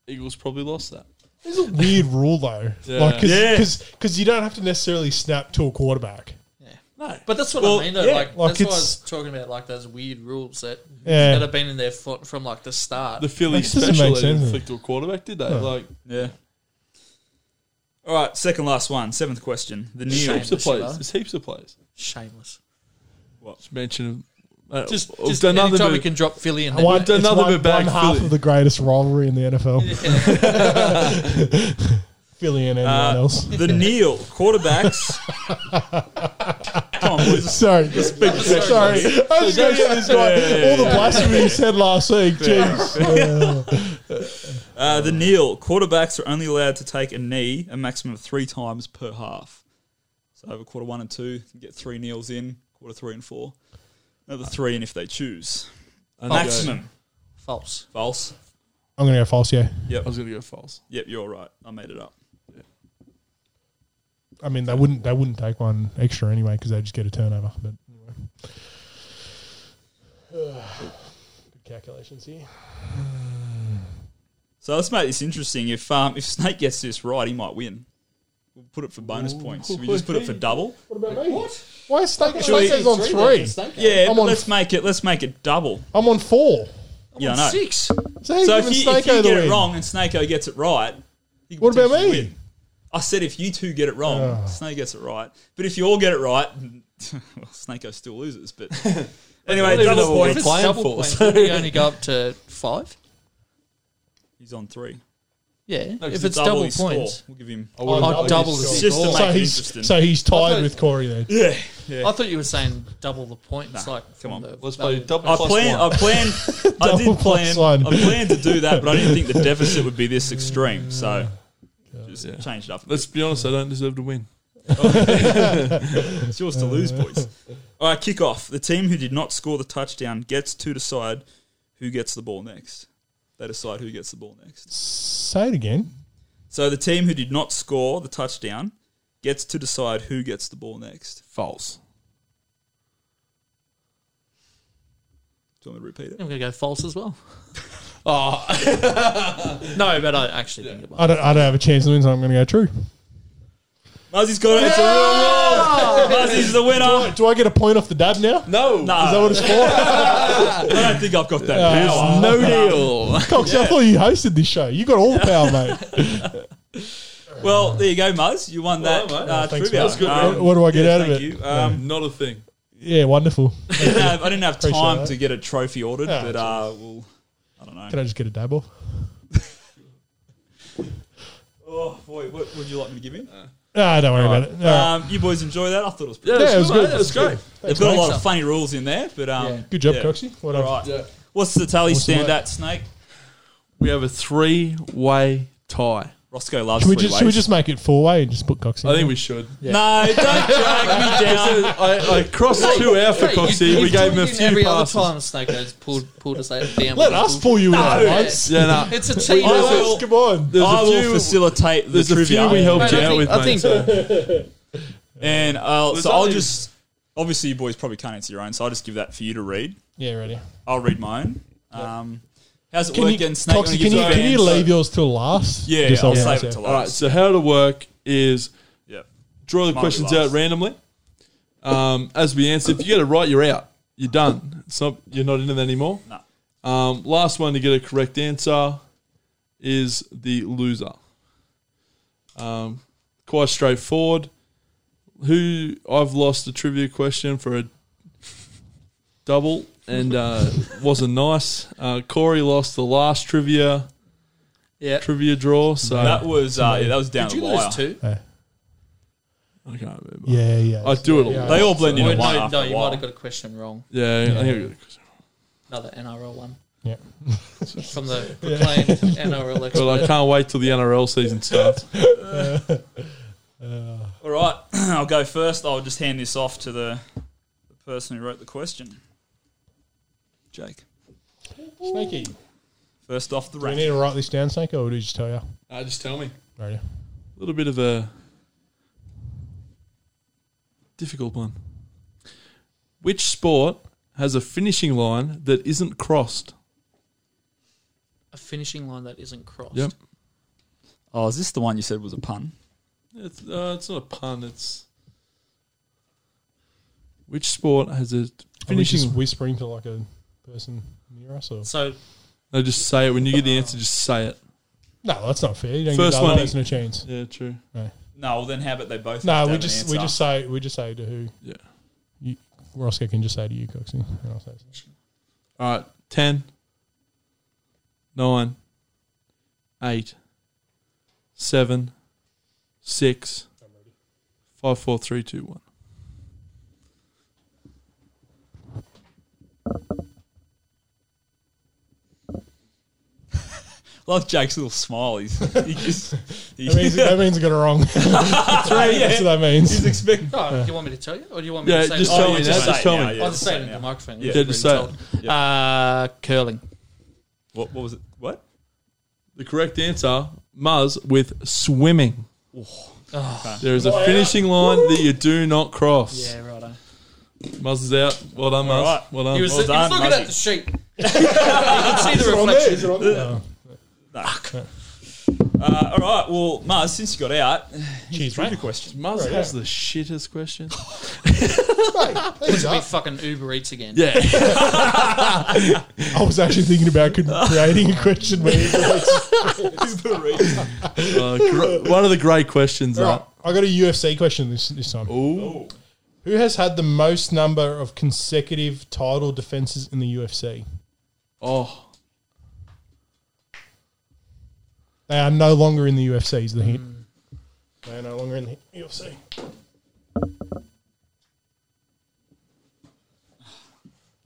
Speaker 2: Eagles probably lost that.
Speaker 4: It's a weird rule though.
Speaker 2: Yeah.
Speaker 4: Like, cause,
Speaker 1: Yeah.
Speaker 4: 'cause- 'cause you don't have to necessarily snap to a quarterback.
Speaker 2: No.
Speaker 3: But that's what
Speaker 1: Well,
Speaker 3: I mean, though.
Speaker 1: yeah,
Speaker 3: like,
Speaker 4: like
Speaker 3: that's what I
Speaker 4: it's-
Speaker 3: was talking about, like those weird rules that
Speaker 4: Yeah.
Speaker 3: that have been in their foot from like the start.
Speaker 2: The Philly
Speaker 4: That doesn't make
Speaker 2: special they didn't
Speaker 4: sense, does
Speaker 2: flick to a quarterback, did they? Like,
Speaker 1: Yeah. All right, second last one, seventh question. The kneel.
Speaker 3: Shame.
Speaker 2: heaps of plays.
Speaker 3: Shiva.
Speaker 2: There's heaps of plays.
Speaker 3: Shameless.
Speaker 2: Just mention of. uh,
Speaker 3: Just,
Speaker 2: we've
Speaker 3: just
Speaker 2: done
Speaker 3: anytime
Speaker 2: nothing
Speaker 3: we
Speaker 2: but-
Speaker 3: can drop Philly in
Speaker 4: I
Speaker 3: there.
Speaker 4: want- [laughs]
Speaker 2: done
Speaker 4: it's
Speaker 2: nothing
Speaker 4: one,
Speaker 2: but back
Speaker 4: one half
Speaker 2: Philly.
Speaker 4: of the greatest rivalry in the NFL. Philly and anyone
Speaker 1: Uh,
Speaker 3: [laughs]
Speaker 4: else.
Speaker 1: The kneel. Quarterbacks. Come on, boys.
Speaker 4: Sorry,
Speaker 1: Big question.
Speaker 4: sorry. I was going to this guy.
Speaker 1: Yeah, yeah,
Speaker 4: All the
Speaker 1: yeah.
Speaker 4: blasphemy you said last week. Jeez. Uh,
Speaker 1: Uh, the kneel. Quarterbacks are only allowed to take a knee a maximum of three times per half. So over quarter one and two, you get three kneels in, quarter three and four. Another three in if they choose.
Speaker 2: and
Speaker 1: Maximum.
Speaker 3: False.
Speaker 1: False.
Speaker 4: I'm going to go false. Yeah.
Speaker 2: I was going to go false.
Speaker 1: Yep, you're all right. I made it up.
Speaker 4: I mean, they wouldn't. They wouldn't take one extra anyway because they just get a turnover. [sighs] But anyway. Good calculations here.
Speaker 1: So let's make this interesting. If um, if Snake gets this right, he might win. We'll put it for bonus points. We just put it for double.
Speaker 4: What about me? What? Why is Snake?
Speaker 1: we-
Speaker 4: Snake says on three.
Speaker 1: Yeah,
Speaker 4: I'm
Speaker 1: but
Speaker 4: on-
Speaker 1: let's make it. Let's make it double.
Speaker 4: I'm on four.
Speaker 1: yeah, I know.
Speaker 3: Six.
Speaker 4: So, he's
Speaker 1: So if
Speaker 4: giving
Speaker 1: you, if
Speaker 4: Snakeo
Speaker 1: you
Speaker 4: the
Speaker 1: get it
Speaker 4: win.
Speaker 1: wrong and Snakeo gets it right, he could
Speaker 4: What about
Speaker 1: potentially
Speaker 4: me?
Speaker 1: win. I said if you two get it wrong,
Speaker 4: Oh.
Speaker 1: Snake gets it right. But if you all get it right, [laughs] well, Snakeo still loses. But anyway,
Speaker 2: even
Speaker 1: double
Speaker 2: know what we're
Speaker 1: points.
Speaker 2: playing.
Speaker 3: Double
Speaker 2: Double
Speaker 3: points.
Speaker 2: points.
Speaker 3: we only go up to five.
Speaker 1: He's on three.
Speaker 3: Yeah.
Speaker 2: No, 'cause
Speaker 3: if
Speaker 2: the
Speaker 3: it's double,
Speaker 1: he score.
Speaker 3: points,
Speaker 1: we'll give him.
Speaker 2: [laughs] I would've-
Speaker 4: Oh,
Speaker 2: I would've
Speaker 3: double
Speaker 2: said-
Speaker 3: the
Speaker 1: Just to
Speaker 3: score.
Speaker 1: make
Speaker 4: So
Speaker 1: it
Speaker 4: he's
Speaker 1: interesting.
Speaker 4: so he's
Speaker 3: I
Speaker 4: tied
Speaker 3: thought-
Speaker 4: with Corey then.
Speaker 1: yeah, yeah.
Speaker 3: I thought you were saying double the points. like,
Speaker 1: come on.
Speaker 3: from the
Speaker 2: Let's play
Speaker 3: value.
Speaker 2: double
Speaker 1: I
Speaker 2: plus
Speaker 1: plan.
Speaker 3: uh,
Speaker 2: one.
Speaker 1: I planned. I
Speaker 4: Double
Speaker 1: did plan.
Speaker 4: plus one.
Speaker 1: I planned to do that, but I didn't think the deficit would be this extreme. So just
Speaker 2: Yeah.
Speaker 1: changed up.
Speaker 2: Let's be honest, I don't deserve to win.
Speaker 1: It's yours to lose,
Speaker 4: [laughs]
Speaker 1: boys. All right, kick off. The team who did not score the touchdown gets to decide who gets the ball next. They decide who gets the ball next.
Speaker 4: Say it again.
Speaker 1: So the team who did not score the touchdown gets to decide who gets the ball next.
Speaker 2: False.
Speaker 1: Do you want me to repeat it?
Speaker 3: I'm going to go false as well. oh. [laughs] no, but I actually think it was.
Speaker 4: I don't. I don't have a chance to win, so I'm going to go true.
Speaker 1: Muzzy's got it. It's a real roll. Muzzy's the winner.
Speaker 4: Do I get a point off the dab now?
Speaker 2: No.
Speaker 1: No,
Speaker 4: Is that what it's for?
Speaker 1: I don't think I've got that power.
Speaker 2: No deal.
Speaker 4: [laughs] Cox, I thought you hosted this show. You got all the power, mate.
Speaker 1: Well, there you go, Muz. You won
Speaker 2: Well,
Speaker 1: that
Speaker 2: mate.
Speaker 1: uh,
Speaker 4: Thanks,
Speaker 1: trivia.
Speaker 4: mate.
Speaker 2: That's good,
Speaker 1: Um,
Speaker 4: what do I get
Speaker 1: yeah,
Speaker 4: out of
Speaker 1: thank
Speaker 4: it?
Speaker 1: you. Um,
Speaker 2: Not a thing.
Speaker 4: Yeah, wonderful.
Speaker 1: I didn't have, I didn't have
Speaker 4: Appreciate
Speaker 1: time
Speaker 4: that.
Speaker 1: to get a trophy ordered,
Speaker 4: Yeah.
Speaker 1: but uh, we'll, I don't know.
Speaker 4: Can I just get a dab off?
Speaker 1: Oh boy, what would you like me to give him?
Speaker 4: Ah, don't worry
Speaker 1: All
Speaker 4: about
Speaker 1: right.
Speaker 4: it. All right.
Speaker 1: Um, you boys enjoy that? I thought it was pretty.
Speaker 2: Yeah,
Speaker 4: Yeah,
Speaker 2: it
Speaker 4: it
Speaker 2: was
Speaker 4: was
Speaker 2: good.
Speaker 4: good.
Speaker 2: mate. It was great.
Speaker 1: They've got a lot
Speaker 3: Thanks,
Speaker 1: of funny rules in there, but um,
Speaker 3: Yeah.
Speaker 4: Good job,
Speaker 1: yeah.
Speaker 4: Coxie. What
Speaker 1: All
Speaker 4: up?
Speaker 1: right.
Speaker 2: Yeah.
Speaker 1: What's the tally
Speaker 4: Awesome,
Speaker 1: stand
Speaker 4: mate.
Speaker 1: at, Snake?
Speaker 2: We have a three-way tie.
Speaker 1: Roscoe loves
Speaker 4: Should we
Speaker 1: three
Speaker 4: just should we
Speaker 1: ways.
Speaker 4: just make it four way and just put Coxie?
Speaker 2: I think we should.
Speaker 1: No, don't drag
Speaker 4: [laughs]
Speaker 1: me down.
Speaker 2: I, I crossed two out for Coxie. We gave him a few
Speaker 3: every other
Speaker 2: passes.
Speaker 3: time Snake has pulled pulled us out down.
Speaker 4: Let us pull you out
Speaker 3: Yeah.
Speaker 4: once.
Speaker 2: Yeah, nah.
Speaker 3: It's a team.
Speaker 1: I
Speaker 3: effort.
Speaker 1: will-
Speaker 4: Come on.
Speaker 2: There's
Speaker 1: I
Speaker 2: a
Speaker 1: will
Speaker 2: few.
Speaker 1: facilitate the
Speaker 2: There's a
Speaker 1: trivia,
Speaker 2: few we helped
Speaker 3: Mate,
Speaker 2: you
Speaker 3: I
Speaker 2: out
Speaker 3: think-
Speaker 2: with,
Speaker 3: I
Speaker 2: mate.
Speaker 3: think-
Speaker 2: so-
Speaker 1: and I'll,
Speaker 2: There's
Speaker 1: so I'll
Speaker 2: only-
Speaker 1: just obviously you boys probably can't answer your own, so I'll just give that for you to read.
Speaker 4: Yeah, ready.
Speaker 1: I'll read my own. Um, how's it
Speaker 4: Can you,
Speaker 1: working, Snake?
Speaker 4: Coxie,
Speaker 1: Wanna
Speaker 4: can
Speaker 1: give
Speaker 4: you,
Speaker 1: some
Speaker 4: can you
Speaker 1: fans-
Speaker 4: leave yours till last?
Speaker 1: Yeah,
Speaker 4: Just
Speaker 1: yeah, I'll
Speaker 4: so
Speaker 1: save
Speaker 4: yeah.
Speaker 1: it till
Speaker 2: All right.
Speaker 1: last.
Speaker 2: So how to work is
Speaker 1: Yep.
Speaker 2: draw the
Speaker 1: Might be
Speaker 2: questions
Speaker 1: last.
Speaker 2: out randomly. Um, as we answer, if you get it right, you're out. You're done. It's not. You're not into that anymore.
Speaker 1: No.
Speaker 2: Um, last one to get a correct answer is the loser. Um, quite straightforward. Who I've lost a trivia question for a double and uh, wasn't nice. Uh, Corey lost the last trivia
Speaker 3: Yeah.
Speaker 2: trivia draw, so
Speaker 1: That was uh, yeah, that was down
Speaker 3: Did you
Speaker 1: the wire.
Speaker 3: lose two?
Speaker 2: I can't remember.
Speaker 4: Yeah, yeah.
Speaker 2: I do it all.
Speaker 4: Yeah.
Speaker 1: They all blend
Speaker 3: Or
Speaker 1: into one
Speaker 3: Oh, no,
Speaker 1: after
Speaker 3: no,
Speaker 1: a
Speaker 3: you
Speaker 1: while.
Speaker 3: might have got a question wrong.
Speaker 2: Yeah, I think I got it.
Speaker 3: Another NRL one
Speaker 4: yeah.
Speaker 3: [laughs] from the proclaimed
Speaker 2: [laughs]
Speaker 3: NRL expert.
Speaker 2: But I can't wait till the NRL season starts.
Speaker 1: All right, [clears throat] I'll go first. I'll just hand this off to the, the person who wrote the question, Jake.
Speaker 4: Snakey.
Speaker 1: First off the
Speaker 4: Do we
Speaker 1: rank.
Speaker 4: need to write this down, Snake, or do you just tell you?
Speaker 2: Uh, just tell me.
Speaker 4: Ready?
Speaker 2: A little bit of a difficult one. Which sport has a finishing line that isn't crossed?
Speaker 3: a finishing line that isn't crossed.
Speaker 2: Yep.
Speaker 1: Oh, is this the one you said was a pun?
Speaker 2: It's, uh, it's not a pun. It's which sport has a
Speaker 4: Are we just
Speaker 2: finishing?
Speaker 4: whispering to like a person near us, or
Speaker 3: So
Speaker 2: No, just say it. When you get the answer, just say it.
Speaker 4: no? That's not fair. You don't
Speaker 2: First
Speaker 4: give the
Speaker 2: one.
Speaker 4: other person a chance.
Speaker 2: Yeah, true.
Speaker 1: No, well, then how about they both? have
Speaker 4: No,
Speaker 1: to
Speaker 4: we
Speaker 1: have an
Speaker 4: just we
Speaker 1: answer?
Speaker 4: just say we just say to who.
Speaker 2: Yeah.
Speaker 4: You, Roscoe can just say to you, Coxie. And I'll say it.
Speaker 2: [laughs] All right. Uh, Ten, nine, eight, seven, six, five, four, three, two, one.
Speaker 1: love Jake's little smile. He's he just he, Oh,
Speaker 4: That means, that means I got it wrong. [laughs] That's
Speaker 1: [laughs]
Speaker 4: what
Speaker 1: he's
Speaker 4: that means. [laughs]
Speaker 1: expecting.
Speaker 3: oh, do you want me to tell you, or do you want me
Speaker 2: Yeah,
Speaker 3: to say?
Speaker 2: just
Speaker 3: it?
Speaker 2: tell
Speaker 1: Oh,
Speaker 2: me
Speaker 1: yeah,
Speaker 2: that.
Speaker 1: just
Speaker 2: Just
Speaker 1: say
Speaker 2: tell
Speaker 1: it now,
Speaker 2: me.
Speaker 1: yeah.
Speaker 3: I'll just say it
Speaker 1: Yeah.
Speaker 3: into the microphone.
Speaker 1: Yeah,
Speaker 3: It's
Speaker 2: yeah, just
Speaker 3: really
Speaker 2: say
Speaker 3: told. Uh, curling.
Speaker 1: What, what was it? What?
Speaker 2: The correct answer, Muzz, with swimming.
Speaker 1: Oh. Ah.
Speaker 2: There is a finishing line that you do not cross.
Speaker 3: Yeah, right.
Speaker 2: Muzz is out. Well done, Muzz.
Speaker 1: Alright.
Speaker 2: Well done.
Speaker 3: He was,
Speaker 1: Well
Speaker 3: he was
Speaker 1: done,
Speaker 3: looking
Speaker 1: Muzzy.
Speaker 3: at the sheet. [laughs] you can see the reflection.
Speaker 4: Oh,
Speaker 1: Uh, all right. Well, Mars, since you got out,
Speaker 4: Cheers,
Speaker 1: read the
Speaker 4: mate.
Speaker 1: question.
Speaker 2: Muzz has the shittest question.
Speaker 1: [laughs]
Speaker 4: Thanks,
Speaker 3: We
Speaker 4: mate.
Speaker 3: fucking Uber Eats again.
Speaker 2: Yeah.
Speaker 4: I was actually thinking about could- creating a question. Where you go,
Speaker 2: Uh, gr- one of the great questions.
Speaker 4: All right,
Speaker 2: That.
Speaker 4: I got a UFC question this this time.
Speaker 1: Oh.
Speaker 2: Ooh.
Speaker 4: Who has had the most number of consecutive title defenses in the UFC?
Speaker 2: Oh.
Speaker 4: They are no longer in the UFC. Is the hint?
Speaker 1: Mm.
Speaker 4: They are no longer in the UFC.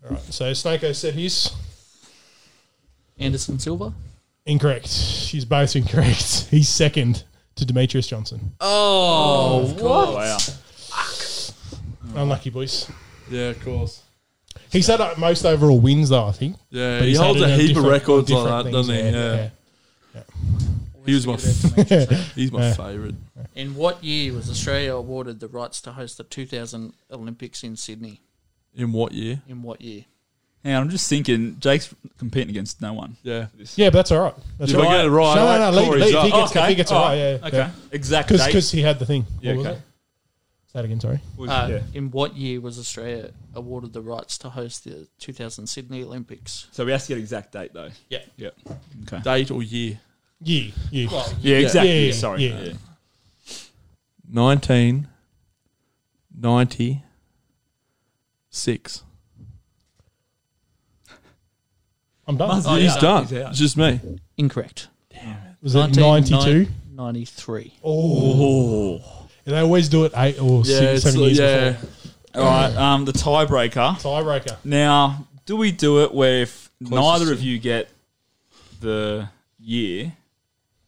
Speaker 4: All right. So Snakeo said his
Speaker 3: Anderson Silva.
Speaker 4: incorrect. She's both incorrect. [laughs] He's second to Demetrius Johnson.
Speaker 3: Oh,
Speaker 1: Oh, wow.
Speaker 4: Unlucky boys.
Speaker 2: Yeah, of course.
Speaker 4: He's had uh, most overall wins though. I think.
Speaker 2: Yeah,
Speaker 4: But
Speaker 2: he
Speaker 4: he's had
Speaker 2: holds
Speaker 4: it
Speaker 2: a
Speaker 4: on
Speaker 2: heap of
Speaker 4: different- on
Speaker 2: records like
Speaker 4: different
Speaker 2: that,
Speaker 4: things,
Speaker 2: doesn't he? Yeah. He was my [laughs] he's my
Speaker 4: Yeah.
Speaker 2: favourite.
Speaker 3: In what year was Australia awarded the rights to host the 2000 Olympics in Sydney?
Speaker 2: In what year?
Speaker 3: In what year?
Speaker 1: Hang on, I'm just thinking. Jake's competing against no one.
Speaker 2: Yeah.
Speaker 4: Yeah, but that's all right. That's
Speaker 2: If
Speaker 4: all
Speaker 2: I
Speaker 4: right.
Speaker 2: get it right,
Speaker 4: No, no, no, leave-
Speaker 2: Corey's
Speaker 4: leave.
Speaker 2: up.
Speaker 4: He gets- I think it's
Speaker 1: All
Speaker 4: alright, yeah, yeah.
Speaker 1: Okay. Exact
Speaker 4: Because
Speaker 1: date.
Speaker 4: he had the thing. What
Speaker 1: Yeah,
Speaker 4: was
Speaker 1: okay.
Speaker 4: it? Say that again. Sorry.
Speaker 1: Was-
Speaker 3: Uh,
Speaker 1: yeah.
Speaker 3: In what year was Australia awarded the rights to host the 2000 Sydney Olympics?
Speaker 1: So we have to get exact date though.
Speaker 3: Yeah.
Speaker 1: Yeah. Okay.
Speaker 2: Date or year?
Speaker 4: Yeah, yeah.
Speaker 1: Yeah. Exactly.
Speaker 4: Yeah, yeah,
Speaker 1: Sorry.
Speaker 4: yeah.
Speaker 1: Yeah.
Speaker 2: 1996.
Speaker 4: I'm done.
Speaker 1: Muzzy. Oh,
Speaker 2: he's
Speaker 1: yeah.
Speaker 2: done.
Speaker 1: He's out.
Speaker 2: It's just me.
Speaker 3: Incorrect.
Speaker 4: Was it 92?
Speaker 3: 93.
Speaker 4: Oh,
Speaker 1: Oh.
Speaker 4: And they always do it eight or
Speaker 2: Yeah,
Speaker 4: six,
Speaker 2: it's,
Speaker 4: seven
Speaker 2: like-
Speaker 4: years
Speaker 2: yeah.
Speaker 4: before.
Speaker 1: All right, um, the tiebreaker.
Speaker 4: Tiebreaker.
Speaker 1: Now, do we do it where if
Speaker 2: Closest
Speaker 1: neither
Speaker 2: to-
Speaker 1: of you get the year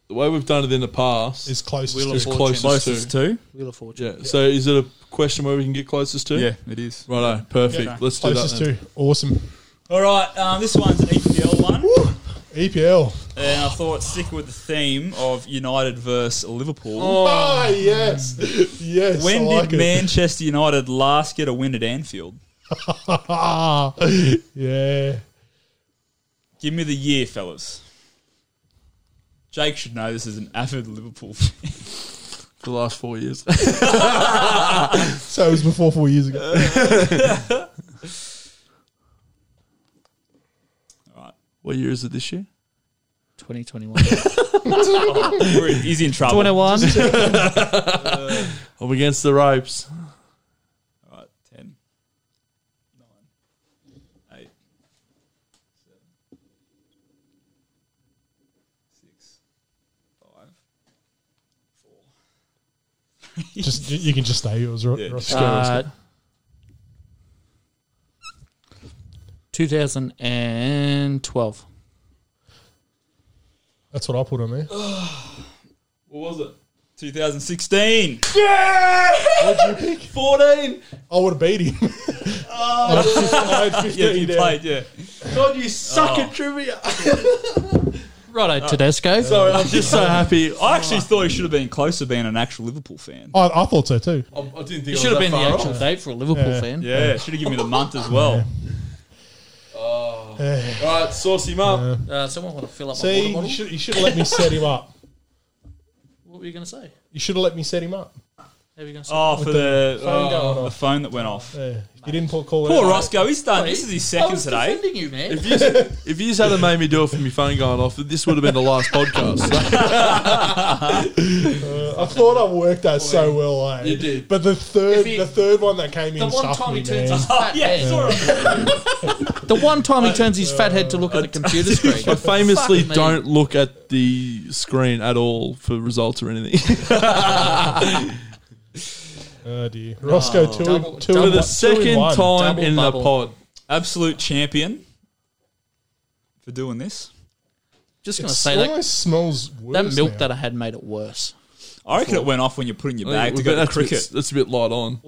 Speaker 2: The way we've done it in the past
Speaker 4: is closest.
Speaker 3: Wheel
Speaker 4: to
Speaker 3: of
Speaker 2: is
Speaker 3: Fortune.
Speaker 2: closest,
Speaker 1: closest
Speaker 2: to.
Speaker 1: to?
Speaker 3: Wheel of Fortune.
Speaker 2: Yeah. So is it a question where we can get closest to?
Speaker 1: Yeah, it is.
Speaker 2: Righto. Perfect.
Speaker 1: Yeah.
Speaker 2: Let's do
Speaker 4: Closest
Speaker 2: that. Then.
Speaker 4: to. Awesome.
Speaker 1: All right, um, this one's an EPL one,
Speaker 4: EPL.
Speaker 1: and I thought stick with the theme of United versus Liverpool.
Speaker 4: Ah, yes. Yes.
Speaker 1: when
Speaker 4: I like
Speaker 1: did
Speaker 4: it.
Speaker 1: Manchester United last get a win at Anfield?
Speaker 4: [laughs] Ah, yeah.
Speaker 1: Give me the year, fellas. Jake should know this is an avid Liverpool [laughs] fan.
Speaker 2: The last four years. [laughs]
Speaker 4: So it was before four years ago.
Speaker 2: what year is it this year? [laughs]
Speaker 3: 2021.
Speaker 1: We're- He's in trouble.
Speaker 3: 21.
Speaker 2: Up against the ropes.
Speaker 1: All right, 10, 9, 8, 7, 6, 5, 4.
Speaker 4: just you can just say it was Ro-
Speaker 1: Yeah,
Speaker 4: Ross.
Speaker 1: just-
Speaker 3: uh, 2012.
Speaker 4: That's what I put on there.
Speaker 2: What was it?
Speaker 1: 2016.
Speaker 2: 14.
Speaker 4: I would have beat him. [laughs] I had 15
Speaker 1: Yeah, you
Speaker 4: down.
Speaker 1: played, yeah.
Speaker 2: God, you suck at trivia.
Speaker 3: Righto, Tedesco.
Speaker 2: Sorry, I'm just so happy. I,
Speaker 1: I actually thought he should have been closer being an actual Liverpool fan.
Speaker 4: I, I thought so too.
Speaker 2: I didn't think
Speaker 3: it should have been the actual
Speaker 2: off.
Speaker 3: date for a Liverpool
Speaker 4: Yeah.
Speaker 3: fan.
Speaker 1: Yeah, should have given me the month as well.
Speaker 4: Yeah.
Speaker 2: All right, sauce him up.
Speaker 3: Uh, someone want to fill up
Speaker 4: See,
Speaker 3: my water
Speaker 4: you
Speaker 3: bottle?
Speaker 4: should, you should have let me set him up.
Speaker 3: What were you going to say?
Speaker 4: You should have let me set him up.
Speaker 3: How were you going to say?
Speaker 1: Oh, for the,
Speaker 4: phone
Speaker 1: oh,
Speaker 4: going
Speaker 1: the
Speaker 4: off.
Speaker 1: phone that went off.
Speaker 4: Yeah. You didn't put call it
Speaker 1: Poor
Speaker 4: out.
Speaker 1: Roscoe, he's done. Oh, This is his
Speaker 3: I
Speaker 1: second
Speaker 3: was
Speaker 1: today.
Speaker 3: Oh, defending you, man.
Speaker 2: If you if yous hadn't made me do it for my phone going off, this would have been the last [laughs] podcast.
Speaker 4: Uh, I thought I worked that so well. eh?
Speaker 2: You did.
Speaker 4: But the third,
Speaker 3: If he-
Speaker 4: the third one that came in,
Speaker 3: The one
Speaker 4: stuffed
Speaker 3: time
Speaker 4: me,
Speaker 3: he turns
Speaker 4: man.
Speaker 3: his fat
Speaker 1: Yeah,
Speaker 3: head.
Speaker 1: sorry.
Speaker 3: [laughs] The one time he turns his fat head to look at the computer screen.
Speaker 2: I famously
Speaker 3: Fuck me.
Speaker 2: don't look at the screen at all for results or anything.
Speaker 4: Oh dear, Roscoe two,
Speaker 3: double-
Speaker 4: two,
Speaker 3: double-
Speaker 2: for [laughs] the
Speaker 4: in one- two in
Speaker 2: second
Speaker 4: one.
Speaker 2: time
Speaker 3: Double
Speaker 2: in
Speaker 3: bubble.
Speaker 2: the pod.
Speaker 1: absolute champion for doing this.
Speaker 3: Just going to
Speaker 4: It's
Speaker 3: say that
Speaker 4: almost smells worse.
Speaker 3: that milk
Speaker 4: now.
Speaker 3: that I had made it worse.
Speaker 1: I reckon it went off when you're putting your bag to go to
Speaker 2: that's, A
Speaker 1: cricket.
Speaker 2: bit, that's a bit light on.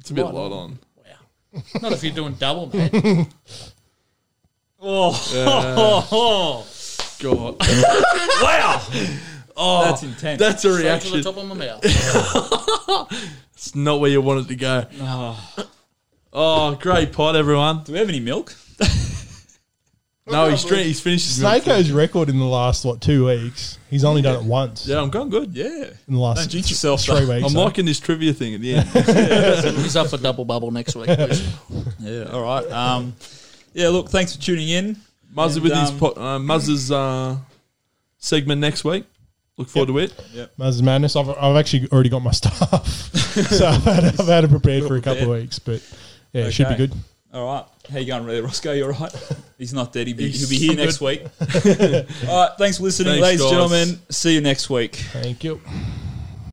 Speaker 2: It's a bit light, on.
Speaker 3: Wow. Not if you're doing double, man.
Speaker 1: Oh,
Speaker 2: God, [laughs]
Speaker 1: wow! Oh, that's intense.
Speaker 2: that's a
Speaker 3: Straight
Speaker 2: reaction.
Speaker 3: to the top of my mouth.
Speaker 2: It's not where you wanted to
Speaker 3: [sighs]
Speaker 2: go.
Speaker 3: Ah.
Speaker 2: Oh, great pod, everyone.
Speaker 1: Do we have any milk?
Speaker 2: No, he's drink, he's finished his milk.
Speaker 4: Snakeo's record in the last what two weeks? He's only done it once
Speaker 2: Yeah, I'm going good.
Speaker 1: Yeah.
Speaker 4: in the last
Speaker 1: Don't jinx yourself.
Speaker 4: three weeks. eh?
Speaker 2: I'm
Speaker 4: so.
Speaker 2: liking this trivia thing at the end.
Speaker 3: He's up for double bubble next week. please.
Speaker 1: Yeah. All right. Um, yeah. Look, thanks for tuning in.
Speaker 2: Muzz
Speaker 1: And,
Speaker 2: with his
Speaker 1: um,
Speaker 2: po- uh, Muzz's uh, segment next week. Look forward to it.
Speaker 4: Mazda Madness. I've, I've actually already got my stuff, [laughs] so I've had, I've had it prepared for a couple of weeks, but yeah, it should be
Speaker 1: Okay.
Speaker 4: good.
Speaker 1: All right. How you going, really, Roscoe? You all right? He's not dead. He'll be,
Speaker 2: He's
Speaker 1: he'll be
Speaker 2: [laughs]
Speaker 1: here next week. all right. Thanks for listening,
Speaker 2: Thanks,
Speaker 1: ladies and
Speaker 2: guys.
Speaker 1: gentlemen. See you next week.
Speaker 4: Thank you.